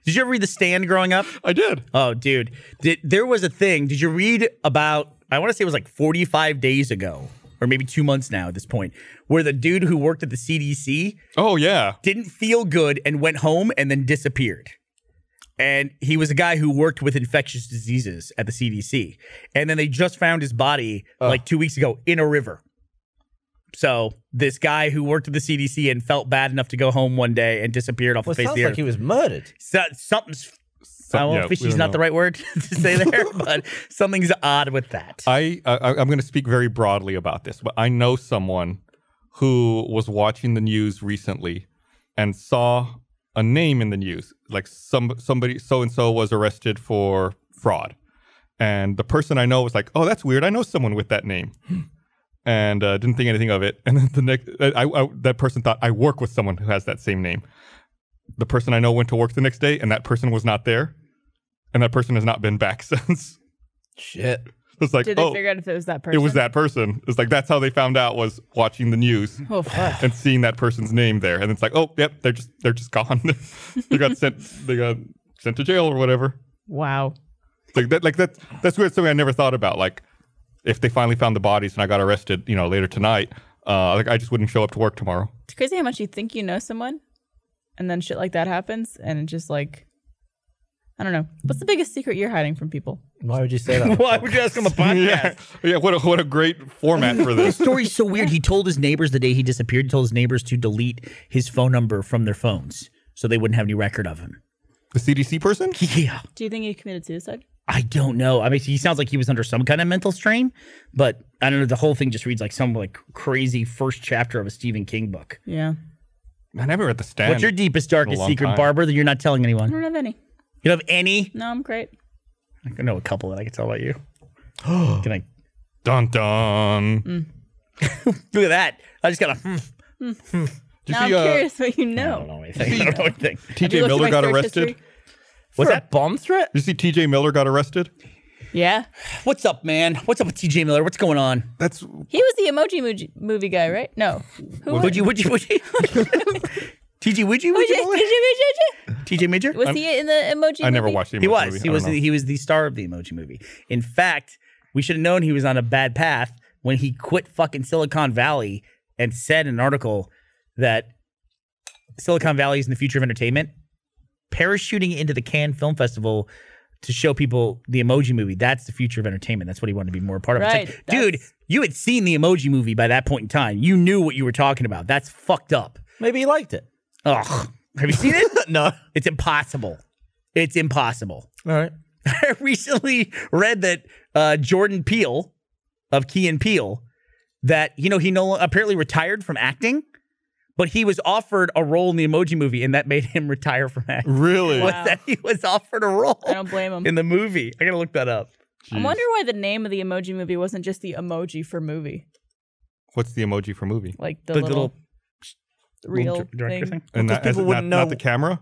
Speaker 2: did you ever read The Stand growing up?
Speaker 1: I did.
Speaker 2: Oh, dude, did, there was a thing. Did you read about? I want to say it was like 45 days ago, or maybe two months now at this point, where the dude who worked at the CDC
Speaker 1: Oh yeah.
Speaker 2: didn't feel good and went home and then disappeared. And he was a guy who worked with infectious diseases at the CDC. And then they just found his body like two weeks ago in a river. So this guy who worked at the CDC and felt bad enough to go home one day and disappeared off
Speaker 4: Well,
Speaker 2: the face of
Speaker 4: sounds
Speaker 2: the
Speaker 4: like
Speaker 2: earth.
Speaker 4: he was murdered.
Speaker 2: So- something's
Speaker 1: Some-
Speaker 2: I
Speaker 1: yeah,
Speaker 2: won't
Speaker 1: we
Speaker 2: fishy's
Speaker 1: don't
Speaker 2: not
Speaker 1: know.
Speaker 2: the right word to say there, but something's odd with that.
Speaker 1: I, I I'm going to speak very broadly about this, but I know someone who was watching the news recently and saw a name in the news, like some somebody so and so was arrested for fraud, and the person I know was like, "Oh, that's weird. I know someone with that name."
Speaker 3: Hmm.
Speaker 1: And uh, didn't think anything of it. And then the next, I, I, that person thought, I work with someone who has that same name. The person I know went to work the next day, and that person was not there. And that person has not been back since.
Speaker 4: Shit.
Speaker 1: it's like,
Speaker 3: Did they
Speaker 1: oh,
Speaker 3: figure out if it was that person?
Speaker 1: it was that person. It's like that's how they found out was watching the news
Speaker 3: Oh fuck.
Speaker 1: and seeing that person's name there, and it's like, oh, yep, they're just they're just gone. they got sent. They got sent to jail or whatever.
Speaker 3: wow.
Speaker 1: It's Like that. Like that. That's weird. Something I never thought about. Like if they finally found the bodies and I got arrested, you know, later tonight, uh, like I just wouldn't show up to work tomorrow.
Speaker 3: It's crazy how much you think you know someone, and then shit like that happens, and it just like, I don't know. What's the biggest secret you're hiding from people?
Speaker 4: Why would you say that?
Speaker 2: Why would you ask him a
Speaker 1: Yeah.
Speaker 2: podcast?
Speaker 1: Yeah. What a what a great format for this.
Speaker 2: Story's so weird. He told his neighbors the day he disappeared. He told his neighbors to delete his phone number from their phones so they wouldn't have any record of him.
Speaker 1: The CDC person.
Speaker 2: Yeah,
Speaker 3: Do you think you committed suicide?
Speaker 2: I don't know. I mean, he sounds like he was under some kind of mental strain, but I don't know. The whole thing just reads like some like crazy first chapter of a Stephen King book.
Speaker 3: Yeah.
Speaker 1: I never read the stand.
Speaker 2: What's your deepest,
Speaker 1: a
Speaker 2: darkest
Speaker 1: long
Speaker 2: secret,
Speaker 1: time.
Speaker 2: Barbara? That you're not telling
Speaker 3: I
Speaker 2: anyone.
Speaker 3: don't have any.
Speaker 2: You don't have any.
Speaker 3: No, I'm great.
Speaker 2: I know a couple that I can tell about you. can I?
Speaker 1: dun dun?
Speaker 2: Mm.
Speaker 1: Did
Speaker 2: Look at that. I just got a. Hmm.
Speaker 1: you
Speaker 3: now I'm
Speaker 1: uh,
Speaker 3: curious what you
Speaker 2: I don't
Speaker 3: know.
Speaker 2: know anything. I don't know anything.
Speaker 3: Have you
Speaker 1: T.J.
Speaker 3: looked at
Speaker 1: Miller
Speaker 3: my
Speaker 1: got
Speaker 3: search
Speaker 1: arrested.
Speaker 3: history?
Speaker 4: Was that bomb threat?
Speaker 1: Did you see T.J. Miller got arrested?
Speaker 3: Yeah.
Speaker 2: What's up, man? What's up with TJ Miller? What's going on?
Speaker 1: That's
Speaker 3: He was the emoji movie, movie guy, right? No. Who was
Speaker 2: Would you? Would you? Would you? TJ, would you? Would you? Miller? TJ Major?
Speaker 3: Was he in the emoji?
Speaker 1: I never
Speaker 3: movie?
Speaker 1: watched the Emoji
Speaker 2: He was.
Speaker 1: Movie.
Speaker 2: He
Speaker 1: I
Speaker 2: was.
Speaker 1: don't know.
Speaker 2: He was the star of the Emoji Movie. In fact, we should have known he was on a bad path when he quit fucking Silicon Valley and said in an article that Silicon Valley is in the future of entertainment. Parachuting into the Cannes Film Festival to show people the Emoji Movie. That's the future of entertainment. That's what he wanted to be more a part of. It's like,
Speaker 3: Right,
Speaker 2: dude,
Speaker 3: that's-
Speaker 2: you had seen the Emoji Movie by that point in time. You knew what you were talking about. That's fucked up.
Speaker 4: Maybe he liked it.
Speaker 2: Ugh. Have you seen it?
Speaker 4: no. All
Speaker 2: It's impossible. It's impossible.
Speaker 4: right.
Speaker 2: I recently read that uh, Jordan Peele of Key and Peele that you know he no lo- apparently retired from acting, but he was offered a role in the Emoji Movie, and that made him retire from acting.
Speaker 1: Really?
Speaker 2: Was
Speaker 3: Wow.
Speaker 2: that he was offered a role
Speaker 3: I don't blame him.
Speaker 2: in the movie? I gotta look that up.
Speaker 3: I wonder why the name of the emoji movie wasn't just the emoji for movie,
Speaker 1: What's the emoji for movie?
Speaker 3: like the,
Speaker 2: The
Speaker 3: little,
Speaker 2: little-
Speaker 3: real
Speaker 2: Little dir-
Speaker 3: thing.
Speaker 2: director thing.
Speaker 1: And
Speaker 4: Because
Speaker 1: that, as,
Speaker 4: people
Speaker 1: not,
Speaker 4: wouldn't
Speaker 1: not
Speaker 4: know-
Speaker 1: the camera?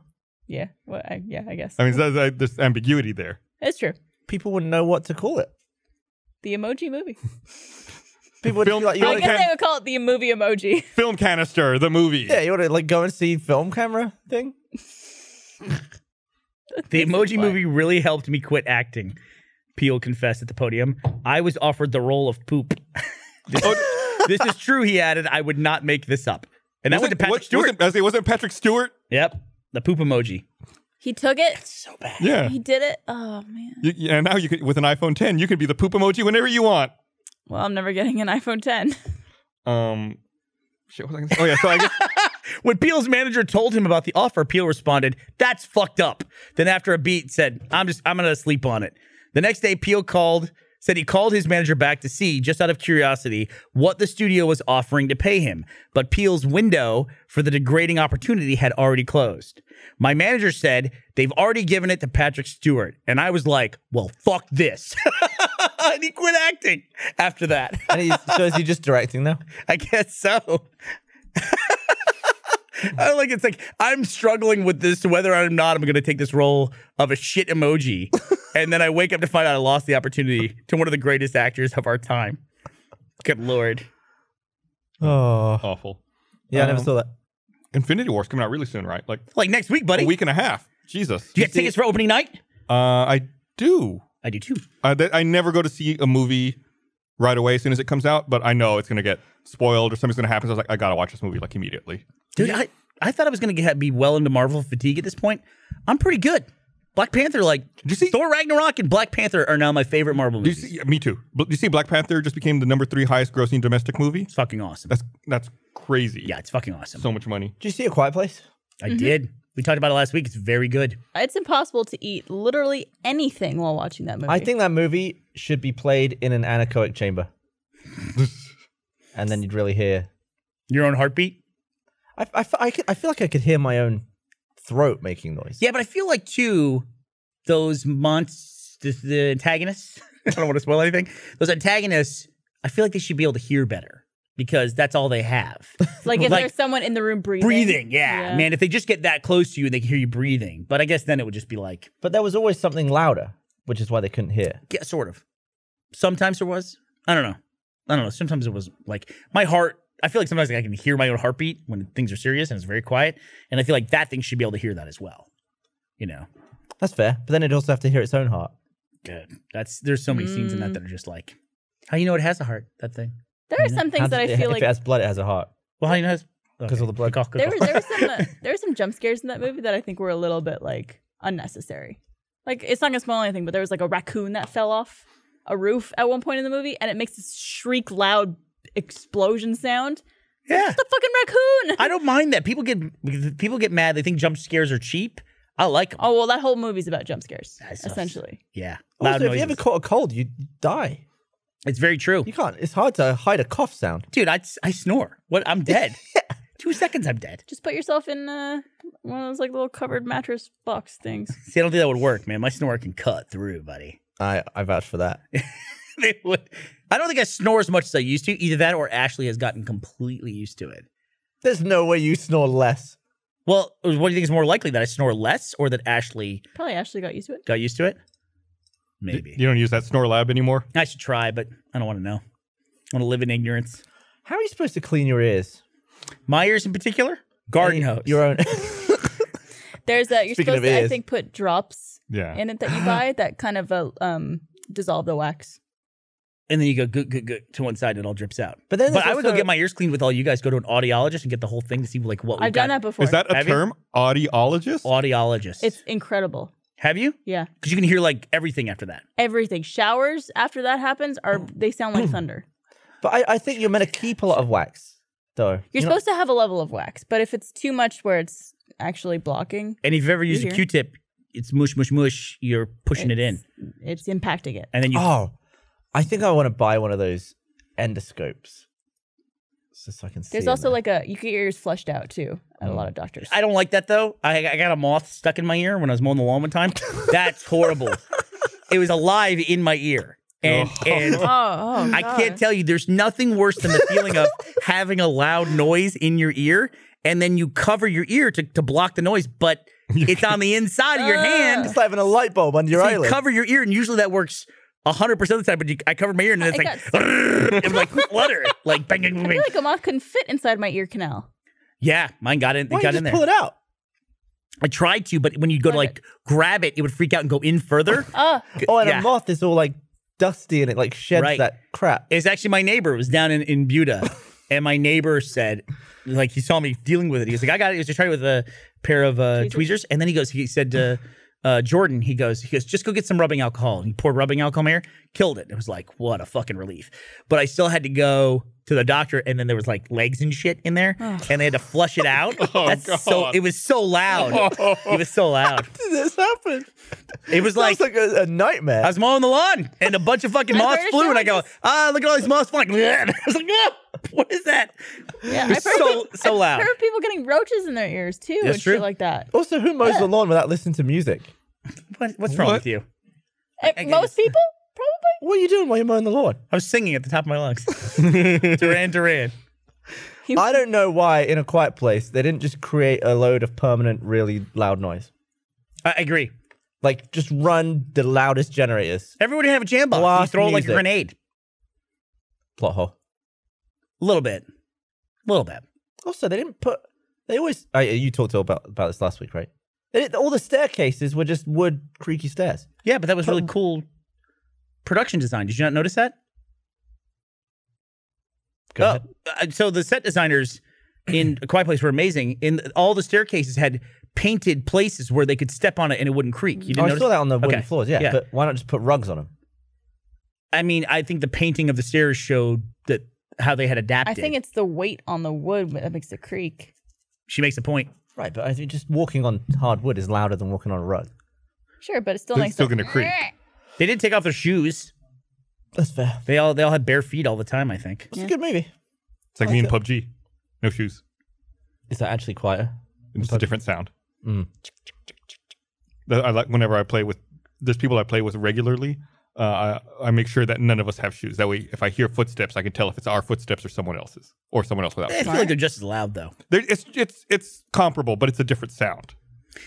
Speaker 3: Yeah. Well, I, yeah. I guess
Speaker 1: I mean, that, that, there's ambiguity there.
Speaker 3: it's true.
Speaker 4: People wouldn't know what to call it.
Speaker 3: The emoji movie.
Speaker 4: People would
Speaker 1: Film-
Speaker 4: be like, you
Speaker 1: film
Speaker 3: I
Speaker 4: wanna,
Speaker 3: guess
Speaker 1: can-
Speaker 3: they would call it the movie emoji.
Speaker 1: Film canister, the movie.
Speaker 4: yeah, you want to like go and see film camera thing?
Speaker 2: The Emoji
Speaker 3: fine.
Speaker 2: Movie really helped me quit acting. Peele confessed at the podium. I was offered the role of poop. this, this is true, he added. I would not make this up. And that went
Speaker 1: Oh,
Speaker 2: to
Speaker 1: Wasn't-
Speaker 2: Patrick
Speaker 1: what-
Speaker 2: Stewart.
Speaker 1: Wasn't, I say, wasn't Patrick Stewart?
Speaker 2: Yep. The poop emoji.
Speaker 3: He took it.
Speaker 2: So bad.
Speaker 1: Yeah.
Speaker 3: He did it. Oh man.
Speaker 1: You- you- and now you can, with an iPhone 10, you can be the poop emoji whenever you want.
Speaker 3: Well, I'm never getting an iPhone 10.
Speaker 1: Um, shit, what was I gonna say? Oh, yeah. So I guess
Speaker 2: When Peel's manager told him about the offer, Peel responded, "That's fucked up." Then after a beat said, "I'm just I'm going to sleep on it." The next day Peel called said he called his manager back to see just out of curiosity what the studio was offering to pay him, but Peel's window for the degrading opportunity had already closed. My manager said they've already given it to Patrick Stewart, and I was like, "Well, fuck this." and he quit acting after that.
Speaker 4: And he's, so is he just directing now?
Speaker 2: I guess so. I like it's like I'm struggling with this whether or not I'm going to take this role of a shit emoji, and then I wake up to find out I lost the opportunity to one of the greatest actors of our time. Good lord.
Speaker 4: Oh,
Speaker 1: Awful.
Speaker 4: yeah, I never
Speaker 2: Um,
Speaker 4: saw that.
Speaker 1: Infinity War's coming out really soon, right? Like
Speaker 2: Like next week, buddy.
Speaker 1: a week and a half. Jesus.
Speaker 2: do you get tickets for opening night?
Speaker 1: Uh, I do.
Speaker 2: I do too.
Speaker 1: I, Uh, that, I never go to see a movie right away as soon as it comes out, but I know it's going to get spoiled or something's going to happen. So I was like, I got to watch this movie like immediately.
Speaker 2: Dude, I, I thought I was going to be well into Marvel fatigue at this point. I'm pretty good. Black Panther, like
Speaker 1: Did you see?
Speaker 2: Thor Ragnarok and Black Panther are now my favorite Marvel
Speaker 1: do you
Speaker 2: movies.
Speaker 1: see yeah, me too. But do you see Black Panther just became the number three highest grossing domestic movie?
Speaker 2: It's fucking awesome.
Speaker 1: That's that's crazy.
Speaker 2: yeah, it's fucking awesome.
Speaker 1: So much money.
Speaker 4: Did you see a Quiet Place?
Speaker 2: I did. We talked about it last week. It's very good.
Speaker 3: It's impossible to eat literally anything while watching that movie.
Speaker 4: I think that movie should be played in an anechoic chamber, and then you'd really hear.
Speaker 2: Your own heartbeat.
Speaker 4: I, I, fe- I, could- I feel like I could hear my own throat making noise.
Speaker 2: Yeah, but I feel like too those monsters, the antagonists. I don't want to spoil anything. Those antagonists. I feel like they should be able to hear better because that's all they have.
Speaker 3: like if
Speaker 2: like-
Speaker 3: there's someone in the room breathing.
Speaker 2: breathing. Yeah.
Speaker 3: Yeah.
Speaker 2: man. If they just get that close to you and they can hear you breathing, but I guess then it would just be like,
Speaker 4: But there was always something louder, which is why they couldn't hear.
Speaker 2: yeah, sort of. Sometimes there was. I don't know. I don't know. Sometimes it was like my heart. I feel like sometimes I can hear my own heartbeat when things are serious and it's very quiet, and I feel like that thing should be able to hear that as well. You know.
Speaker 4: That's fair. But then it'd also have to hear its own heart.
Speaker 2: Good. That's there's so many scenes in
Speaker 3: Mm.
Speaker 2: that that are just like, how you know it has a heart? That thing.
Speaker 3: There are some
Speaker 4: How
Speaker 3: things that I
Speaker 4: does it-
Speaker 3: feel
Speaker 4: if
Speaker 3: like
Speaker 4: it has blood, it has a heart.
Speaker 2: Well, how you know it has?
Speaker 4: 'Cause of the blood.
Speaker 2: Good call, good
Speaker 3: there
Speaker 2: call.
Speaker 3: were there were some uh, there were some jump scares in that movie that I think were a little bit like unnecessary. Like it's not gonna spoil anything, but there was like a raccoon that fell off a roof at one point in the movie, and it makes this shriek, loud explosion sound.
Speaker 2: yeah.
Speaker 3: The fucking raccoon!
Speaker 2: I don't mind that. People get people get mad. They think jump scares are cheap. I like 'em.
Speaker 3: oh well, that whole movie's about jump scares,
Speaker 2: That sucks.
Speaker 3: essentially.
Speaker 2: Yeah. Loud
Speaker 4: Also, if you
Speaker 2: noises.
Speaker 4: ever caught a cold, you die.
Speaker 2: It's very true.
Speaker 4: You can't. It's hard to hide a cough sound.
Speaker 2: Dude, I, I snore. What? I'm dead. Two seconds, I'm dead.
Speaker 3: Just put yourself in uh, one of those like little covered mattress box things.
Speaker 2: See, I don't think that would work, man. My snore can cut through, buddy.
Speaker 4: I, I vouch for that.
Speaker 2: They would. I don't think I snore as much as I used to. Either that or Ashley has gotten completely used to it.
Speaker 4: There's no way you snore less.
Speaker 2: Well, what do you think is more likely that I snore less or that Ashley
Speaker 3: Probably Ashley got used to it.
Speaker 2: got used to it?
Speaker 1: Y-
Speaker 2: Maybe.
Speaker 1: You don't use that snore lab anymore.
Speaker 2: I should try, but I don't want to know. I want to live in ignorance.
Speaker 4: How are you supposed to clean your ears?
Speaker 2: My ears in particular? Garden
Speaker 4: Your-
Speaker 2: hose.
Speaker 4: Your own.
Speaker 3: There's that you're
Speaker 4: Speaking
Speaker 3: supposed
Speaker 4: of
Speaker 3: to I
Speaker 4: ears.
Speaker 3: think put drops
Speaker 1: Yeah.
Speaker 3: in it that you buy that kind of uh, um dissolve the wax.
Speaker 2: and then you go good, good, good to one side and it all drips out.
Speaker 4: But then
Speaker 2: But
Speaker 4: there's
Speaker 2: I would go
Speaker 4: also-
Speaker 2: get my ears cleaned with all you guys. Go to an audiologist and get the whole thing to see like what we've
Speaker 3: I've done
Speaker 2: got.
Speaker 3: that before.
Speaker 1: Is that a
Speaker 2: Have you?
Speaker 1: term? Audiologist?
Speaker 2: Audiologist.
Speaker 3: it's incredible.
Speaker 2: have you?
Speaker 3: Yeah.
Speaker 2: Because you can hear like everything after that.
Speaker 3: everything. Showers after that happens are they sound like thunder.
Speaker 4: But I, I think you're meant to keep a lot of wax, though.
Speaker 3: You're
Speaker 4: know-
Speaker 3: supposed to have a level of wax, but if it's too much where it's actually blocking,
Speaker 2: And if you've ever used a
Speaker 3: hear?
Speaker 2: Q-tip, it's mush, mush, mush. You're pushing it in,
Speaker 3: it's impacting it.
Speaker 2: and then you.
Speaker 4: Oh, I think I want to buy one of those endoscopes, so, so I can see.
Speaker 3: There's
Speaker 4: in
Speaker 3: also
Speaker 4: there.
Speaker 3: like a you get your ears flushed out too at a lot of doctors.
Speaker 2: I don't like that though. I, I got a moth stuck in my ear when I was mowing the lawn one time. That's horrible. it was alive in my ear, and and
Speaker 3: oh, oh
Speaker 2: I can't tell you. There's nothing worse than the feeling of having a loud noise in your ear, and then you cover your ear to, to block the noise, but it's on the inside of your
Speaker 3: Ah.
Speaker 2: hand.
Speaker 4: It's like having a light bulb under your
Speaker 2: So you
Speaker 4: eyelid.
Speaker 2: cover your ear, and usually that works hundred percent of the time. But you, I covered my ear, and then it's
Speaker 3: I
Speaker 2: like it was like flutter, like bang, bang, bang,
Speaker 3: I feel
Speaker 2: bang.
Speaker 3: like a moth couldn't fit inside my ear canal.
Speaker 2: Yeah, mine got in. It
Speaker 4: Why don't
Speaker 2: got
Speaker 4: you just
Speaker 2: in there.
Speaker 4: pull it out?
Speaker 2: I tried to, but when you go to
Speaker 3: Plug
Speaker 2: like grab it, it would freak out and go in further.
Speaker 3: Oh,
Speaker 4: Oh, and
Speaker 2: Yeah.
Speaker 4: a moth is all like dusty and it like sheds
Speaker 2: Right.
Speaker 4: that crap.
Speaker 2: It's actually my neighbor. It was down in, in Buda. and my neighbor said, like, he saw me dealing with it. He was like, I got it. He was just trying it with a pair of uh,
Speaker 3: Tweezers.
Speaker 2: tweezers. And then he goes, he said to uh, Jordan, he goes, he goes, just go get some rubbing alcohol. And he poured rubbing alcohol in my ear, killed it. It was like, what a fucking relief. But I still had to go to the doctor. And then there was like legs and shit in there. And they had to flush it out.
Speaker 1: Oh,
Speaker 2: That's so,
Speaker 1: God.
Speaker 2: it was so loud. it was so loud.
Speaker 4: Did this happen?
Speaker 2: It was
Speaker 4: Like,
Speaker 2: like,
Speaker 4: like a, a nightmare.
Speaker 2: I was mowing the lawn and a bunch of fucking moths
Speaker 3: heard
Speaker 2: flew and I
Speaker 3: someone
Speaker 2: go, ah, look at all these moths flying. I was like, ah, what is that?
Speaker 3: yeah.
Speaker 2: It was so so
Speaker 3: I
Speaker 2: loud.
Speaker 3: heard people getting roaches in their ears too
Speaker 2: That's
Speaker 3: and
Speaker 2: true.
Speaker 3: shit like that.
Speaker 4: also, who mows the lawn without listening to music?
Speaker 2: What, what's wrong
Speaker 1: What?
Speaker 2: with you?
Speaker 3: Eh,
Speaker 2: I
Speaker 3: Most people probably.
Speaker 4: What are you doing while you're mowing the lawn?
Speaker 2: I was singing at the top of my lungs. Duran Duran.
Speaker 3: He-
Speaker 4: I don't know why in a quiet place they didn't just create a load of permanent, really loud noise.
Speaker 2: I I agree.
Speaker 4: Like just run the loudest generators.
Speaker 2: Everybody have a jam box. You
Speaker 4: Blast
Speaker 2: throw it like a
Speaker 4: music.
Speaker 2: grenade.
Speaker 4: Plot hole.
Speaker 2: A little bit. A little bit.
Speaker 4: Also, they didn't put. They always. I, you talked about about this last week, right? They didn't- all the staircases were just wood, creaky stairs.
Speaker 2: Yeah, but that was really cool production design. Did you not notice that?
Speaker 4: Go ahead.
Speaker 2: Oh, uh, so the set designers in A Quiet Place were amazing. In all the staircases had painted places where they could step on it and it wouldn't creak. You didn't
Speaker 4: Oh, I
Speaker 2: notice?
Speaker 4: saw that on the wooden
Speaker 2: Okay.
Speaker 4: floors. Yeah,
Speaker 2: Yeah.
Speaker 4: but why not just put rugs on them?
Speaker 2: I mean, I think the painting of the stairs showed that how they had adapted.
Speaker 3: I think it's the weight on the wood that makes it creak.
Speaker 2: she makes a point.
Speaker 4: Right, but I think just walking on hard wood is louder than walking on a rug.
Speaker 3: Sure, but it still
Speaker 1: It's
Speaker 3: makes
Speaker 1: still
Speaker 3: it-
Speaker 1: going to creak.
Speaker 2: They did take off their shoes.
Speaker 4: That's fair.
Speaker 2: They all they all had bare feet all the time. I think.
Speaker 4: It's a good movie.
Speaker 1: It's like me and PUBG. No shoes.
Speaker 4: Is that actually quieter?
Speaker 1: It's just a different sound.
Speaker 4: Mm.
Speaker 1: That I like whenever I play with there's people I play with regularly. Uh, I, I make sure that none of us have shoes. That way, if I hear footsteps, I can tell if it's our footsteps or someone else's, or someone else without.
Speaker 2: I
Speaker 1: Shoes.
Speaker 2: feel like they're just as loud though.
Speaker 1: There- It's it's it's comparable, but it's a different sound.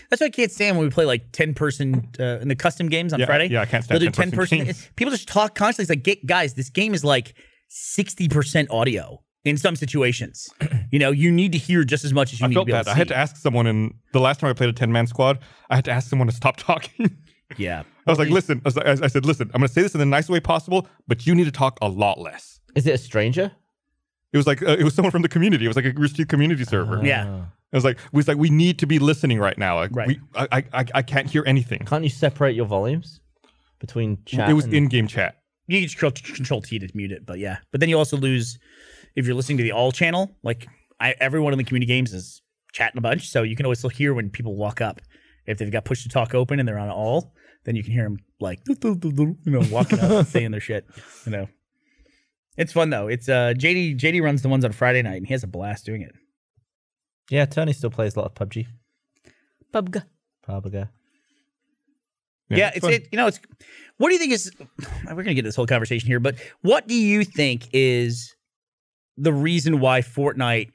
Speaker 2: That's why I can't stand when we play like ten person uh, in the custom games on
Speaker 1: Yeah,
Speaker 2: Friday.
Speaker 1: yeah, I can't
Speaker 2: They'll
Speaker 1: stand
Speaker 2: do
Speaker 1: 10
Speaker 2: ten
Speaker 1: person
Speaker 2: person.
Speaker 1: games.
Speaker 2: People just talk constantly. It's like, "Gu- guys, this game is like sixty percent audio in some situations. you know, you need to hear just as much as you
Speaker 1: I
Speaker 2: need
Speaker 1: felt
Speaker 2: to be able
Speaker 1: bad.
Speaker 2: to
Speaker 1: I had
Speaker 2: see.
Speaker 1: to ask someone, and the last time I played a ten man squad, I had to ask someone to stop talking.
Speaker 2: Yeah,
Speaker 3: Uh-huh.
Speaker 1: I was like, listen, I, was like, I I said, listen, I'm going to say this in the nicest way possible, but you need to talk a lot less.
Speaker 4: Is it a stranger?
Speaker 1: It was like uh, it was someone from the community. It was like a Rooster Teeth community server.
Speaker 2: yeah.
Speaker 1: It was like we was like we need to be listening right now. Like,
Speaker 2: Right.
Speaker 1: We, I, I I I can't hear anything.
Speaker 4: Can't you separate your volumes between chat?
Speaker 1: It was
Speaker 4: and-
Speaker 1: in-game chat.
Speaker 2: You can just control, control T to mute it, but yeah. But then you also lose if you're listening to the all channel. Like I, everyone in the community games is chatting a bunch, so you can always still hear when people walk up. If they've got push to talk open and they're on all, then you can hear them like "Doo, doo, doo, doo," you know walking up, and saying their shit. You know, it's fun though. It's uh JD JD runs the ones on Friday night, and he has a blast doing it.
Speaker 4: Yeah, Tony still plays a lot of PUBG.
Speaker 3: Bubg.
Speaker 4: PUBG.
Speaker 2: Yeah, it's
Speaker 1: fun.
Speaker 2: it. You know, it's. What do you think is? We're gonna get this whole conversation here, but what do you think is the reason why Fortnite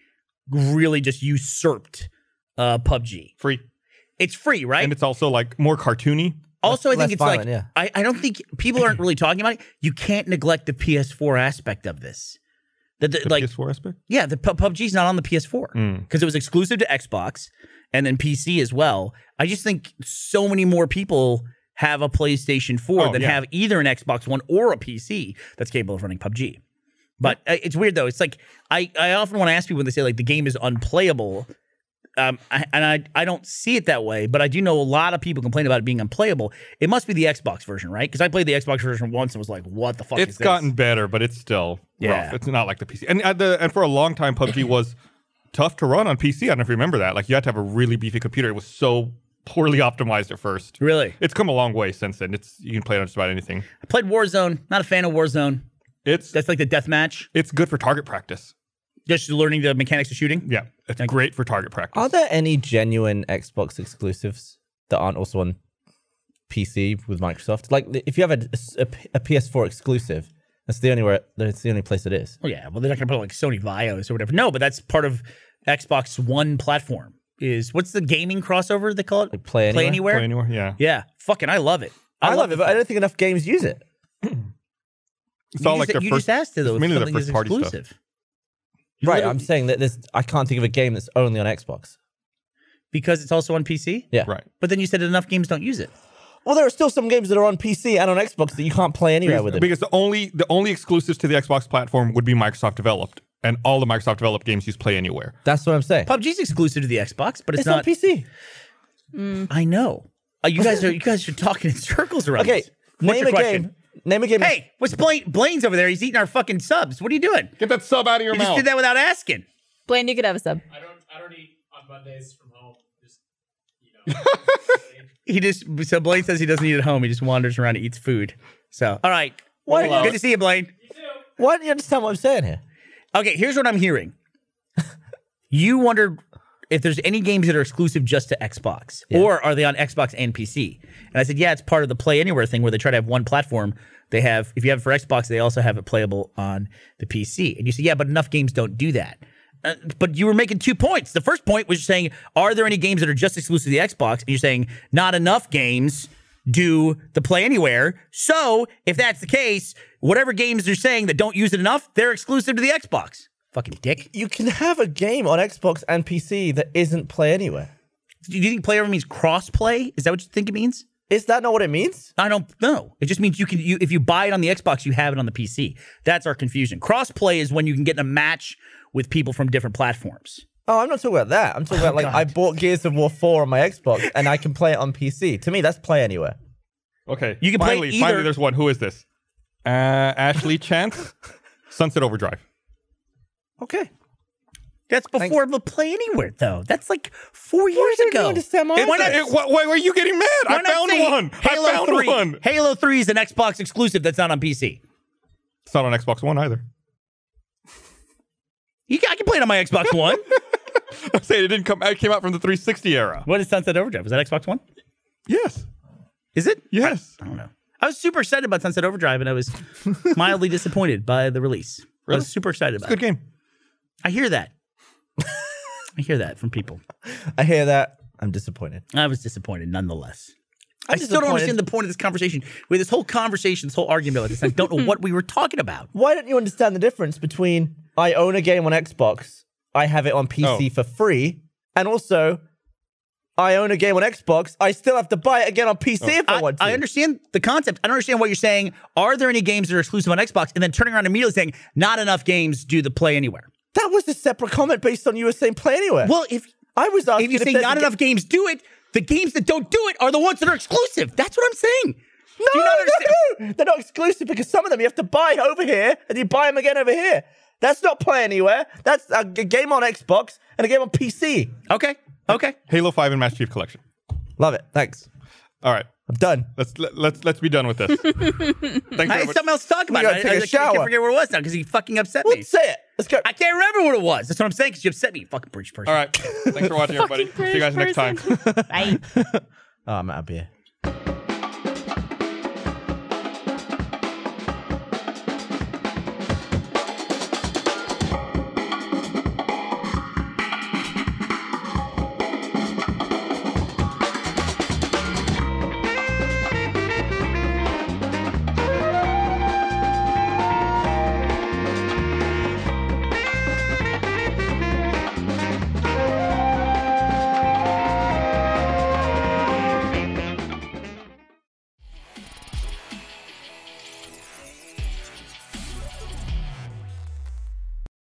Speaker 2: really just usurped uh, PUBG?
Speaker 1: free,
Speaker 2: It's free, right?
Speaker 1: and it's also like more cartoony.
Speaker 2: also, I
Speaker 4: less
Speaker 2: think it's
Speaker 4: violent,
Speaker 2: like
Speaker 4: yeah.
Speaker 2: I, I don't think people aren't really talking about it. You can't neglect the PS4 aspect of this. That the,
Speaker 1: The
Speaker 2: like
Speaker 1: PS4 aspect.
Speaker 2: yeah, the P- PUBG's not on the PS4
Speaker 1: Mm.
Speaker 2: because it was exclusive to Xbox and then PC as well. I just think so many more people have a PlayStation 4
Speaker 1: Oh,
Speaker 2: than
Speaker 1: yeah.
Speaker 2: have either an Xbox One or a PC that's capable of running PUBG. But uh, it's weird though. It's like I, I often want to ask people when they say like the game is unplayable. Um, I, and I, I don't see it that way, but I do know a lot of people complain about it being unplayable. It must be the Xbox version, right? Because I played the Xbox version once and was like, "What the fuck?"
Speaker 1: It's
Speaker 2: is this?
Speaker 1: gotten better, but it's still
Speaker 2: Yeah.
Speaker 1: rough. It's not like the PC. And at the, and for a long time, PUBG was tough to run on PC. I don't know if you remember that. Like you had to have a really beefy computer. It was so poorly optimized at first.
Speaker 2: really.
Speaker 1: It's come a long way since then. It's you can play it on just about anything.
Speaker 2: I played Warzone. Not a fan of Warzone.
Speaker 1: It's
Speaker 2: That's like the death match.
Speaker 1: it's good for target practice.
Speaker 2: Just learning the mechanics of shooting.
Speaker 1: Yeah, it's great for target practice.
Speaker 4: Are there any genuine Xbox exclusives that aren't also on PC with Microsoft? Like, if you have a, a P- a PS4 exclusive, that's the only where that's the only place it is.
Speaker 2: Well, Oh, yeah. Well, they're not going to put like Sony Vios or whatever. No, but that's part of Xbox One platform. Is what's the gaming crossover they call it?
Speaker 4: Like, Play Anywhere?
Speaker 1: Play anywhere? Yeah.
Speaker 2: Yeah, fucking, I love it.
Speaker 4: I, love it, but I don't think enough games use it.
Speaker 1: It's
Speaker 2: you
Speaker 1: all
Speaker 2: just,
Speaker 1: like their
Speaker 2: you
Speaker 1: first.
Speaker 2: just asked it
Speaker 1: it's
Speaker 2: though. if
Speaker 1: mainly their
Speaker 2: something is
Speaker 1: first party stuff.
Speaker 2: exclusive.
Speaker 4: Right, I'm saying that there's I can't think of a game that's only on Xbox.
Speaker 2: because it's also on PC.
Speaker 4: Yeah,
Speaker 1: Right.
Speaker 2: But then you said enough games don't use it.
Speaker 4: Well, there are still some games that are on PC and on Xbox that you can't play anywhere
Speaker 1: Because,
Speaker 4: with it.
Speaker 1: because the only the only exclusives to the Xbox platform would be Microsoft developed, and all the Microsoft developed games use Play Anywhere.
Speaker 4: That's what I'm saying.
Speaker 2: PUBG's exclusive to the Xbox, but it's,
Speaker 4: It's on
Speaker 2: not.
Speaker 4: PC.
Speaker 2: I know. Uh, you guys are you guys are talking in circles around.
Speaker 4: Okay,
Speaker 2: this. What's
Speaker 4: name
Speaker 2: your
Speaker 4: a
Speaker 2: question?
Speaker 4: game. Name a game.
Speaker 2: Hey, what's Blaine? Blaine's over there. He's eating our fucking subs. What are you doing?
Speaker 1: Get that sub out of your
Speaker 2: You just
Speaker 1: mouth.
Speaker 2: did that without asking.
Speaker 3: Blaine, you could have a sub.
Speaker 5: I don't. I don't eat on Mondays from home. Just you know.
Speaker 2: He just so Blaine says he doesn't eat at home. He just wanders around and eats food. So all right,
Speaker 4: Why don't,
Speaker 2: good
Speaker 4: you,
Speaker 2: to see you, Blaine.
Speaker 4: why don't you understand what I'm saying here?
Speaker 2: Okay, here's what I'm hearing. you wondered if there's any games that are exclusive just to Xbox, or are they on Xbox and PC? And I said, yeah, it's part of the Play Anywhere thing where they try to have one platform. They have, if you have it for Xbox, they also have it playable on the PC. And you said, yeah, but enough games don't do that. Uh, but you were making two points. The first point was saying, are there any games that are just exclusive to the Xbox? And you're saying, not enough games do the Play Anywhere. So if that's the case, whatever games you're saying that don't use it enough, they're exclusive to the Xbox. Fucking dick.
Speaker 4: You can have a game on Xbox and PC that isn't play anywhere.
Speaker 2: Do you think play over means cross play? Is that what you think it means?
Speaker 4: Is that not what it means?
Speaker 2: I don't know. It just means you can you if you buy it on the Xbox, you have it on the PC. That's our confusion. Crossplay is when you can get in a match with people from different platforms.
Speaker 4: Oh, I'm not talking about that. I'm talking
Speaker 2: Oh,
Speaker 4: about like I bought Gears of War 4 on my Xbox and I can play it on PC. To me, that's play anywhere.
Speaker 1: Okay.
Speaker 2: You can play
Speaker 1: finally,
Speaker 2: either-
Speaker 1: finally, there's one. Who is this? Uh, Ashley Chance, Sunset Overdrive.
Speaker 4: Okay.
Speaker 2: That's before the play anywhere though. That's like four years
Speaker 4: did I
Speaker 2: ago.
Speaker 4: understand my
Speaker 2: Why
Speaker 4: answer?
Speaker 2: not-
Speaker 1: It- why, why were you getting mad?
Speaker 2: why
Speaker 1: I
Speaker 2: not
Speaker 1: found
Speaker 2: say
Speaker 1: one.
Speaker 2: Halo
Speaker 1: I found
Speaker 2: 3.
Speaker 1: one.
Speaker 2: Halo 3 is an Xbox exclusive that's not on PC.
Speaker 1: It's not on Xbox One either.
Speaker 2: You can, I can play it on my Xbox One.
Speaker 1: I'm saying it didn't come. It came out from the 360 era.
Speaker 2: what is Sunset Overdrive? Is that Xbox One?
Speaker 1: Yes.
Speaker 2: Is it?
Speaker 1: Yes.
Speaker 2: I don't know. I was super excited about Sunset Overdrive, and I was mildly disappointed by the release. I
Speaker 1: Really?
Speaker 2: was super excited about
Speaker 1: Good
Speaker 2: it.
Speaker 1: game.
Speaker 2: I hear that. I hear that from people.
Speaker 4: I hear that. I'm disappointed.
Speaker 2: I was disappointed nonetheless. i
Speaker 4: I'm
Speaker 2: still don't
Speaker 4: disappointed.
Speaker 2: understand the point of this conversation. We had this whole conversation, this whole argument about this. I don't know what we were talking about.
Speaker 4: Why don't you understand the difference between I own a game on Xbox, I have it on
Speaker 2: Oh.
Speaker 4: PC for free, and also I own a game on Xbox, I still have to buy it again on PC if I,
Speaker 2: Oh. I,
Speaker 4: want to.
Speaker 2: I understand the concept. I don't understand what you're saying. Are there any games that are exclusive on Xbox? And then turning around immediately saying, not enough games do the play anywhere.
Speaker 4: That was a separate comment based on you were saying play anywhere.
Speaker 2: Well, if
Speaker 4: I was asking
Speaker 2: if you
Speaker 4: if
Speaker 2: say
Speaker 4: there's
Speaker 2: not
Speaker 4: a-
Speaker 2: enough games do it, the games that don't do it are the ones that are exclusive. That's what I'm saying.
Speaker 4: No, no, no, they're not exclusive because some of them you have to buy over here and you buy them again over here. That's not play anywhere. That's a, g- game on Xbox and a game on PC.
Speaker 2: Okay. Okay.
Speaker 1: Halo 5 and Master Chief Collection.
Speaker 4: Love it. Thanks.
Speaker 1: All right.
Speaker 4: I'm done.
Speaker 1: Let's let, let's let's be done with this. Thanks.
Speaker 2: I
Speaker 1: very
Speaker 2: had
Speaker 1: much.
Speaker 2: something else to talk about.
Speaker 4: gotta
Speaker 2: I,
Speaker 4: take
Speaker 2: I-
Speaker 4: a
Speaker 2: I can't- I
Speaker 4: shower.
Speaker 2: can't forget what it was now because he fucking upset
Speaker 4: Well,
Speaker 2: me.
Speaker 4: say it. Let's go.
Speaker 2: I can't remember what it was. That's what I'm saying because you upset me, you fucking British person.
Speaker 1: All right. Thanks for watching, everybody. See you guys next time.
Speaker 3: Bye.
Speaker 4: oh, I'm out of beer.